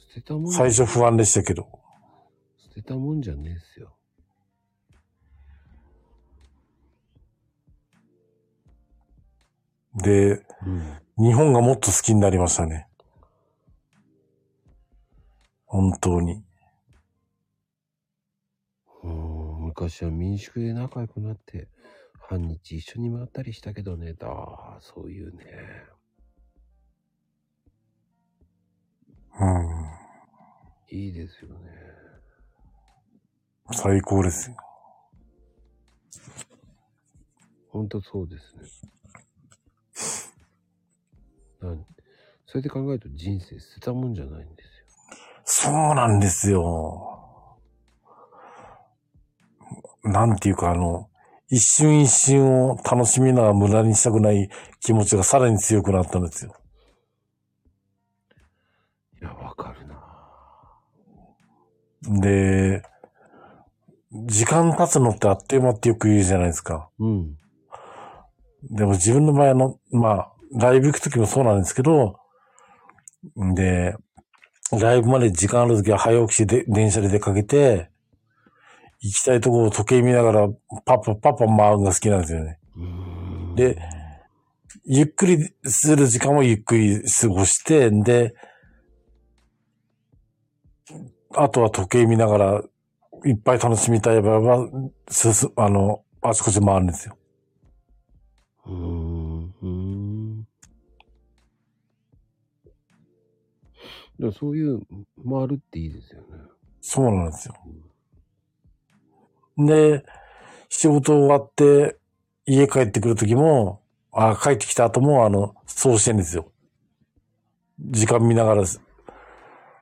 捨てたもん、
最初不安でしたけど。
捨てたもんじゃねえっすよ。
で、
うん。
日本がもっと好きになりましたね。本当に。
うん昔は民宿で仲良くなって、半日一緒に回ったりしたけどね、ああ、そういうね。
うん。
いいですよね。
最高ですよ。
ほんとそうですね。なんそれで考えると人生捨てたもんじゃないんですよ。
そうなんですよ。なんていうかあの、一瞬一瞬を楽しみながら無駄にしたくない気持ちがさらに強くなったんですよ。
いや、わかるな。
で、時間経つのってあっという間ってよく言うじゃないですか。
うん。
でも自分の場合あの、まあ、ライブ行くときもそうなんですけど、んで、ライブまで時間あるときは早起きしてで電車で出かけて、行きたいとこを時計見ながらパッパパッパ回るのが好きなんですよね。で、ゆっくりする時間もゆっくり過ごして、で、あとは時計見ながらいっぱい楽しみたい場合は、すす、あの、あちこち回るんですよ。
うん。うん。だからそういう、回るっていいですよね。
そうなんですよ。で、仕事終わって、家帰ってくるときも、あ、帰ってきた後も、あの、そうしてんですよ。時間見ながら、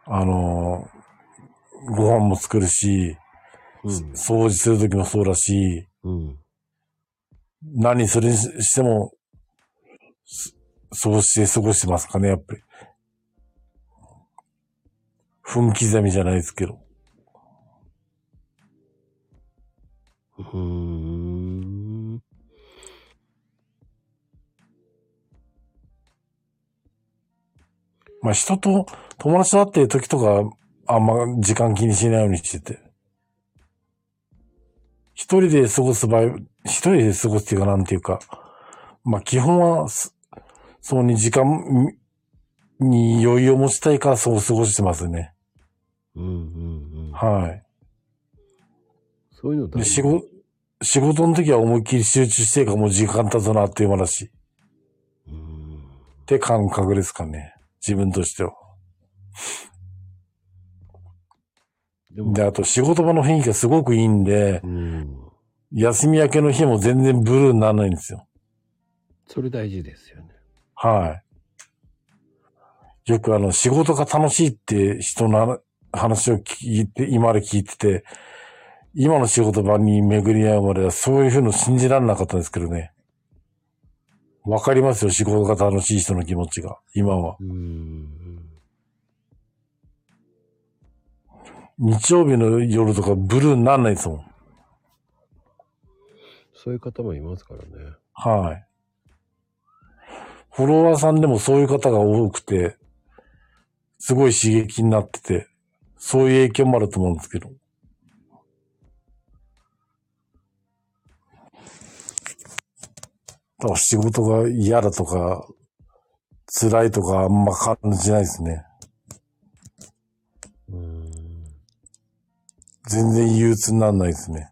あの、ご飯も作るし、掃除するときもそうだし、
うん。
何それにしても、すそうして過ごしてますかね、やっぱり。分刻みじゃないですけど。
うん。うん。
まあ人と友達と会ってる時とか、あんま時間気にしないようにしてて。一人で過ごす場合、一人で過ごすっていうかなんていうか、まあ基本はす、そうに時間に余裕を持ちたいからそう過ごしてますね。
うん。うん。
は
そういうの
い。
大
で
事
仕事、仕事の時は思いっきり集中してるからもう時間経つなあっという間だし。
うん。
って感覚ですかね。自分としては。
でも
で、、あと仕事場の雰囲気がすごくいいんで
う、ん。
休み明けの日も全然ブルーにならないんですよ。
それ大事ですよね。
はい。よくあの、仕事が楽しいって人の話を聞いて、今まで聞いてて、今の仕事場に巡り合うまではそういうふうの信じられなかったんですけどね。わかりますよ、仕事が楽しい人の気持ちが、今は。
うん。
日曜日の夜とかブルーにならないですもん。
そういう方もいますからね。
はい。フォロワーさんでもそういう方が多くて、すごい刺激になってて、そういう影響もあると思うんですけど。だから仕事が嫌だとか、辛いとかあんま感じないですね。
うん。
全然憂鬱にならないですね。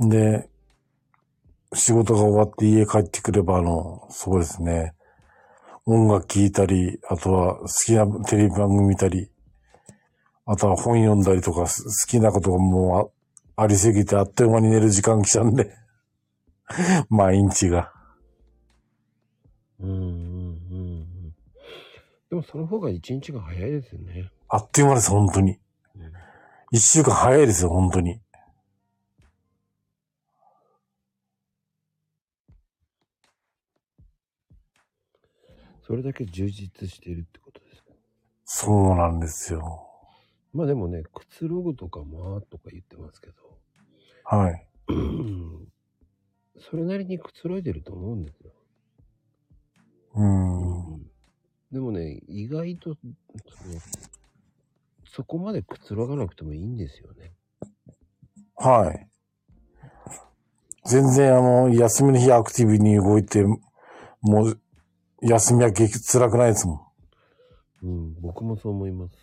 で、仕事が終わって家帰ってくれば、あの、そうですね。音楽聴いたり、あとは好きなテレビ番組見たり、あとは本読んだりとか、す好きなことがもうあありすぎてあっという間に寝る時間来ちゃうんで。 毎日が。
うん。うん。でもその方が一日が早いですよね。
あっという間です、本当に
うん。
一週間早いですよ、本当に。
それだけ充実しているってことです。
そうなんですよ。
まあでもね、くつろぐとかまあとか言ってます けど、
はい。
それなりにくつろいでると思うんですよ。
うーん。
でもね、意外とその、そこまでくつろがなくてもいいんですよね。
はい。全然あの、休みの日アクティブに動いて、もう、休みは激辛くないですも
うん、僕もそう思います。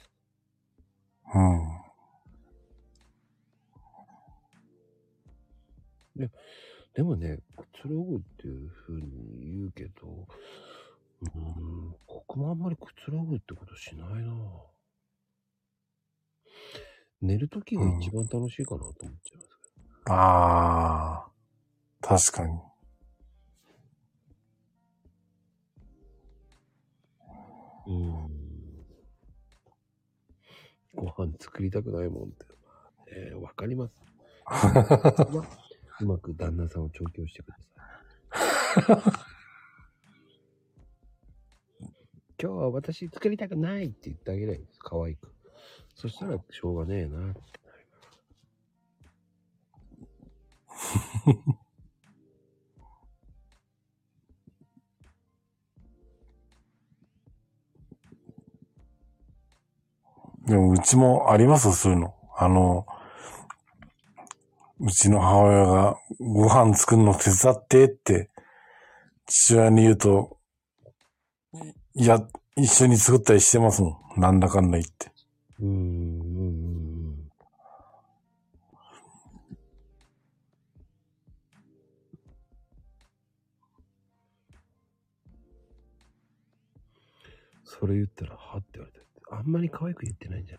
ん。うん。
でもね、くつろぐっていうふうに言うけど、うん、僕もあんまりくつろぐってことしないなぁ寝るときが一番楽しいかなと思っちゃいます。
ああ、確かに。
うんご飯作りたくないもんって、えーわかります。まうまく旦那さんを調教してください。 今日は私作りたくないって言ってあげればいいんです。可愛く。そしたらしょうがねえな。
でも、うちもありますよ、そういうの。あの、うちの母親がご飯作るの手伝ってって、父親に言うと、いや、一緒に作ったりしてますもん。なんだかんだ言って。
うん、うん、うん。それ言ったら、はって言われて。あんまり可愛く言ってないんじゃ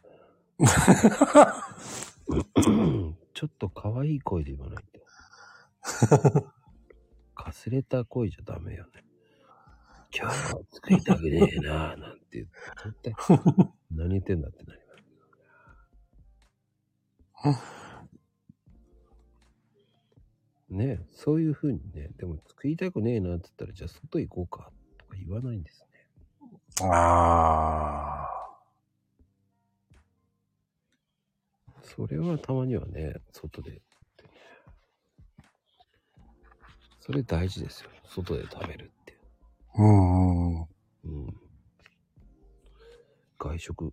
ないちょっと可愛い声で言わないと。かすれた声じゃダメよね。今日は作りたくねえなぁ、なんて言って。絶対、何言ってんだってなります。ねえ、そういうふうにね、でも作りたくねえなって言ったら、じゃあ外行こうかとか言わないんですね。
あ
それはたまにはね、外で。それ大事ですよ。外で食べるって。
あ。うんうん。
うん。外食、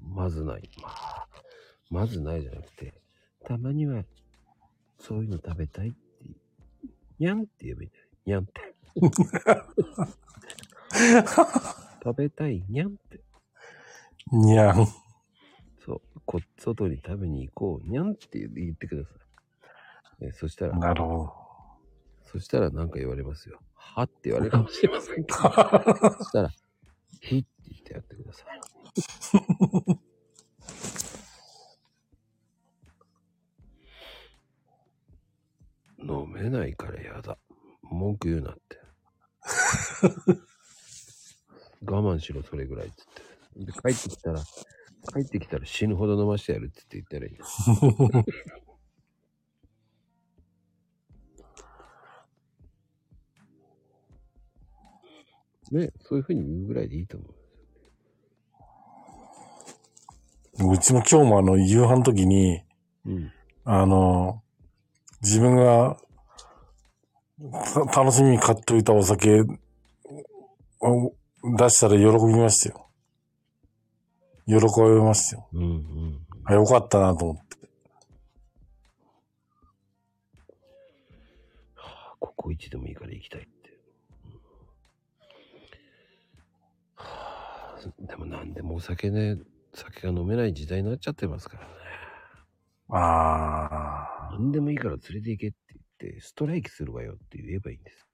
まずない。まあ、まずないじゃなくて、たまには、そういうの食べたいって、にゃんって言えばいいんだよ。にゃんって。食べたい、にゃんって。
にゃん。
そう、こ外に食べに行こう、にゃんって言ってください。えそしたら、
なるほ ど。
そしたらなんか言われますよ。はって言われるかもしれませんけど。そしたら、 ひって言ってやってください。 飲めないからやだ。文句言うなって。 我慢しろ、それぐらいっつって。で、帰ってきたら、帰ってきたら死ぬほど飲ましてやるっつって言ったらいいんだ。ね、そういうふうに言うぐらいでいいと思う。
うちも今日もあの、夕飯の時に、
うん。
あの、自分がた楽しみに買っておいたお酒を出したら喜びましたよ。喜びましたよ。
うんうん。
あ、よかったなと思って。
はあ、ココイチでもいいから行きたいって。はあ、でもなんでもお酒ね、酒が飲めない時代になっちゃってますからね。
あ
何でもいいから連れて行けって言って、ストライキするわよって言えばいいんです。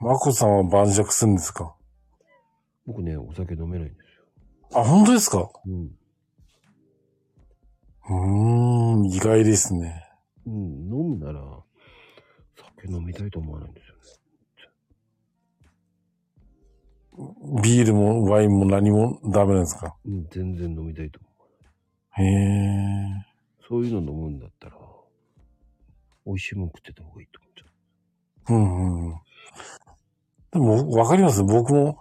ー。マコさんは晩酌するんですか
僕ね、お酒飲めないんですよ。
あ、本当ですか
うん。
うーん、意外ですね。
うん、飲むなら、酒飲みたいと思わないんですよね。
ビールもワインも何もダメなんですか
うん、全然飲みたいと思う。
へえ。
そういうの飲むんだったら、美味しいもん食ってた方がいいと思っちゃう。
うんうん。でも、わかります僕も、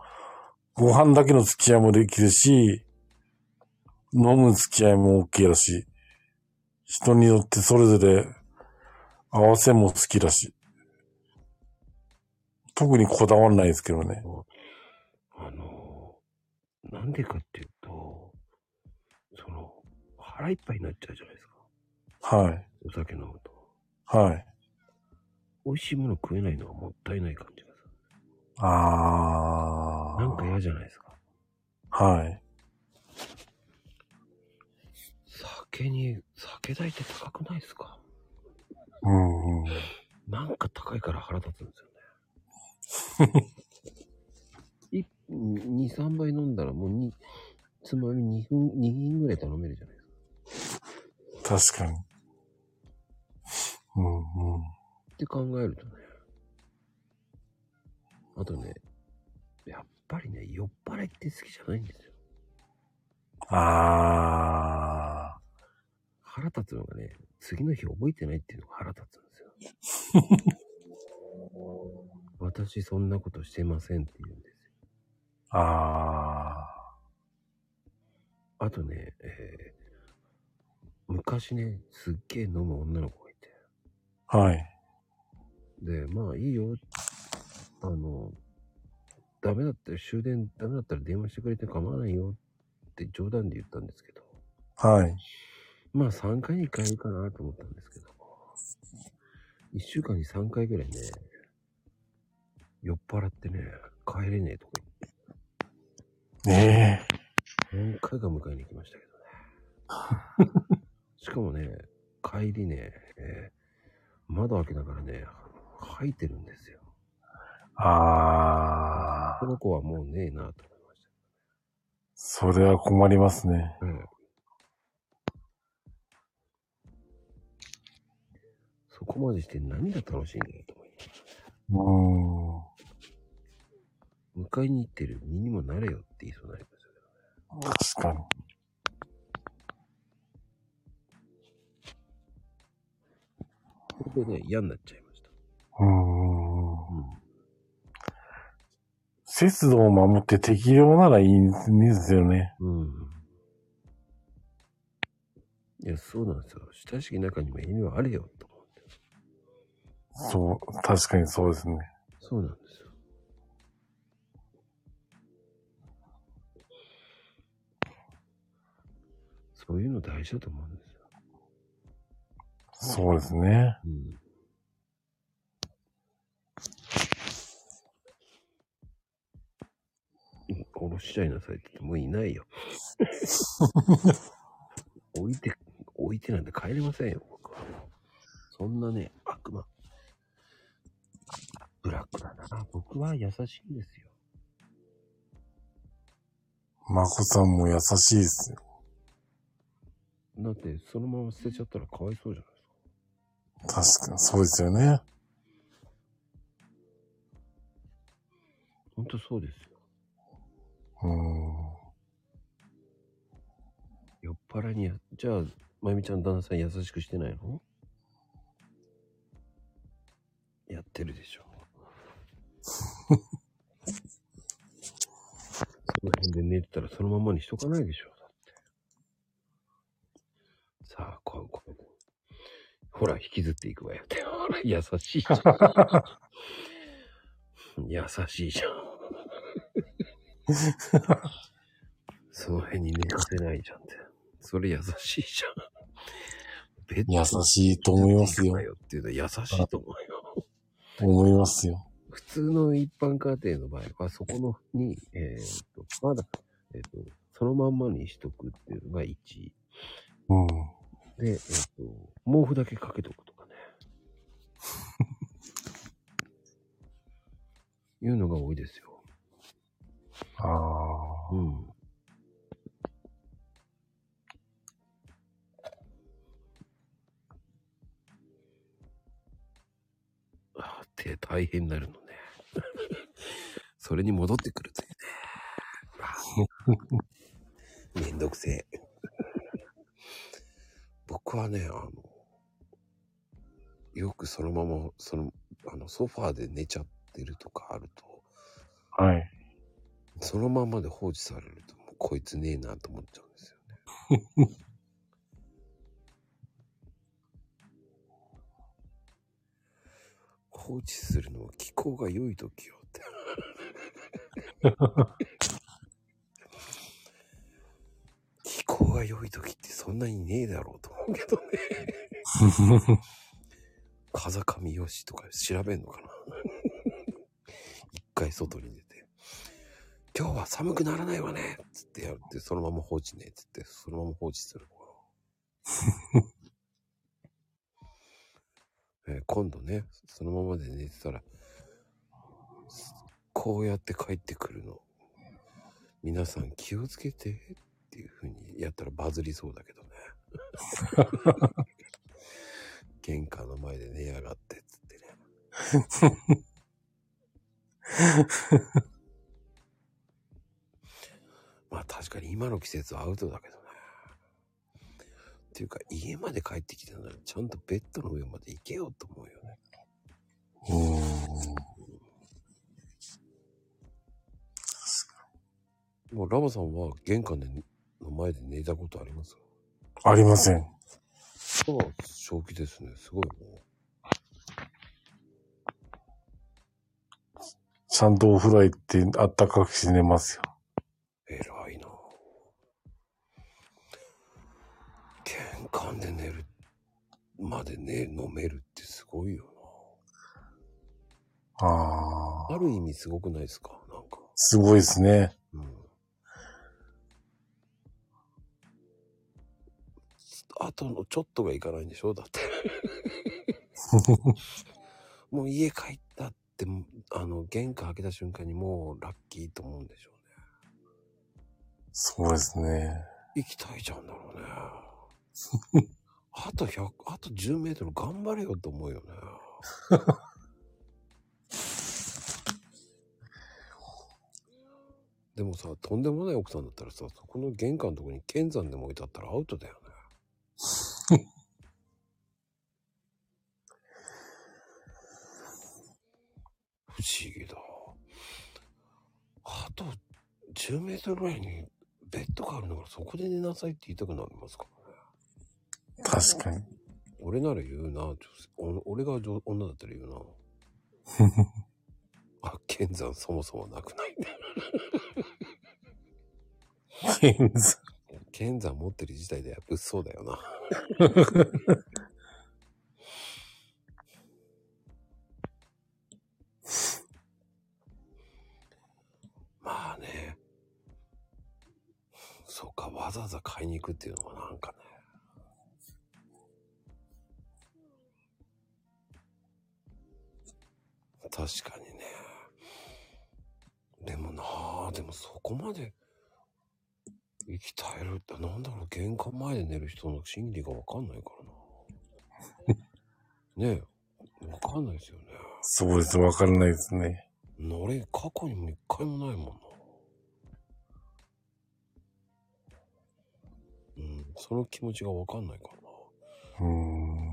ご飯だけの付き合いもできるし、飲む付き合いも OK だし、人によってそれぞれ合わせも好きだし、特にこだわらないですけどね。
あの、なんでかっていうと、その、腹いっぱいになっちゃうじゃないですか。
はい。
お酒飲むと。
はい。
美味しいもの食えないのはもったいない感じがす
あ
る。なんか嫌じゃないですか。
ー。はい。
酒に、酒代って高くないですか
うんうん。
なんか高いから腹立つんですよね。2、3杯飲んだらもうにつまみ2分、2品ぐらい頼めるじゃないですか。
確かに。うんうん。
って考えるとね。あとね、やっぱりね、酔っ払いって好きじゃないんですよ。
あー。
腹立つのがね、次の日覚えてないっていうのが腹立つんですよ。私そんなことしてませんって言うんですよ。
あー。
あとね、えー昔ね、すっげえ飲む女の子がいて、
はい。
で、まあいいよ。あの、ダメだったら終電ダメだったら電話してくれて構わないよって冗談で言ったんですけど。
はい。
まあ3回に1回いいかなと思ったんですけど。1週間に3回ぐらいね、酔っ払ってね、帰れねえとか
ね
何回か迎えに行きましたけどね。しかもね、帰りね、えー窓開けながらね、吐いてるんですよ。
え。あ
こ
あ。
の子はもうねえなと思いまし
それは困りますね。
た。うん。そこまでして何が楽しいんだよと思い。
うーん。
迎えに行ってる身にもなれよって言いそうになりますよね。
確かに。
これでね、嫌になっちゃいました。
うーん。
うん。
節度を守って適量ならいいんですよね。
うん。いや、そうなんですよ。親しき中にも意味はあるよ、と思って。
そう、確かにそうですね。
そうなんですよ。そういうの大事だと思うんですよ。
そうですね。
うん。おろしちゃいなさいって言ってもういないよ。置いて、置いてなんて帰れませんよ、僕は。そんなね、悪魔。ブラックだな。僕は優しいんですよ。
まこさんも優しいですよ。
だって、そのまま捨てちゃったらかわいそうじゃないですか。
確かに、そうですよね。
ほんとそうですよ。
うーん。
酔っ払いにや、じゃあ、まゆみちゃん旦那さん優しくしてないのやってるでしょ。その辺で寝てたらそのままにしとかないでしょ。だって。さあ、こう、こう。ほら、引きずっていくわよって。ほら、優しいじゃん。優しいじゃん。その辺に寝かせないじゃんって。それ優しいじゃん。ベッド
優しいと思いますよ。
っていうのは優しいと思うよ。
思いますよ。
普通の一般家庭の場合は、そこのに、えーと、まだ、えっ、と、そのまんまにしとくっていうのが1。
うん。
で、えっ、と、毛布だけかけとくとかね。いうのが多いですよ。
ああ。
うん。 あって大変になるのね。 それに戻ってくるというね。めんどくせえ。僕はね、あの、よくそのまま、その、あの、ソファーで寝ちゃってるとかあると、
はい。
そのままで放置されると、もうこいつねえなと思っちゃうんですよね。放置するのは気候が良い時よって。気候が良い時ってそんなにねえだろうと思うけどね。風上よしとか調べんのかな一回外に出て。今日は寒くならないわねっつってやるって、そのまま放置ねっつって、そのまま放置するのかな。えー今度ね、そのままで寝てたら、こうやって帰ってくるの。皆さん気をつけてっていう風にやったらバズりそうだけどね。玄関の前で寝やがってっつってね。まあ確かに今の季節はアウトだけどね。っていうか家まで帰ってきたならちゃんとベッドの上まで行けよと思うよね。
うーん。
もうラマさんは玄関での前で寝たことあります
ありません。
そう、正気ですね。すごいね。
ちゃんとお風呂行ってあったかくして寝ますよ。
偉いな玄関で寝るまでね飲めるってすごいよ
ああ、
なある意味すごくないですかなんか
すごいですね。
うんあとのちょっとがいかないんでしょだって もう家帰ったってあの玄関開けた瞬間にもうラッキーと思うんでしょうね
そうですね。
行きたいじゃんだろうね。あと100、あと10メートル頑張れよと思うよね。でもさ、とんでもない奥さんだったらさ、そこの玄関のとこに剣山でも置いてあったらアウトだよね。不思議だ。あと10メートルぐらいにベッドがあるんだからそこで寝なさいって言いたくなりますからね。
確かに。
俺なら言うな。女性お俺が女女だったら言うな。あ、剣山そもそもなくない。剣山持ってる自体では物騒だよな。まあね。そうか、わざわざ買いに行くっていうのはなんかね。確かにね。でもなあ、でもそこまで生き耐えるってなんだろう、玄関前で寝る人の心理がわかんないからな。ねえ、わかんないですよね。
そうです。わからないですね。
俺、過去にも一回もないもんな。うん、その気持ちがわかんないからな。
うーん。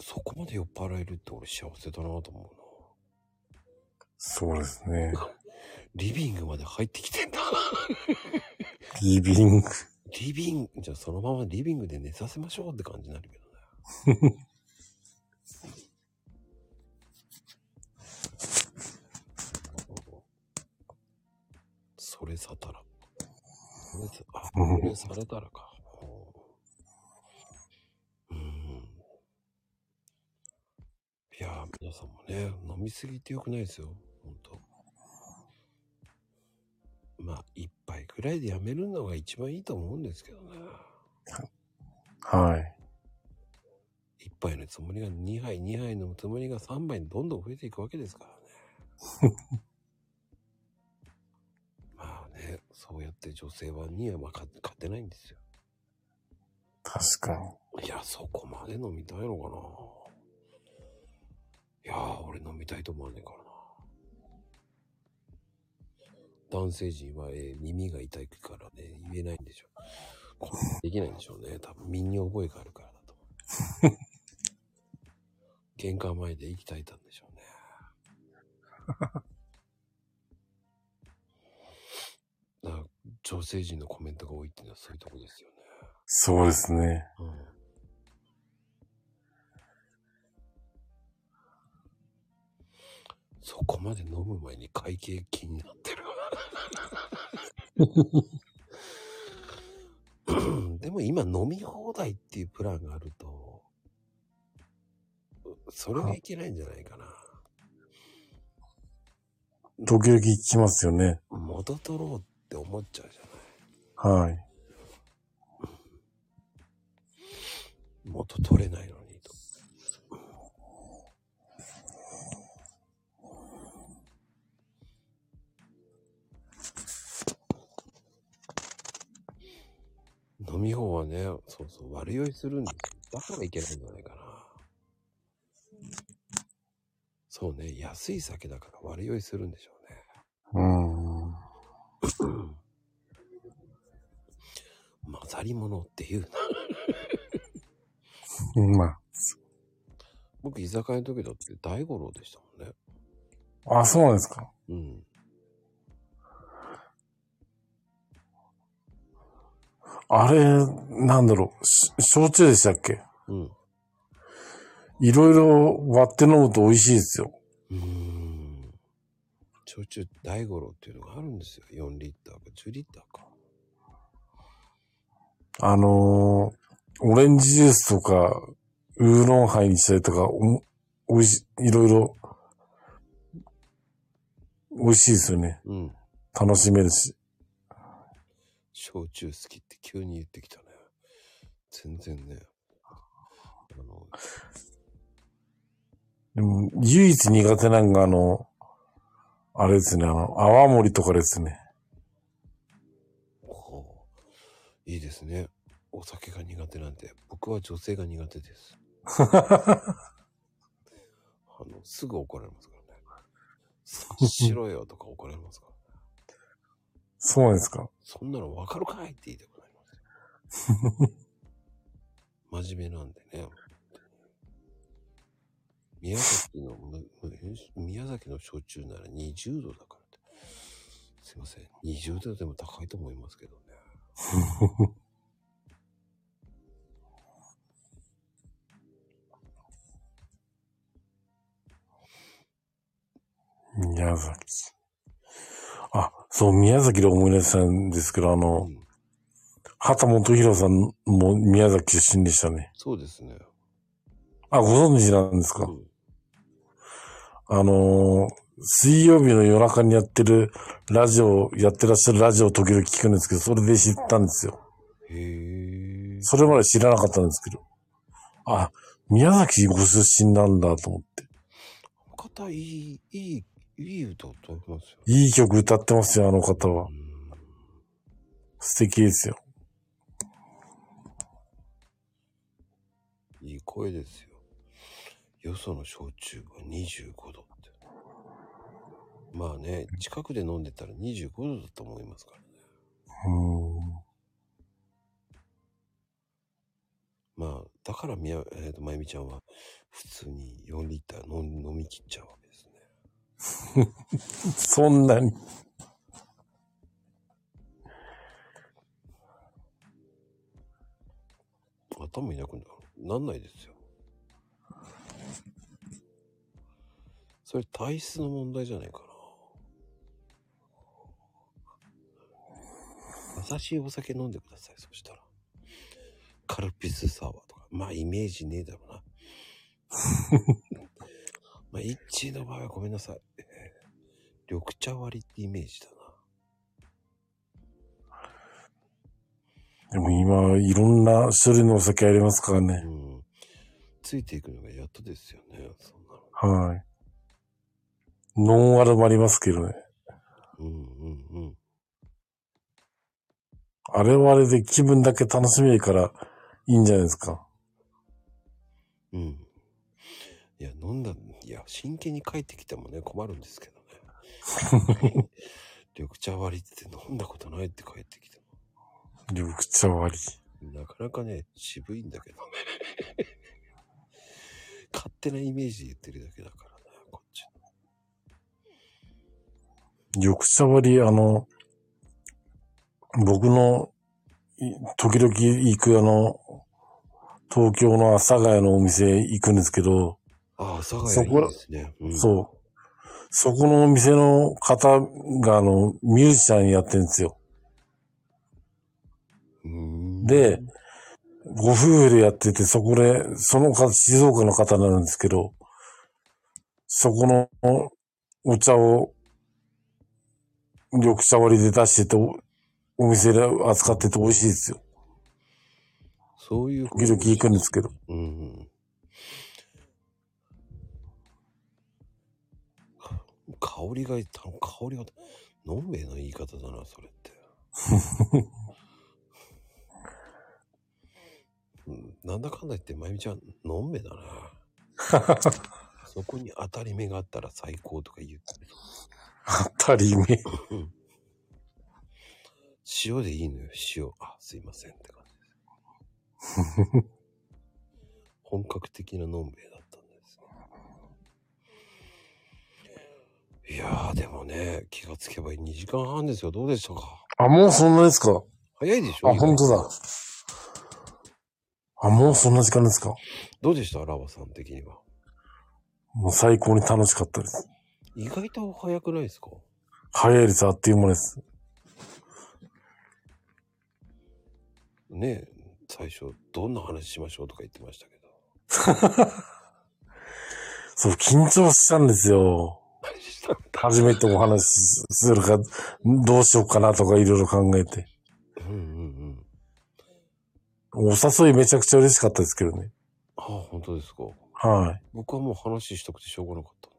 そこまで酔っ払えるって俺幸せだなと思う
そうですね。
な。リビングまで入ってきてんだ。
リビング。
リビング、じゃあそのままリビングで寝させましょうって感じになるけどね。それさたら。それさ、あ、
うん
それされたらか。うん。いやー、皆さんもね、飲みすぎてよくないですよ。ほんと。まあ、一杯くらいでやめるのが一番いいと思うんですけどね。
はい。
一杯のつもりが二杯、二杯のつもりが三杯にどんどん増えていくわけですからね。まあね、そうやって女性はにはまあ勝勝てないんですよ。
確かに。
いや、そこまで飲みたいのかな。いやー、俺飲みたいと思わねえからな。男性陣は、えー耳が痛いからね、言えないんでしょう。これできないんでしょうね。多分、身に覚えがあるからだと思う。玄関前で息絶えたんでしょうね。だから女性陣のコメントが多いっていうのはそういうとこですよね。
そうですね。
うんそこまで飲む前に会計気になってる。 でも今飲み放題っていうプランがあると、それがいけないんじゃないかな。
時々行きますよね。
元取ろうって思っちゃうじゃない。
はい。
元取れないのにと。飲み方はね、そうそう、悪酔いするんで、だからいけないんじゃないかな。そうね、安い酒だから悪酔いするんでしょうね。
うーん。
混ざり物っていうな。
ま
僕、居酒屋の時だって大五郎でしたもんね。
あ。あ、そうなんですか。
うん。
あれ、なんだろう。し焼酎でしたっけ
うん。
いろいろ割って飲むと美味しいですよ。
うーん。焼酎大五郎っていうのがあるんですよ。4リッターか10リッターか。
あのーオレンジジュースとか、ウーロンハイにしたりとか、お、美味しい、いろいろ、美味しいですよね。
うん。
楽しめるし。
焼酎好きって急に言ってきたね。全然ね。あの、
でも、唯一苦手なのが、あの、あれですね、あの、泡盛とかですね。
こういいですね。お酒が苦手なんて、僕は女性が苦手です。あの、すぐ怒られますからね。しろよとか怒られますから。
そうなんですか。
そんなのわかるかいって言いたくなり ます。真面目なんでね。宮崎の、むむ宮崎の焼酎なら20度だからって。すいません。20度でも高いと思いますけどね。
宮崎。あ、そう、宮崎で思い出したんですけど、あの、
うん
畑本博さんも宮崎出身でしたね。
そうですね。
あ、ご存知なんです
う
か、
ん、
あのー水曜日の夜中にやってるラジオ、やってらっしゃるラジオを時々聞くんですけど、それで知ったんですよ。
へえ。
それまで知らなかったんですけど。あ、宮崎ご出身なんだと思って。
この方、いい、いい、いい歌歌いますよ。
いい曲歌ってますよ、あの方は
う。ん
素敵ですよ。
いい声ですよ。よその焼酎は25度って。まあね、近くで飲んでたら25度だと思いますからね。
うん。
まあ、だからみや、えっ、と、まゆみちゃんは普通に4リッター飲ん飲み切っちゃうわけですね。
そんなに。
頭いなくななんないですよ。それ体質の問題じゃないかな。優しいお酒飲んでください、そしたら。カルピスサワーとか。まあ、イメージねえだろうな。 まあ、イッチーの場合はごめんなさい。えー緑茶割りってイメージだな。
でも今、いろんな種類のお酒ありますからね。
うん。ついていくのがやっとですよね、そんなの。
はい。ノンアルもありますけどね。
うんうんうん。
あれはあれで気分だけ楽しめるからいいんじゃないですか。
うん。いや、飲んだ、いや、真剣に帰ってきてもね、困るんですけどね。緑茶割りって飲んだことないって帰ってきて
緑茶割
も。なかなかね、渋いんだけどね。勝手なイメージで言ってるだけだからね、こっち。
り。緑茶割り、あの、僕の、い時々行くあの、東京の阿佐ヶ谷のお店行くんですけど、
ああ、阿佐ヶ
そ
谷
こ
いい
ら
ですね。うん、
そう。そこのお店の方があの、ミュージシャンやってるんですよ。
うん。
で、ご夫婦でやってて、そこで、その方、静岡の方なんですけど、そこのお茶を、緑茶割りで出してて、おお店で扱ってて美味しいですよ。
そういう
時々行くんですけど。
うんうん。香りがいい、た香りが、のんべえの言い方だな、それって。うんなんだかんだ言って、まゆみちゃん、のんべえだな。そこに当たり目があったら最高とか言ってる。
当たり目。
塩でいいのよ、塩。あ、すいませんって感じです。本格的なのんべえだったんですね。いやー、でもね、気がつけば2時間半ですよ。どうでしたか
あ、もうそんなですか
早いでしょ
あ、本当だ。。あ、もうそんな時間ですか
どうでしたラバさん的には。
もう最高に楽しかったです。
意外と早くないですか
早い率あっという間です。
ねえ、最初、どんな話しましょうとか言ってましたけど。
そう、緊張したんですよ。
何した
初めてお話しするか、どうしようかなとかいろいろ考えて。
うんうんうん。
お誘いめちゃくちゃ嬉しかったですけどね。
ああ、本当ですか。
は
僕はもう話したくてしょうがなかったん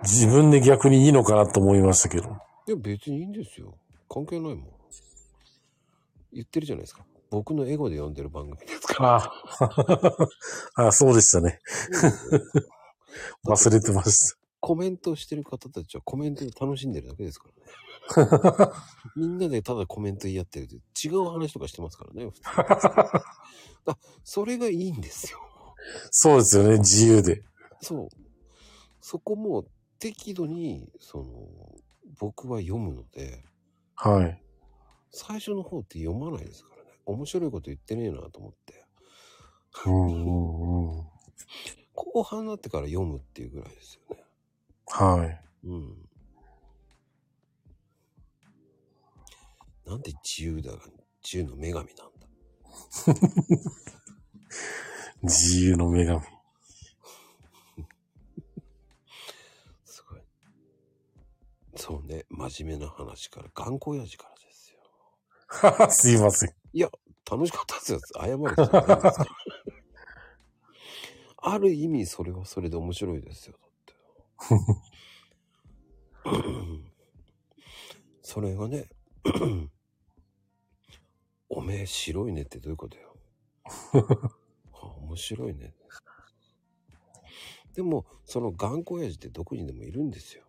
で。
い。自分で逆にいいのかなと思いましたけど。
いや、別にいいんですよ。関係ないもん。言ってるじゃないですか。僕のエゴで読んでる番組です から。
あ あ、そうでしたね。忘れてました。
コメントしてる方たちはコメントを楽しんでるだけですからね。みんなでただコメント言い合ってるで違う話とかしてますからね、普通あ、それがいいんですよ。
そうですよね、自由で。
そう。そこも適度に、その、僕は読むので、
はい。
最初の方って読まないですからね。面白いこと言ってねえなと思って。
うんうんうん。
後半になってから読むっていうぐらいですよね。
はい。
うん。なんで自由だが、自由の女神なんだ。
自由の女神。
すごい。そうね、真面目な話から、頑固親父からですよ。
すいません。
楽しかったですよ。謝る必要ないんですからある意味、それはそれで面白いですよ。だって。それがね、おめえ白いねってどういうことよ。はあ面白いね。でも、その頑固親父ってどこにでもいるんですよ。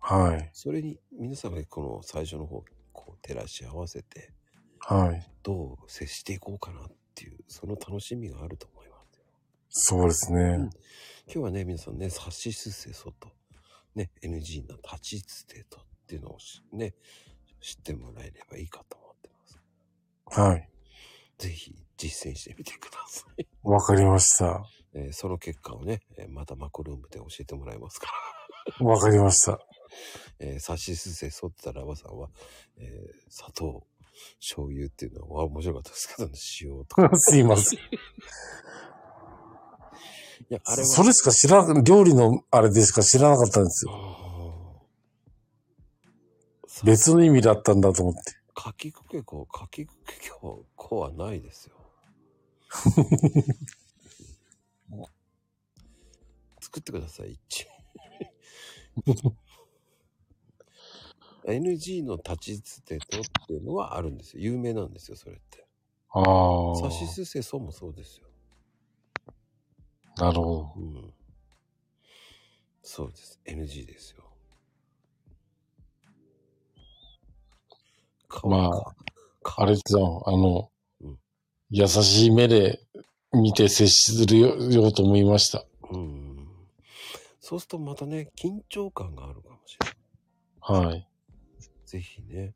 はい。
それに皆さんがこの最初の方、こう照らし合わせて、
はい。
どう接していこうかなっていう、その楽しみがあると思いますよ。
そうですね。
今日はね、皆さんね、差しすせそと、ね、NG な立ちつてとっていうのをしね、知ってもらえればいいかと思ってます。
はい。
ぜひ実践してみてください。
わかりました。
えーその結果をね、えーまたマコルームで教えてもらいますから。
わかりました。
えー、差しすせそってたらばさんは、えー砂糖、醤油っていうのは面白かったですけどね、塩とか。
すいません。
いや、あれは。
それしか知らな、料理のあれでしか知らなかったんですよ。
あー
別の意味だったんだと思って。
かきくけこ、かきくけこ、こはないですよ。作ってください、一応 NG の立ちつてとっていうのはあるんですよ。有名なんですよ、それって。
あ
さしすせそもそうですよ。
あ。なるほど。
うん。そうです。NG ですよ。か
まあ
かか
あれじゃん、あの
うん、
優しい目で見て接するよようと思いました。
うん。そうするとまたね、緊張感があるかもしれない。
はい。
ぜひね。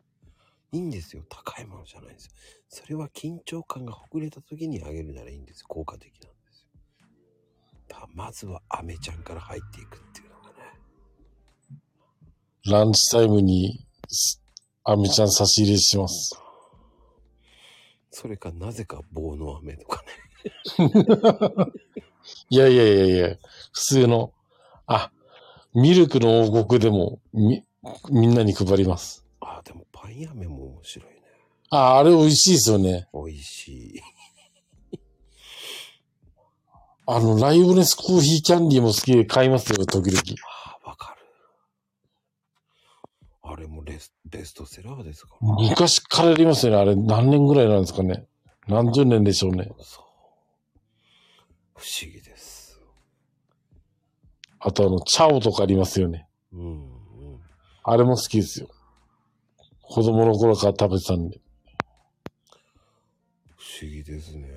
いいんですよ。高いものじゃないんですよ。それは緊張感がほぐれた時にあげるならいいんです。効果的なんですよ。だからまずはアメちゃんから入っていくっていうのがね。
ランチタイムに、すアメちゃん差し入れします。
それかなぜか棒の飴とかね。
いやいやいやいや、普通の、あ、ミルクの王国でも、み、みんなに配ります。
ああ、でもパイン飴も面白いね。
あ、あれ美味しいですよね。
美味しい。
あの、ライオネスコーヒーキャンディーも好きで買いますよ、時々。
ああ、わかる。あれもレスベストセラーですから。
昔からやりますよね。あれ何年ぐらいなんですかね。何十年でしょうね。
そう。不思議です。
あとあの、チャオとかありますよね。
うんうん。
あれも好きですよ。子供の頃から食べてたんで。
不思議ですね。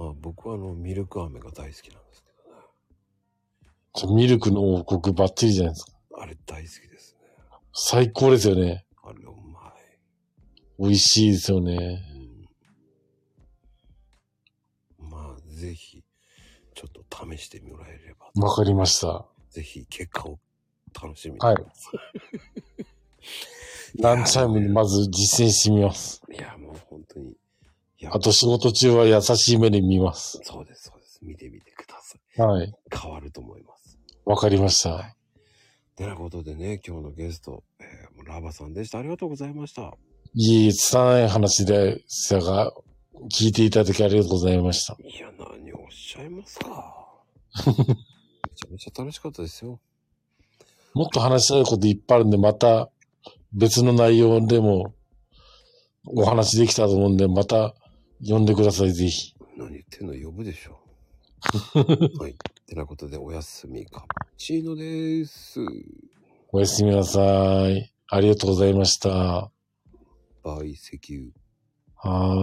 あ僕はあの、ミルク飴が大好きなんですけどね。
ミルクの王国バッチリじゃないですか。
あれ大好きですね。
最高ですよね。
あれうまい。
美味しいですよね。
うんぜひ、ちょっと試してもらえれば。
わかりました。
ぜひ、結果を楽しみに。
はい
や
ランチタイムにまず実践してみます。
いや、もう本当に。いや
あと仕事中は優しい目で見ます。
そうです、そうです。見てみてください。
はい。
変わると思います。
わかりました。
てなことでね、今日のゲスト、えーもうラバさんでした。ありがとうございました。
いい、つたない話でしたが、聞いていただきありがとうございました。
いや、何をおっしゃいますか。めちゃめちゃ楽しかったですよ。
もっと話したいこといっぱいあるんで、また別の内容でもお話できたと思うんで、また呼んでください、ぜひ。
何言ってんの呼ぶでしょ。はい。てなことで、おやすみカプチーノです。
おやすみなさい。ありがとうございました。は
バイ石油。
ーい。